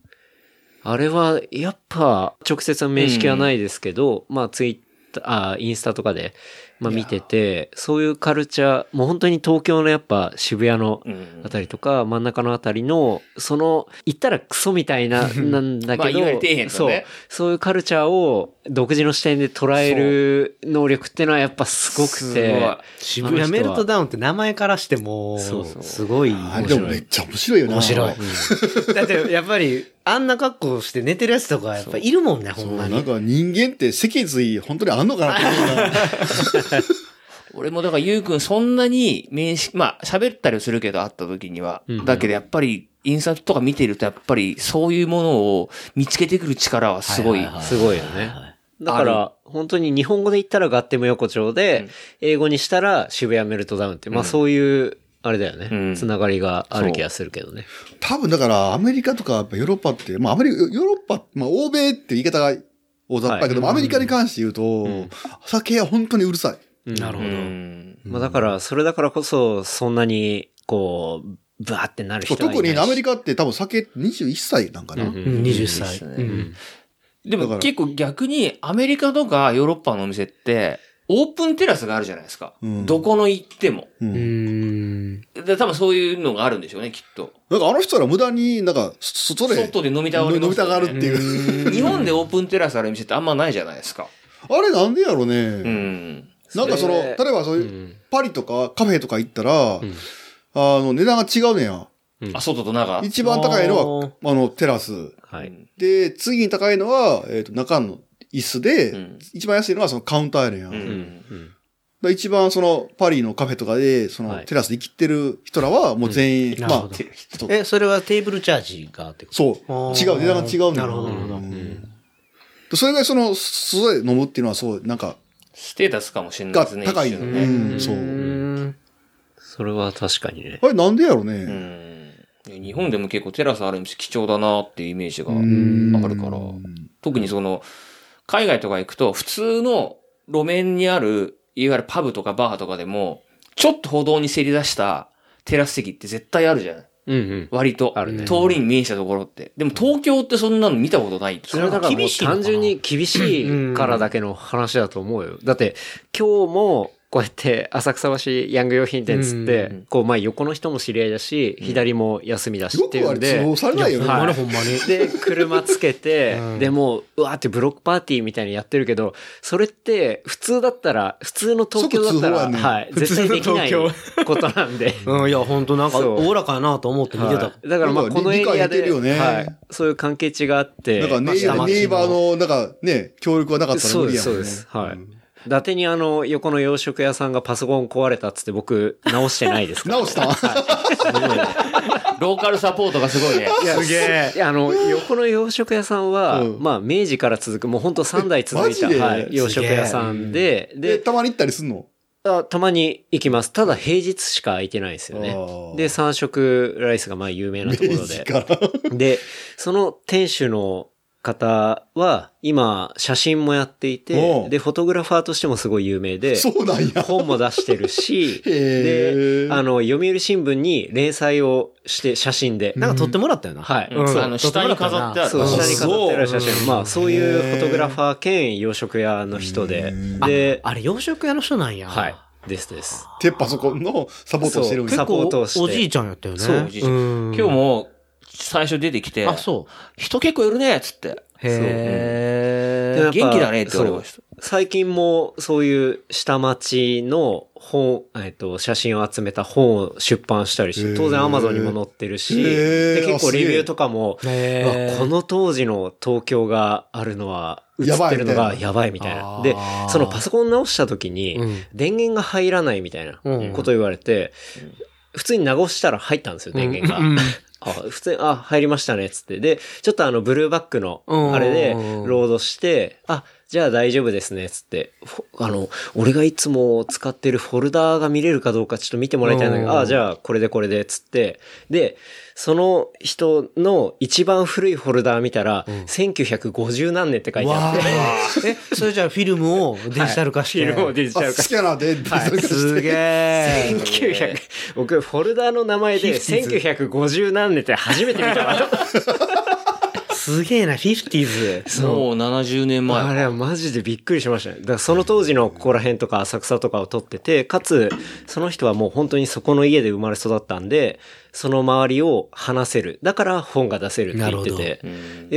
あれは、やっぱ、直接の面識はないですけど、まあ、ツイッター、あインスタとかで、まあ見てて、そういうカルチャー、もう本当に東京のやっぱ渋谷の
うん
あたりとか、真ん中のあたりの、その、言ったらクソみたいな、なんだ
まあ、
け
い
ど、
わゆる底辺の
そう
ね。、
そういうカルチャーを独自の視点で捉える能力ってのはやっぱすごくて、
渋谷メルトダウンって名前からしても、
そうそう
すごい。
はい。あでもめっちゃ面白いよな。
面白い
そ。
だって、やっぱり、あんな格好して寝てるやつとか、やっぱいるもんね、ほん
う
ま
なん
に。
か人間って脊髄本当にあんのかなって思うな
俺もだから、ゆうくんそんなに面識、まあ、喋ったりはするけど、会った時には。だけど、やっぱり、インスタとか見てると、やっぱり、そういうものを見つけてくる力はすごい。
すごいよね。だから、本当に日本語で言ったらガッテム横丁で、英語にしたら渋谷メルトダウンって、まあそういう、あれだよね、
うん
つながりがある気がするけどね。
多分だからアメリカとかやっぱヨーロッパって、まあアメリカ、ヨーロッパ、まあ欧米って言い方が大雑把やけど、アメリカに関して言うと、酒は本当にうるさい。
なるほ
う。ん。
まあだから、それだからこそ、そんなに、こう、ブワーってなる
そ
人
う
はいない
特にアメリ
カ
カって多分酒21歳なんかな。
ん
うん20
いいっ
歳。
すね
うん
で
だか
も、
ら
結構逆に、アメリカとかヨーロッパのお店って、オープンテラスがあるじゃないですか。
うん
どこの行っても。
うん
うん。
で多分そういうのがあるんでしょうね、きっと。
なんかあの人ら無駄になんかそ外で
外で飲みたがり
飲
ま
み
すよ
た
ね
がるっていう。
日本でオープンテラスある店ってあんまないじゃないですか。
あれなんでやろうね。
うん。
なんかその、例えばそういう、パリとかカフェとか行ったら、あの、値段が違うねや。
あ、外と中。
一番高いのは、あの、テラス。
はい。
で、次に高いのは、えっ、と、中の椅子で、
ん
一番安いのはそのカウンターやねんや。
う
だか
ん。
ら一番その、パリのカフェとかで、その、
はい
テラスで生きてる人らは、もう全員、
うんなるほ
ま
ど
あ、てそう
え、それはテーブルチャージがってこ
そう。
あ
違
ー
う、値段が違うねん
なるほどなるほど。
うんでそれがその、外で飲むっていうのは、そう、なんか、
ステータスかもしれない
が
ですね。
高い
一
ね。
種の
う
ね。
ん、そうう。
ん。
それは確かにね。
あれなんでやろうね。
うん日本でも結構テラスある店貴重だなっていうイメージがあるから、特にその、海外とか行くと普通の路面にあるいわゆるパブとかバーとかでも、ちょっと歩道にせり出したテラス席って絶対あるじゃない
うんうん。
割と。
あるね
通りに面したところって。でも東京ってそんなの見たことない。
それはだからもう
厳しいのかな
単純に厳しいからだけの話だと思うよ。だって今日もこうやって浅草橋ヤング用品店つって、
うん
こうまあ横の人も知り合いだし、左も休みだし
よ
って
く
い
あれ
うん
通
で。
報されないよね。
はい
ほんまに。
で、車つけて、で、もう、うわーってブロックパーティーみたいにやってるけど、それって、普通だったら、普通の東京だったら、
即通報やね
はい、絶対できないことなんで。
うん、いや、ほんとなんか、
そう
おおらかやなと思って見てた。
はいだからまあ、このエリア
理解でき
で、
るよね
はい、そういう関係値があって、
なんかネイ
まあ
ネイバーの、なんかね、協力はなかったら
そ
無
う
理
で
や
す、
も
そ
んね。
うです。はい。伊達にあの、横の洋食屋さんがパソコン壊れたっつって僕、直してないですか ら。
直した
ローカルサポートがすごいね。
いやすげえ。いや、あの、横の洋食屋さんは、
うん
まあ、明治から続く、もう本当3代続いた、
マジで
はい、洋食屋さんで、
で、
で、
たまに行ったりすんの
あたまに行きます。ただ平日しか空いてないんですよね
あ。ー
で、3食ライスがまあ有名なところ
明治
で。
から。
で、その店主の方は、今、写真もやってい
お
て、
う
で、フォトグラファーとしてもすごい有 名で、
そうなんや。
本も出してる し、
へ
で
ー、
あの、読売新聞に連載をして、写真で。
なんか撮ってもらったよな。
はい。
うんあの、下に飾ってある。
そう、下に飾ってある写
そう
真。まあ、そういうフォトグラファー兼洋食屋の人で。で、
あれ、洋食屋の人なんや。
はい。ですです。
で、パソコンのサポートをしてるん
そ
や
うサ。ポートをして
おじいちゃんやったよね。
そう
おじいちゃん
うん
今日も、最初出てきて、
あ、そう。
人結構いるね、つって。
へ
で
元
もやっぱ
気だねって言われまし
そう最近もそういう下町の本、えっと、写真を集めた本を出版したりし
へー
て、当然 Amazon にも載ってるし、
へー
で結
あ
構
すげえ
レビューとかも、
え。へ
うわこの当時の東京があるのは、映ってるのがやばいみたい
や
な。
ばいみ
で
たいなあー、
そのパソコン直した時
う
に
ん、
電源が入らないみたいな
うん
こと言われて、普通に流したら入ったんですよ、電源が。あ普通に、あ、入りましたね、つって。で、ちょっとあの、ブルーバックの、
うん
あれで、ロードして、あ、じゃあ大丈夫ですね、つって。フォあの、俺がいつも使ってるフォルダーが見れるかどうかちょっと見てもらいたいんだけ
うん
ど、あ、じゃあこれでこれで、つって。で、その人の一番古いフォルダー見たら、1950何年って書いてあって、
え、それじゃあフィルムをデジタル化して。
フィルムをデジタル化
スキャナーで、
すげえ。
1900、僕、フォルダーの名前で、1950何年って初めて見たわ。
すげえな、フィフティーズ。
もう70年前。
あれはマジでびっくりしましたね。だからその当時のここら辺とか浅草とかを撮ってて、かつ、その人はもう本当にそこの家で生まれ育ったんで、その周りを話せる。だから本が出せるって言ってて。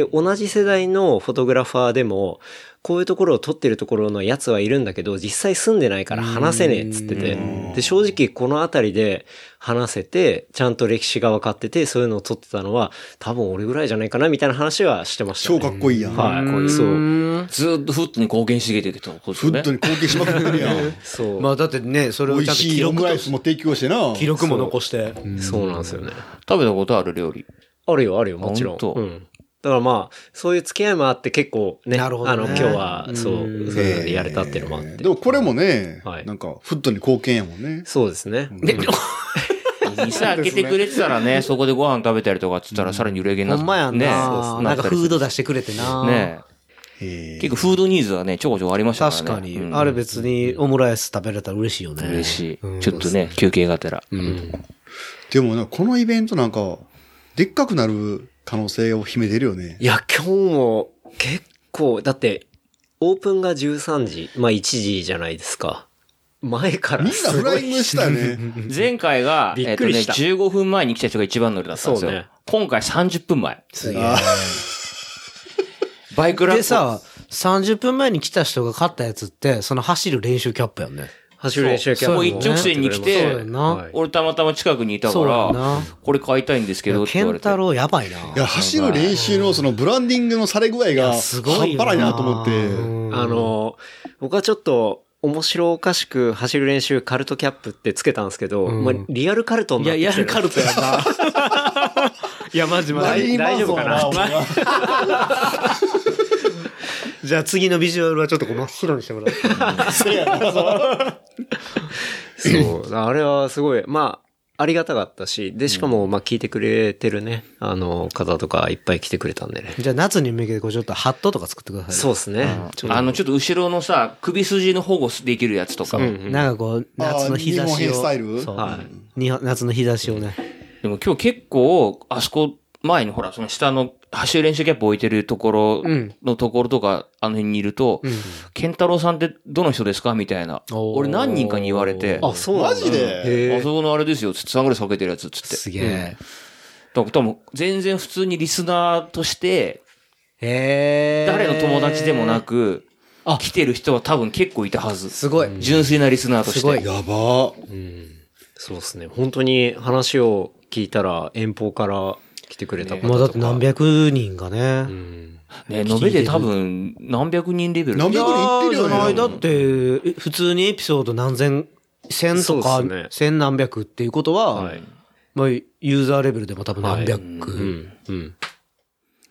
で、同じ世代のフォトグラファーでも、こういうところを撮ってるところのやつはいるんだけど、実際住んでないから話せねえっつってて。で、正直この辺りで話せて、ちゃんと歴史が分かってて、そういうのを撮ってたのは、多分俺ぐらいじゃないかなみたいな話はしてました、
超
ね。
かっこいいやん。
はい、これそう。
ずーっとフットに貢献してきてるとこ
フッ
ね
ト。に貢献しまくってるやん。
そう。
まあだってね、そ れ
美
を
味
ちゃんと
し
記
いオ
録
ム
と
ライスも提供してな。
記録も残して。
そうなんですよね。
食べたことある料理。
あるよ、あるよ、もちろん。
ほんと
うん。だからまあ、そういう付き合いもあって結構ね、
なるほどね
あの、今日は、そう、そう
うん
いうのでやれたっていうのもあっ
えー
て
で。もこれもね、
はい
なんか、フットに貢献やもんね。
そうですね。
店開けてくれてたらね、そこでご飯食べたりとかって言ったらさらに売れ上げにな
ほ
っ
んまやん
ね
な。なんかフード出してくれてな。
ね
へ
結構フードニーズはね、ちょこちょこありましたから
確
ね。
かに、
うん
あれ別にオムライス食べれたら嬉しいよね。
嬉し
うん
い。ちょっとね、休憩がてら。
ーでもなんかこのイベントなんか、でっかくなる可能性を秘めてるよね。
いや、今日も結構、だって、オープンが13時、まあ1時じゃないですか。前から
みんな
す
フ
ご
ラ
い。
イングしたね。
前回が、
びっくりした
えっとね、15分前に来た人が一番乗りだったんですよ。
そうね
今回30分前。バイクラップ。
でさ、30分前に来た人が勝ったやつって、その走る練習キャップやんね。
走る練習キャンプ
そう
も
一直線に来
そう
て
や、な。
はい
俺たまたま近くにいたか
そうや
ら、
な。
これ買いたいんですけどって
ケ
言わ
ン
れて。
タロウやばいな。
いや、走る練習のそのブランディングのされ具合が、
すごい
半
よ。
端ないなと思って。
うん
あ、の、僕はちょっと、面白おかしく走る練習カルトキャップってつけたんですけど、
ん
まあ、リアルカルトに
い
なっ
や、
てきてる
やるカルトやな。 いや、マジマ
マリ
ジ。
ーマンソンやな、
大
お前は
じゃあ次のビジュアルはちょっとこう真っ白にしてもらって。
そう。あれはすごい。まあ、ありがたかったし、で、しかも、まあ、聞いてくれてるね、あの、方とかいっぱい来てくれたんでね。
じゃあ夏に向けてこうちょっとハットとか作ってください。
そうですね。
あの、ちょっと後ろのさ、首筋の保護できるやつとか。
なんかこう、夏の日差
あー日本
し
編
を。
スタイル
そう
は
日本夏の日差しをね。
でも今日結構、あそこ前にほら、その下の走る練習キャップ置いてるところのところとか、あの辺にいると、健太郎さんってどの人ですかみたいな。俺何人かに言われて、あ、
そうなんだ
マジで
そこのあれですよ、つってサングラスかけてるやつ、つって。
すげえ。
だから多分、全然普通にリスナーとして、
へえ。
誰の友達でもなく、来てる人は多分結構いたはず。
すごい。
純粋なリスナーとして。
すごい
やば。
そうですね。本当に話を聞いたら、遠方から来てくれた方とか。
まあだって何百人がね。
ね、延べで多分、何百人レベル。
何百人行ってるよ
いやー
ね。
だって、え普通にエピソード何千、千と
そ
か
うですね、
千何百っていうことは、
はい
まあ、ユーザーレベルでも多分何百。
うん。うん。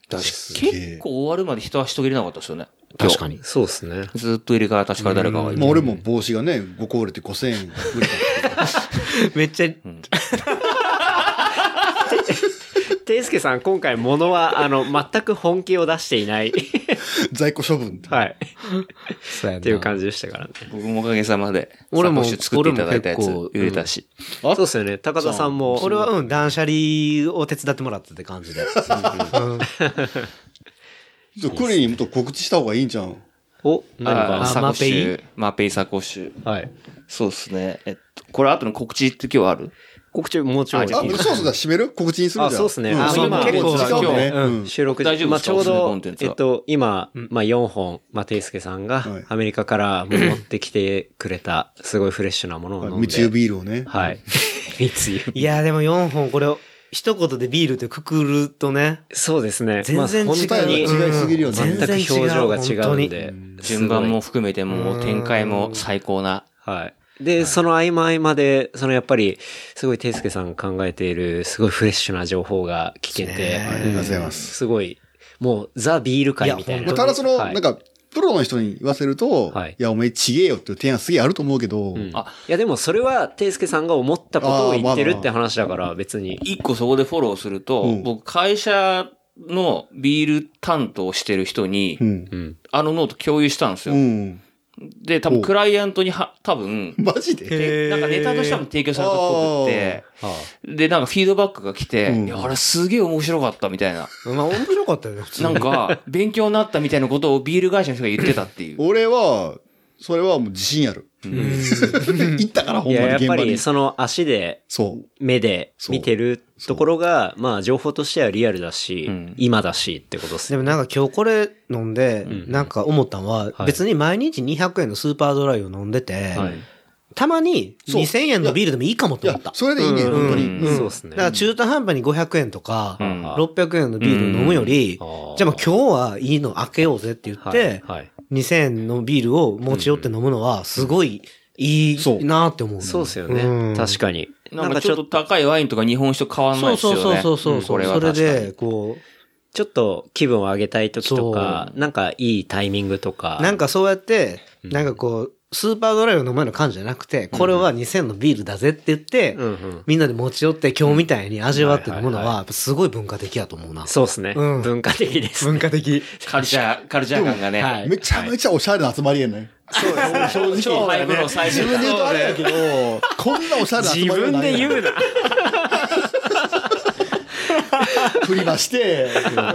確か結構終わるまで人は人がいなかったですよね。
確かに。
そうですね。
ずっと入れ替えたちから誰かがい
まあ
る。
俺も帽子がね、5個売れて5000円 売れた。
めっちゃ、
ていすけさん、今回物は、あの、全く本気を出してい ない。
在庫処分って。
はい。
そうや
っていう感じでしたからね。
僕もおかげさまで、
俺も
サコッシュ作っていただいたやつ
俺も結構
入れたし。
そうですよね。高田さんも。
俺は、うん、断捨離を手伝ってもらったって感じで。
ちょっとクリーンにもっと告知した方がいいんじゃん。
お、
あ
何か。
ーサコッシ
マ
ュ、マペイサコッシュ。
はい。
そうですね。えっと、これ後の告知って今日ある
告知もちろん。
あ、そうそうだ、締める告知にするじゃん。
あそうっすね
ん
あ
そう
今
結構時
結
間
構
もね。
今
うん
収録
大丈夫で
まあ、
す
ち
か
ょう
おすすめコ
ど
ンテン、ツ
え
は
っと、今、まあ、4本、まあ、ていすけさんが
はい、
アメリカから 持ってきてくれた、すごいフレッシュなものを飲んで。
密輸ビールをね。
はい。密輸。
いや、でも4本これを、一言でビールってくくるとね、
そうですね。
全然違う
まあ本当に
違いすぎるよね
全く表情が違うんで。
順番も含めてもう展開も最高な。
はい。で、その合間合間で、そのやっぱり、すごい、ていすけさん考えている、すごいフレッシュな情報が聞けて、
ありがとうございます。
すごい、もう、ザ・ビール会みたい
い
な。
ただその、
はい
なんか、プロの人に言わせると、
はい
い、や、お前ちげえよっていう提案すげえあると思うけど、
うん
あ
いや、でもそれは、ていすけさんが思ったことを言ってるって話だから、別に。
一個そこでフォローすると、
うん
僕会社のビール担当してる人に、
うん。
うん。
あのノート共有したんです
う
よ。
ん。
で、多分クライアントには、多分、
マジで
てなんかネタとしても提供されたっぽくって、で、なんかフィードバックが来て、
うん
いや、あれすげえ面白かったみたいな。
まあ面白かったよね、普通に
なんか、勉強になったみたいなことをビール会社の人が言ってたっていう。
俺は、それはもう自信ある。 行ったから、ほ
い
んまに
や、やっ
現
ぱ
場
り、
に。
その足で、
そう。
目で
そう
見てるところが、まあ、情報としてはリアルだし、
ん
今だしってことです
で
ね。
もなんか今日これ飲んで、なんか思ったのは、
はい
別に毎日200円のスーパードライを飲んでて、
はい
たまに
そう
2000円のビールでもいいかもと
い
思
や
った。、
それでいいね、本当に。
うんそうですね
だ。から中途半端に500円とか、
ん
600円のビールを飲むより、
うん
じゃあもう今日はいいの開けようぜって言っ
はい
て、
はい。
2000円のビールを持ち寄って飲むのは、すごいいい
そう
なって思う。
そうですよ
うん
ね。確かに。
なんかちょっと高いワインとか日本酒と変わんない
そう
ですよ
そう
ね。
そうそうそ
んこ
う、
れは
それ
確かに。
で、こ
ちょっと気分を上げたい時とか、なんかいいタイミングとか。
う、なんかそうやって、なんかこう、スーパードライを飲むような感じじゃなくて、これは2000のビールだぜって言って、
うんうん。
みんなで持ち寄って今日みたいに味わって飲む
は
の
いはい
は、やっぱすごい文化的やと思うな。
そうですね。
うん
文化的です。
文化的。
カルチャー、カルチャー感がね。
はい
めちゃめちゃおしゃれな集まりやね。
超超ハイブロー最
自
初
分で言うとあれやけど、こんなおしゃれな集
自
まりは
分
ない
で
やん
言うな。
振りまして、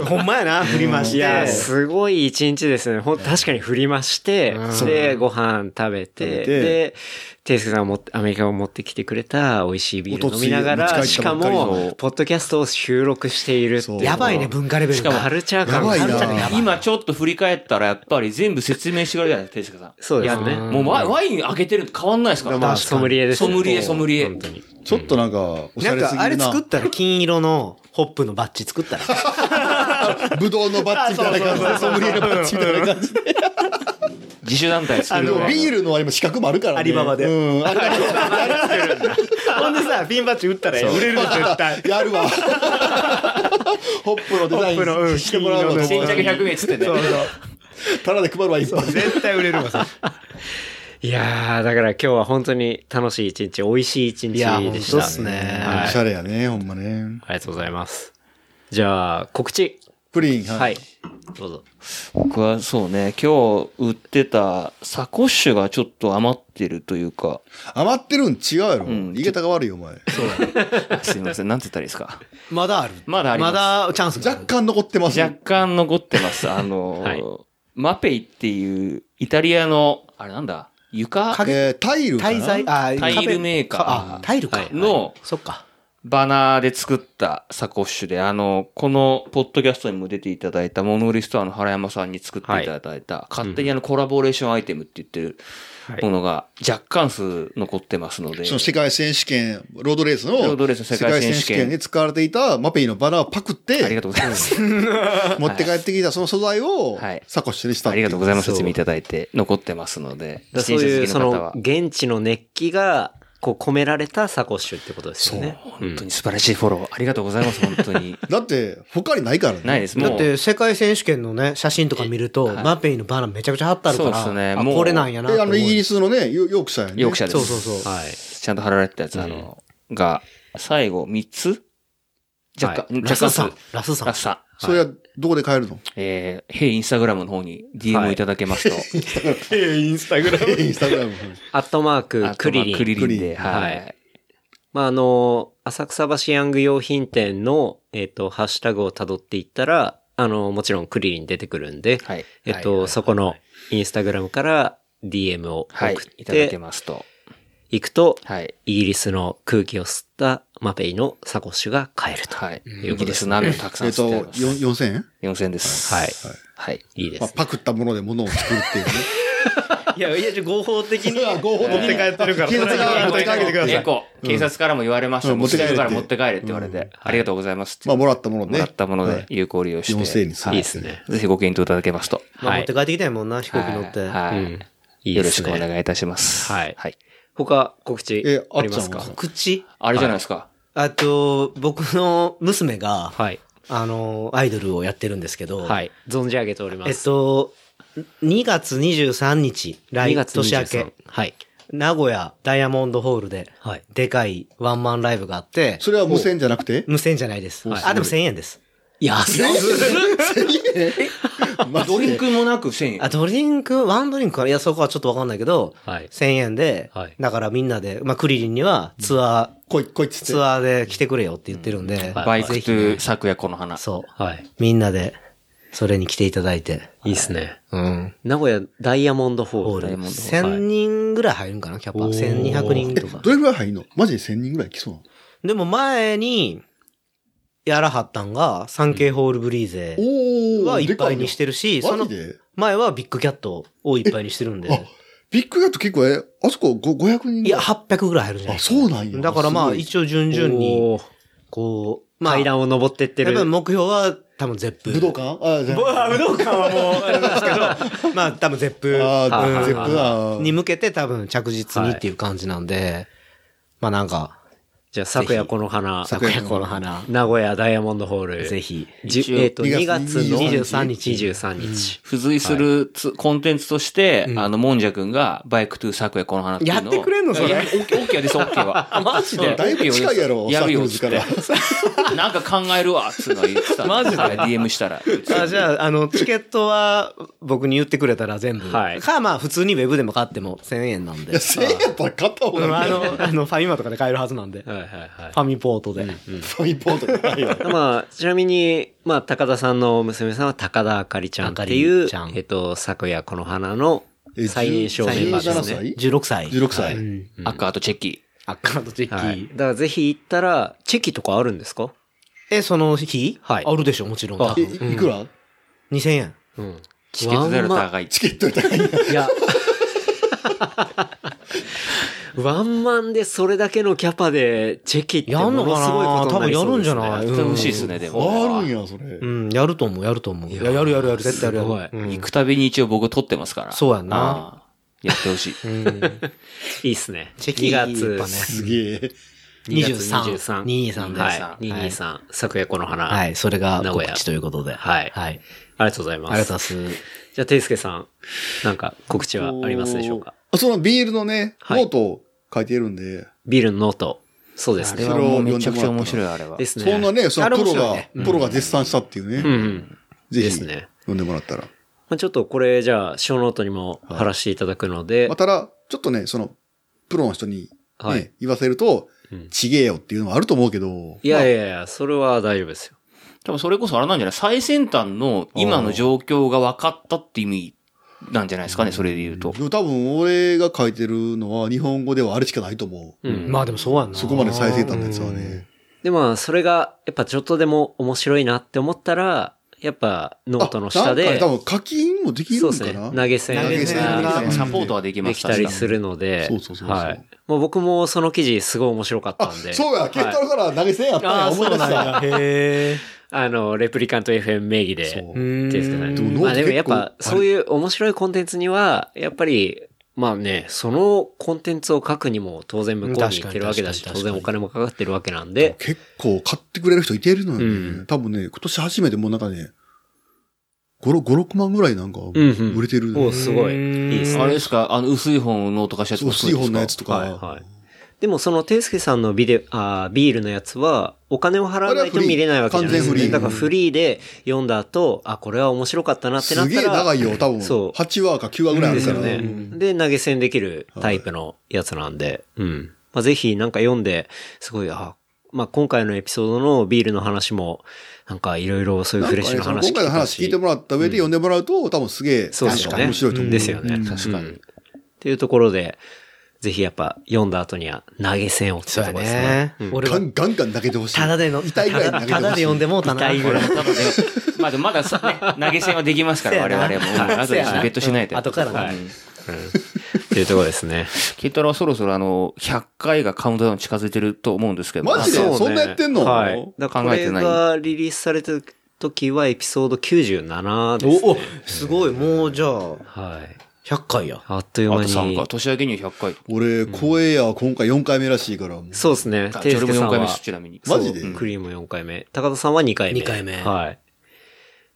ほんまやな、振りまし
いや、
て。
すごい一日ですね。ほん確かに振りまして、で、ご飯食べて、
べて
で、ていすけさんが持ってアメリカを持ってきてくれた美味しいビール飲みなが
おと
ら、
つい
しか
持ち帰ったばっかり
も、ポッドキャストを収録しているってう
そう
やばいね、。文化レベル
しか
が。
も、カルチャー感が
やばいな
カルチャー感が
今ちょっと振り返ったらやっぱり全部説明してくれるじゃないですか、手塚さん。
そうですね
いやもうワイワイン開けてると変わんないですから。
まあ、ソムリエですね。
ソムリエソムリエ
本当に。
ちょっとなんか、おし
な
ゃ
ん
れす
か、あ
ぎる
れ
な
作っ。たら金色のホップのバッジ作ったら。
ぶどうのバッジみたいな感じで、ソムリエのバッジみたいな感じで。
自主団体作
あ
るぐ
の、
らいの
ビールのあれも資格もあるからね。
アリババで
うん、あれだ
ほんでさ、ピンバッジ売ったら売れるの絶対。
けやるわ。ホップのデザ
ホップの
イ
う
ン
ん
してもらうの
金色
先
の
着100名っつってね。
ただで配るわ、いっぱい。
絶対売れるわ、さ。
いやー、だから今日は本当に楽しい一日、美味しい一日で
いや
した。
本当っすね
はい
おしゃれやね、ほんまね。
ありがとうございます。じゃあ、告知。
プリン、
はい。。どうぞ。
僕はそうね、今日売ってたサコッシュがちょっと余ってるというか、
余ってるん違うやろ。
ん
言い方が悪いよ、お前。
すいません、なんて言ったらいいですか。
まだある。
まだあります
まだチャンスがある
若干残ってます。
若干残ってます。あの、
はい
マペイっていうイタリアの、あれなんだ、床
えー、タイルかな
滞在、あ
タイルメーカー
あ、タイルか。
はい
の
そっか。
バナーで作ったサコッシュで、あの、このポッドキャストにも出ていただいたモノリストアの原山さんに作っていただいた、勝手にあのコラボレーションアイテムって言ってる
はい
ものが若干数残ってますので、
その世界選手権、ロードレース
ロー
の
ドレースの世界選手権
世で使われていたマペイのバナーをパクっ
あり
て
が、とうございます。
持って帰ってきたその素材を
はい
サコッシュにした
あ
ってい
り
う
がとうございま
そ
す。
う
説明いただいて残ってますので、
だそう
自
い
転車
う、
好き
そ
の方
の
は、。
現地の熱気が、こう、込められたサコッシュってことです
そ
よ
う、
ね。
本当に素晴らしいフォロー。ありがとうございます、本当に。
だって、他にないからね。
ないです、もう。
だって世界選手権のね、写真とか見ると、マペイのバナーめちゃくちゃ貼ってあるか
そうっすね
ら、あ
もう
これなんやな
で、
と
あ
思
の、イギ
う。
リスのね、ヨヨークシャーやね。
ヨークシャーです。
そうそうそう
はい。
ちゃんと貼られてたやつ、あの、が、最後3つ若干、
ラ
若
ス
干
さ
数
ん。ラスさ
ラ
ん
ス。さん。
それはどこで買えるの
えー、へい、インスタグラムの方に DM をいただけますと、
インスタ グラム。
アットマー
あ
ク、
と
クリ
まあ
リン。
クリリン
クリリ
で、
ン
は
はい
い。
まあ、あの、浅草橋ヤング用品店の、えっ、と、ハッシュタグを辿っていったら、あの、もちろんクリリン出てくるんで、
はい。
えっと、そこのインスタグラムから DM を送
はい。
っ
いただけ
て
ますと。
いくと、
はい。
イギリスの空気を吸ったマペイのサコッシュが買えると。
はい。
い
イギ
うこと
リ
で
ス
す
の雨をたくさ
えっ
ん吸
と、
って
よ
あります。
4000円
4000円です。
はい。
はい。
いいで
まあ
す。
パクったもので物を作る っていうね。
いや、いや、合法的に。
合法
持って帰ってるから。
警察が持って帰ってください
結構、警察からも言われました。
うん
持って帰るから
うん
持って帰れって言われて、ありがとうございますって。
まあ、もらったもの
も
ね
ら。ったもの
は
で
い
有効利用して。
4000にする
はい
いですね。
ぜひご検討いただけますと。
まあ
はい
持って帰ってきたいもんな、飛行機乗って。
は
う
い
ん。いい
よ
で
ろし
す
くお
ね。
願いいたします。
はい
はい。
他、告知
え
ありま
あ
す
っ
か
ちゃん
口
あれじゃないですか。
あと、僕の娘が、
はい。
あの、アイドルをやってるんですけど、
はい。存じ上げておりま
えっ
す。
と、2月23日、来
2月
年明
23
け、
はい。
名古屋ダイヤモンドホールで、
はい
でかいワンマンライブがあって、
それは無線じゃなくて
無線じゃないです。あ、でも1000円です。
安い。
まあ、ドリンク
もなく1000
あ、ドリンク、ワンドリンクかないや、そこはちょっとわかんないけど、
はい
1000円で、
はい
だからみんなで、まあ、クリリンにはツアー、
こい、こいっつって
ツ。アーで来てくれよって言ってるんで、
はい
バイクト
ぜひね
ゥ昨夜この花。
そう。
はい。
みんなで、それに来ていただいて。
いいですね。
うん。
名古屋ダイヤモンドホ
ホ
ー
ー
ル。
ル。1000人ぐらい入るんかな、キャパ。
おー
1200人
え、
とか
ど。れぐらい入んのマジで1000人ぐらい来そうなの
でも前に、やらはったんが、サンケイホールブリーゼ
お
はいっぱいにしててるし、そ
マ
の
ジで
前はビッグキャットをいっぱいにしてるんで
あ、ビッグガット結構、え、あそこご500人
いや、800ぐらい入るんじゃない
あ、
ですか
そうなんや。
だからまあ、
す
一応順々に、
おー
こう、まあ、
階
やっ
段を登ってって
ぱ
る。
り目標は多分ゼップ。
ごい武道館あ、じゃ
あ武道館はもう、あれなんです けど、まあ多分ゼップ。
あ、あ
う
ー、
ん
ゼップだ。
に向けて多分着実にっていう感じなんで、まあなんか、
じゃあ、昨夜この花。
昨夜
この花、
名古屋ダイヤモンドホール。
ぜひ。
じゅ。えっ、と、
2
2
月
月
の
の
23
23
日
日。23日。
付随するつ、コンテンツとして、あの、もんじゃくんが、バイクトゥ昨夜この花っていうのを。
やってくれんのそれ
いやオッケーオッケーです、オッケーは。 マジ
でだいぶ近いやろ
やるよ、つっ
サーク
て
ルズ。
なんか考えるわ、つうのは言ってた。マジで ?DM したら。
あじゃあ、あ の、チケットは僕に言ってくれたら全部。
はい
か、まあ普通にウェブでも買っても1000円なんで。
1000円やったら買った方
うん
が
あ
いい。
の、あの、ファミマとかで買えるはずなんで。フ
はいはいは
ァミポートで。
ファミポートかないよ。
い。まあ、ちなみに、まあ、高田さんの娘さんは高田あかりちゃんってい
あか
う
りちゃん、
えっと、昨夜この花の
え
最年少メンバーですね。
17歳
16歳。
16歳。
赤とチェキ。
アカウントチェキ。
はい。だからぜひ行ったら、チェキとかあるんですか
え、その日
はい
あるでしょ、もちろん。
あ
多
え、
分
いいくら
2000円。
うん。
チケットゼロ
ワンマン
高い。
チケットより高いんや。
いや。ワンマンでそれだけのキャパでチェキって
や
も
んのか
の
な
すごいことになりそうです、ね、
多分やるんじゃない
絶対欲しいですね、でも。
あるんや、それ
う。ん、やると思う、やると思う。いや、やるやるやる、絶対やるや
すご
る。うん
行くたびに一応僕撮ってますから。
そうやんな。
あー。やってほしい。
いいっすね。
チェキ
2月
やっぱね
すげえ。
23
23。
223で。
はい。223、昨夜この花。
はい、それが
名古屋
告知ということで。
はい
はい。
ありがとうございます。
ありがとうございます。
じゃあ、ていすけさん、なんか告知はありますでしょうか
あそのビールのね、
はい
ノートを書いているんで、
ビールのノート。そうです
あれ
ね。
は
それを
もう
読
め
ん
ち
で
ゃ
も
くちゃ
らったら
面白い、あれは。
ですね。
そんなね、そ
あれ
のプ
面
ロ
白
が、
いね
プロが絶賛したっていうね、
うんうん。
ぜ
で
ひ
すね。
読んでもらったら。
まあちょっとこれ、じゃあ、小ノートにも貼らせていただくので
まあ、、ただ、ちょっとね、その、プロの人に、ね
はい
言わせると、
ん
ちげえよっていうのはあると思うけど、
いやいやいや、それは大丈夫ですよ。
多分それこそあれなんじゃない最先端の今の状況が分かったって意味なんじゃないですかね、それで言うと。
でも多分俺が書いてるのは日本語ではあれしかないと思う。
うん
まあでもそうやんな。
そこまで最先端のやつはね。
で、まあ、それが、やっぱちょっとでも面白いなって思ったら、やっぱ、ノートの下
あなん
で、
かね多分課金もできる
そうんです
かな
ね、投げ銭
投げ銭
が
が
サポートはできま
で
し
き
た
た
し
りするので
そうそうそう、そう
はい。もう僕もその記事すごい面白かった
あ、
んで、
そうや、ケンタロウから投げ銭やったんや、
あー
思い出し
そうなん
た。
あへえ。
あの、レプリカント FM 名義で、
そう
っていうですか
で
ね
も
まあでもやっ
ノー
ぱ
ト、結構
そういう面白いコンテンツには、やっぱり、まあね、そのコンテンツを書くにも当然向こうに行ってるわけだし、
確
当
かに確かに
然お金もかかってるわけなんで、
結構買ってくれる人いてるのよね。
う
多分ね、今年初めてもうなんかね、5、5、6万ぐらいなんか
んうん
売れてる。
おうすごい。
うん
いいです
あれ
ね
で。すかあの、薄い本をノート化したやつ
そう、
も
水本のやつとか。
はい
はい。でもその、ていすけさんのビデオ、あービールのやつは、お金を払わないと見れないわけじゃないです
あれはフリ
ね。
ー完全フリ
だ
ー
からフリーで読んだ後、あ、これは面白かったなってな
す
ったら。
げえ長いよ、多分。
そう。
8話か9話ぐらいあ
で
る
す
か
よ
ら。
ね。で、投げ銭できるタイプのやつなんで、うん。まあ、ぜひなんか読んで、すごい、あ、まあ、今回のエピソードのビールの話も、なんかいろいろそういう
なん
フ
かね
レッシュな
その
話
今回
聞
の
け
話
た
聞い
し。
てもらった上で読んでもらうと、多分すげえ、
そうですよね。
面白いと思う。
ですよね。
確かに
うんっていうところで、ぜひやっぱ読んだ後には投げ銭をってと
そうや
こですね
ね。。俺
ガ
は、
ンガンガン投げてほしい。
ただでの、
痛いぐらい投げてほしい
ただで呼んでもうたな。
痛いぐらい
ただね、まあでもまださね、投げ銭はできます から、我々も。うんあとでベットしないと。
後からな
はい
っていうところですね。
ケイタロはそろそろあの、100回がカウントダウン近づいてると思うんですけど。
マジで
あ
うね
そんなやってんの
はい。だからこれがリリースされた時はエピソード97です
おお
ね。
すごい、もうじゃあ、
はい。
100回や。
あっという
あと
間
3
に
回。。年明けには100回。
俺、声や今回4回目らしいから。もう
そうですね。
あ
ていす
俺
け
も
さん
4回目
は
です、ちなみに。
マジで
そううん
クリーム4回目。高田さんは2回目。
二回目
はい。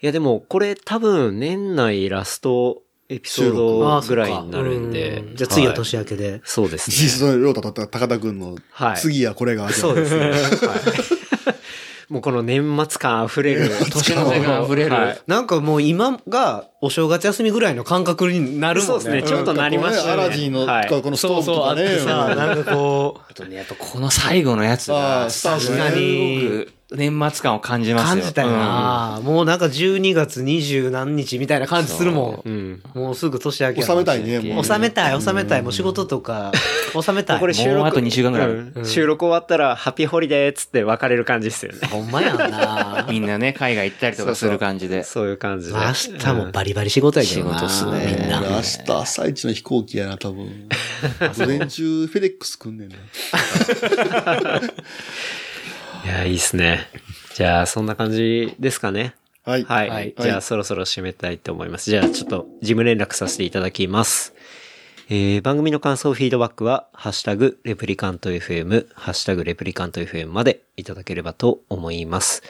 いやでも、これ多分年内ラストエピソー
ああ
ド
そっか
ぐらいになるんで
う。じゃあ次はい年明けで。
そうですね。
実際、りょうたと高田くんの
は、い
次やこれがある。
そ うですね。はい。もうこの年末感あふれる。
年の瀬が溢れる
はい
なんかもう今がお正月休みぐらいの感覚になるもん
そう
ね。
ですね。ちょっとなりましたね。
アラジンの、
はい
このストーブとかね。
さ、なんかこ
あとね、やっぱこの最後のやつが、
あースター
確
ト
かに、
ね
すごく年末感を感じ
う、
ますよ。
感じたよな、もうなんか12月20何日みたいな感じするも。
うんん。
もうすぐ年明けや
収めたいね、もう。
収めたい、収めたい。もう仕事とか、収めたい。
これ収録。
もうあと二週間ぐらいある
うん収録終わったら、ハッピーホリデーっつって別れる感じですよね。
ほんまやんな
うん みんなね、海外行ったりとかする感じで。
そういう感じで。
明日もバリバリ仕事やけどな。
仕事っすね
みんな。
俺明日朝一の飛行機やな、多 分。午前中、フェデックス組んでんな。
いや、いいですね。じゃあ、そんな感じですかね。
はい。
はい。
はい
じゃあ、そろそろ締めたいと思います。じゃあ、ちょっと、事務連絡させていただきます。えー番組の感想、フィードバックは、ハッシュタグ、レプリカント FM、ハッシュタグ、レプリカント FM までいただければと思います。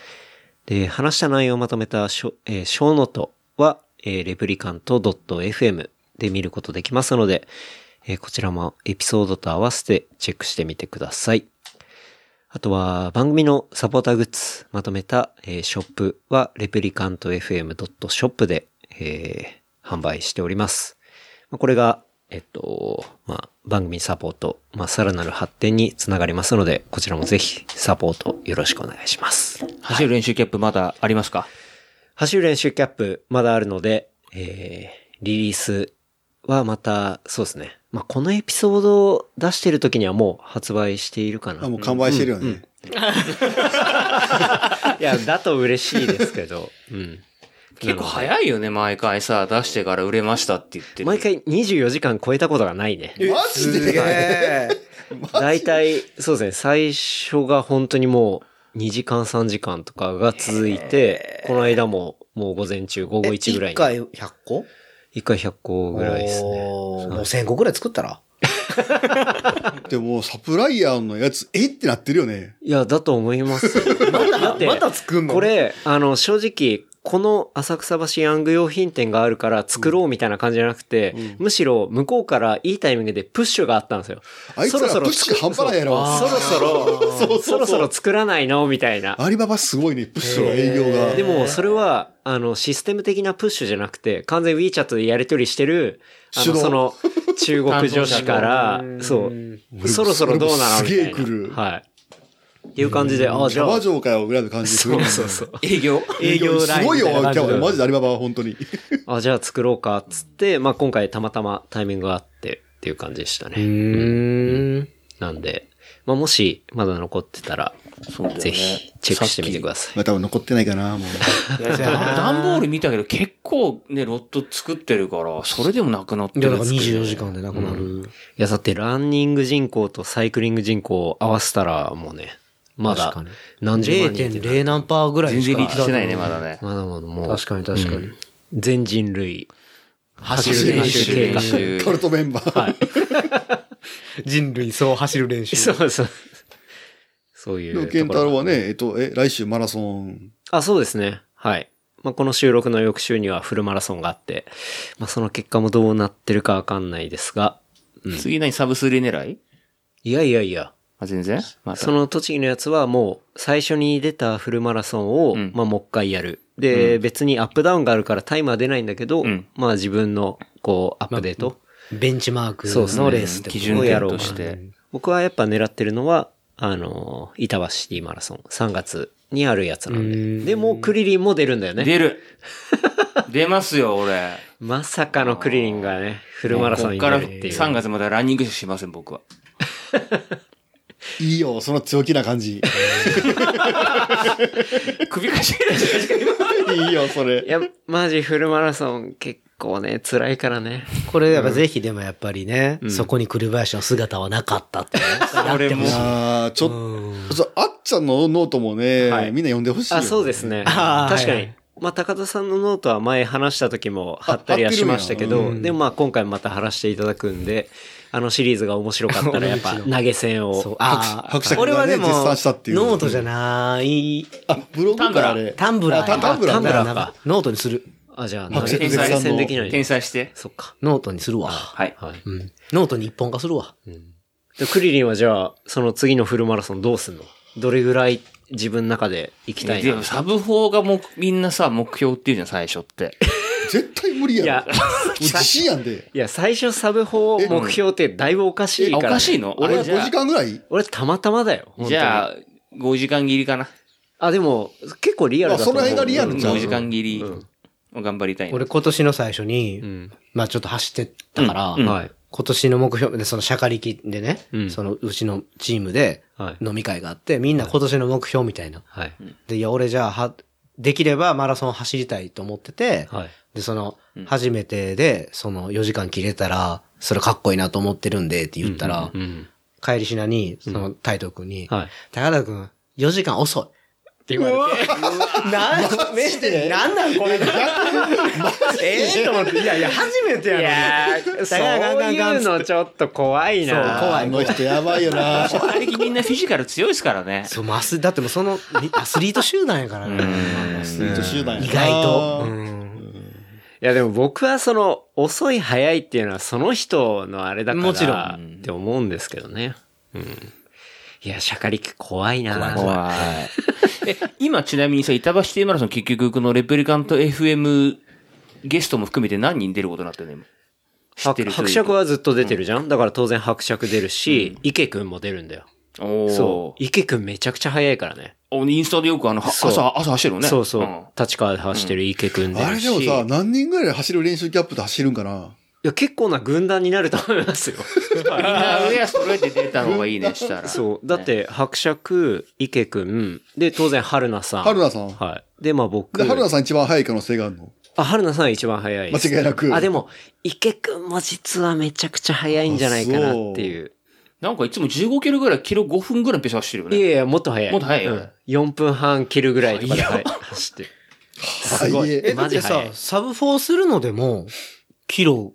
で、話した内容をまとめたショ,、えーショーノートは、えーレプリカント .fm で見ることできますので、えーこちらもエピソードと合わせてチェックしてみてください。あとは番組のサポーターグッズまとめた、えーショップは replicantfm.shop で、えー販売しております。まあこれが、えっと、まあ、番組サポート、まあ、さらなる発展につながりますので、こちらもぜひサポートよろしくお願いします。
走る練習キャップまだありますか
走る練習キャップまだあるので、えー、リリースはまた、そうですね。まあ、このエピソードを出してる時にはもう発売しているかな
あ。もう完売してるよね。
いや、だと嬉しいですけど。うん。
結構早いよね、毎回さ、出してから売れましたって言ってる。
毎回24時間超えたことがないね。
マジで
だいたい、そうですね、最初が本当にもう2時間3時間とかが続いて、この間ももう午前中、午後1ぐらい
1
に。
回100個
1回100個ぐらいですね。
おーもう1000個ぐらい作ったら
でも、サプライヤーのやつ、えってなってるよね。
いや、だと思います。 だって、
作ん
これ、あの、正直、この浅草橋ヤング用品店があるから作ろうみたいな感じじゃなくて、むしろ向こうからいいタイミングでプッシュがあったんですよ。
あいつらプッシュ半端ないやろ。
そろそろ、
そうそうそう
そろそろ作らないのみたいな。
アリババすごいね、プッシュの営業が。
でも、それは、あの、システム的なプッシュじゃなくて、完全に WeChat でやり取りしてる、あ
手
の、
動
その、中国女子 から、そう、そろそろどうなのみたい
すげ
な。
え来る
はい。っていう感じで、あ、じ
キ
ゃ
ャ
あ
バ、嬢かよ、ぐらいの感じする。そうそうそう。
営業
営業すごいよ、キ
みたいな感じ
ャバマジでアリババは本当に。
あ、じゃあ作ろうか、っつって、まあ今回たまたまタイミングがあってっていう感じでしたね。うんなんで、まあもし、まだ残ってたら、ぜひ、チェックしてみてください。
まあ多分残ってないかな、もう。
段ボール見たけど結構ね、ロット作ってるから、それでもなくなって
いや、
る
だ
や
から
つ
24時間でなくなる。
いや、だってランニング人口とサイクリング人口を合わせたら、もうね、まだ
確かに、
何十万人っていう
0.0何パーぐらい
全
し
然
か
リーチしてないね、まだね。
まだまだもう、
確かに確かに。
全人類、走
る練習
計画。
カルトメンバー。
人類そう走る練習。
そうそう。そうい
でも、
う。
ケンタロウはね、えっと、え、来週マラソン。
あ、そうですね。はい。まあ、この収録の翌週にはフルマラソンがあって、まあ、その結果もどうなってるかわかんないですが、
次何サブスリー狙い
いやいやいや、
あ、全然また
その栃木のやつはもう最初に出たフルマラソンを、
ん
まあ、もう一回やる。で、別にアップダウンがあるからタイムは出ないんだけど、
ん
まあ自分のこうアップデート、
ベンチマーク
そうですね
のレースってこ
基
と
準
を
点
やろう
と
かな
して。
僕はやっぱ狙ってるのは、あのー、板橋シティマラソン3月にあるやつなんで。でも、クリリンも出るんだよね。
出る 出ますよ、俺。
まさかのクリリンがね、フルマラソン
こっ
に
か
出
ら
るっていう。
3月までランニングしません、僕は。
いいよ、その強気な感じ。
首かしげないじゃないですか、今。
いいよ、それ
い。や、マジフルマラソン結構ね、辛いからね。
これやっぱぜひでもやっぱりね、そこに栗林の姿はなかったってね。
俺も。
ああ、ちょっと、そうあっちゃんのノートもね、
はい
みんな読んでほしいよ。
あ、そうですね。
あー
確か
はい
に
はい。
まあ、高田さんのノートは前話した時も貼ったりはしましたけ
貼っ
ど、でもまあ今回また貼らせていただくんで、あのシリーズが面白かったらやっぱ投げ銭
そう
を。
あ
伯爵が
あ、
ね
俺はでも、
絶賛したっていう
ノートじゃない、
あ、ブログかあれ。
タンブラー
あ
や。
タタンブラー
タンブラ
タン
ー
ブラーか
か。ノートにする。
あ、じゃあ、投
白
げ
石さんの
銭できないじ
転
ゃん。
載して。
そっか。
ノートにするわ。
はい。
はい。
うんノートに一本化するわ。
でクリリンはじゃあ、その次のフルマラソンどうすんのどれぐらい自分の中で行きたい
でも
の
サブ4がもうみんなさ、目標っていうじゃん、最初って。
絶対無理
い
や
や
ろ。もう自信やんで。
いや、最初サブ4を目標ってだいぶおかしいから、ね。
あおかしいの
俺
俺
5
じゃあ
時間ぐらい
俺たまたまだよ。本当に
じゃあ、5時間切りかな。
あ、でも、結構リアルだと思う。
まあその辺がリアルじゃん
5時間切りを頑張りたいな。
俺今年の最初に、
ん
まあちょっと走ってたから、
うんうん
はい
今年の目標で、そのシャカリキでね、
ん
そのうちのチームで
はい
飲み会があって、みんな今年の目標みたいな。
はい。
で、いや、俺じゃあ、は、できればマラソン走りたいと思ってて、
はい
で、その、初めてで、その4時間切れたら、それかっこいいなと思ってるんで、って言ったら、
うん。
帰りしなに、その、タイト君に、
はい
高田君、4時間遅い。って言われて。なん、めって、なんなんこれ。ええと思って、いやいや、初めてやろ。
そういうのちょっと怖いな。
あの人やばいよな。
あれみんなフィジカル強いですからね。
そう、マス、だってもうその、アスリート集団やからね。
スイート集団やな
意外と。うん
いやでも僕はその、遅い早いっていうのはその人のあれだから。
もちろ
ん。って思うんですけどね。うん。いや、シャカリキ怖いな。
怖い。え、今ちなみにさ、板橋テーマラソン結局このレプリカント FM ゲストも含めて何人出ることになってるの今。知ってる人
伯伯
いる
爵はずっと出てるじゃん、だから当然伯爵出るし、池くんも出るんだよ。
お
そ。
そう
池くんめちゃくちゃ早いからね。
う。インスタでよくあの、は
そう
朝、朝走るのね。
そうそう。
ん
立川で走ってる池くん出
あ
る
れ
し。
でもさ、何人ぐらいで走る練習キャップで走るんかない
や、結構な軍団になると思います よ。
みんなウェア揃えて出た方がいいね、したら。
そう。だって、伯爵、池くん、で、当然、春菜さん。
春菜さん
はい。で、まあ僕。
で、春菜さん一番速い可能性があるの
あ、春菜さんは一番早いです。
間違いなく
あ、でも、池くんも実はめちゃくちゃ早いんじゃないかなっていう。
なんかいつも15キロぐらい、キロ5分ぐらいのペース走ってるよ
い
ね。
やいや、もっと早い。
もっと早いよ
うん。4分半切るぐらいとかで
早
はいい走ってる。
す
ごい
え、だ
マ
っ
ジ
て
早
さ
い、
サブ4するのでも、キロ、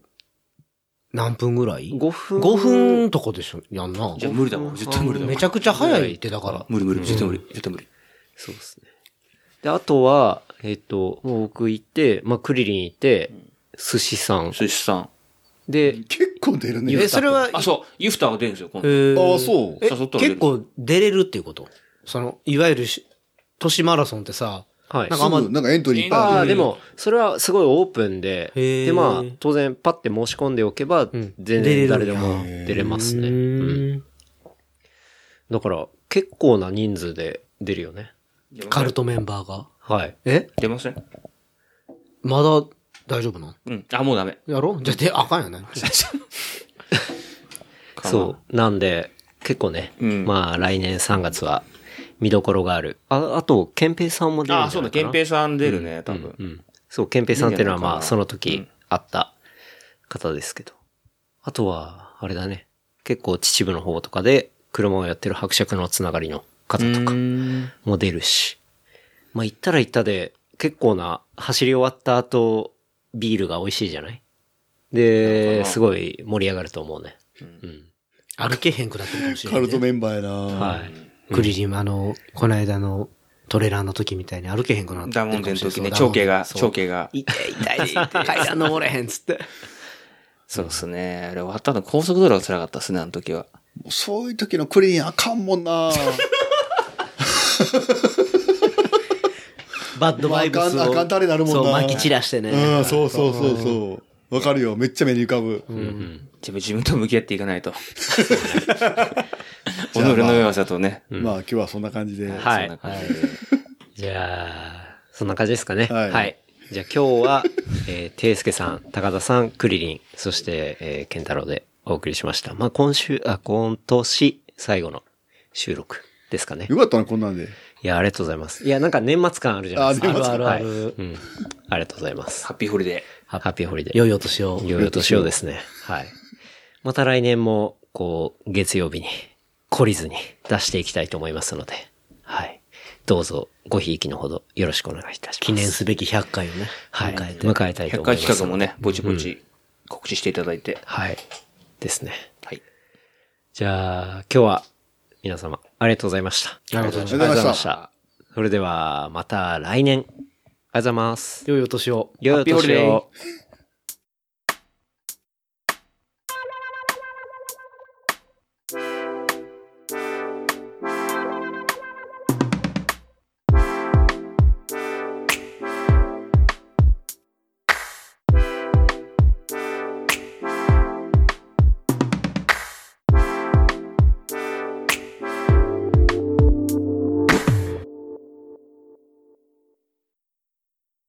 何分ぐらい
5分。
5分とかでしょ、やんな。
じゃあ無理だわ。絶対無理だわ
め。ちゃくちゃ早いって、だから。
無理無理。絶対無理。絶対無理。
そうですね。で、あとは、えっと、もう僕行って、まあ、クリリン行って、寿司さん。
寿司さん。
で、
結構出るね。
え、それは、
あ、そう。ユフターが出るんですよ、今
え
度。
あ
ー
あ、そう。
え
誘ったら出る
結構出れるっていうことその、いわゆるし、都市マラソンってさ、
はい
な。んかあ
す
んま
ぐ、なんかエントリーいっぱいある
ああ、でも、それはすごいオープンで、
へー
で、まあ、当然、パッて申し込んでおけば、
ん
全然誰でも出れますね。うん
うん
だから、結構な人数で出るよね。
カルトメンバーが。
はい。
え
出ません
まだ大丈夫なん
うん。あ、もうダメ。
やろじゃあ、で、あかんよね。
そう。なんで、結構ね、
うん
まあ、来年3月は、見どころがある。あ、あと、憲兵さんも出る
あ、
んじ
そ
ゃ
う
な
だ。
いかな。
憲兵さん出るね、多分。
うん。そう、憲兵さんっていうのはまあ、
いいんじ
そ
ゃな
の
いかな
時あった方ですけど。あとは、あれだね。結構秩父の方とかで車をやってる伯爵のつながりの方とかも出るし。まあ行ったら行ったで、結構な走り終わった後、ビールが美味しいじゃないで、すごい盛り上がると思うね。うん。
歩けへんくなってるかもしれ
カ
ない、
ル
ね。
トメンバーやな。
はい。
クリリン、あの、この間のトレーラーの時みたいに歩けへんくなってるか
ダ
も
モンデの
しれない
時ね、長兄が、
そう
長兄が。
痛い痛い痛い。階段登れへんっつって。
そうですね。あれ終わったの高速道路が辛かったですね、あの時は。
もうそういう時のクリーンあかんもんな。
バッドバイブスを。
まああかんあかんたれなるもんな
そう、撒き散らしてね。
うん、そうそうそうそう。わかるよ。めっちゃ目に浮かぶ。
自分自分と向き合っていかないと。己の弱さとね。
まあ今日はそんな感じで。
は。
そんない感じで
じゃあ、そんな感じですかね。
は
はいい。じゃあ今日は、 えー、ていすけさん、高田さん、クリリン、そして、えー、ケンタロウでお送りしました。まあ、今週、あ、今年最後の収録ですかね。
よかったな、こんなんで。
いや、ありがとうございます。いや、なんか年末感あるじゃないですか。
あ年末感
あるある
ある
うん。ありがとうございます。
ハッピーホリデ
ハッピーホリデー。
良いお年を。
いよいよ年をですね。 はい。また来年も、こう、月曜日に、懲りずに出していきたいと思いますので、はい。どうぞ、ごひいきのほどよろしくお願いいたします。
記念すべき100回をね。
はい。
迎えて。
迎えたい
ー。
と
100
思い
回
ます。
企画もね、ぼちぼち告知していただいて。
はい。ですね。
はい。
じゃあ、今日は皆様ありがとうございました。
ありがとうござ
いました
ありがとうございました。それでは、また来年。ありがとうございます。
良いお年を。
良いお
ハッピーホリ
年
デー
を。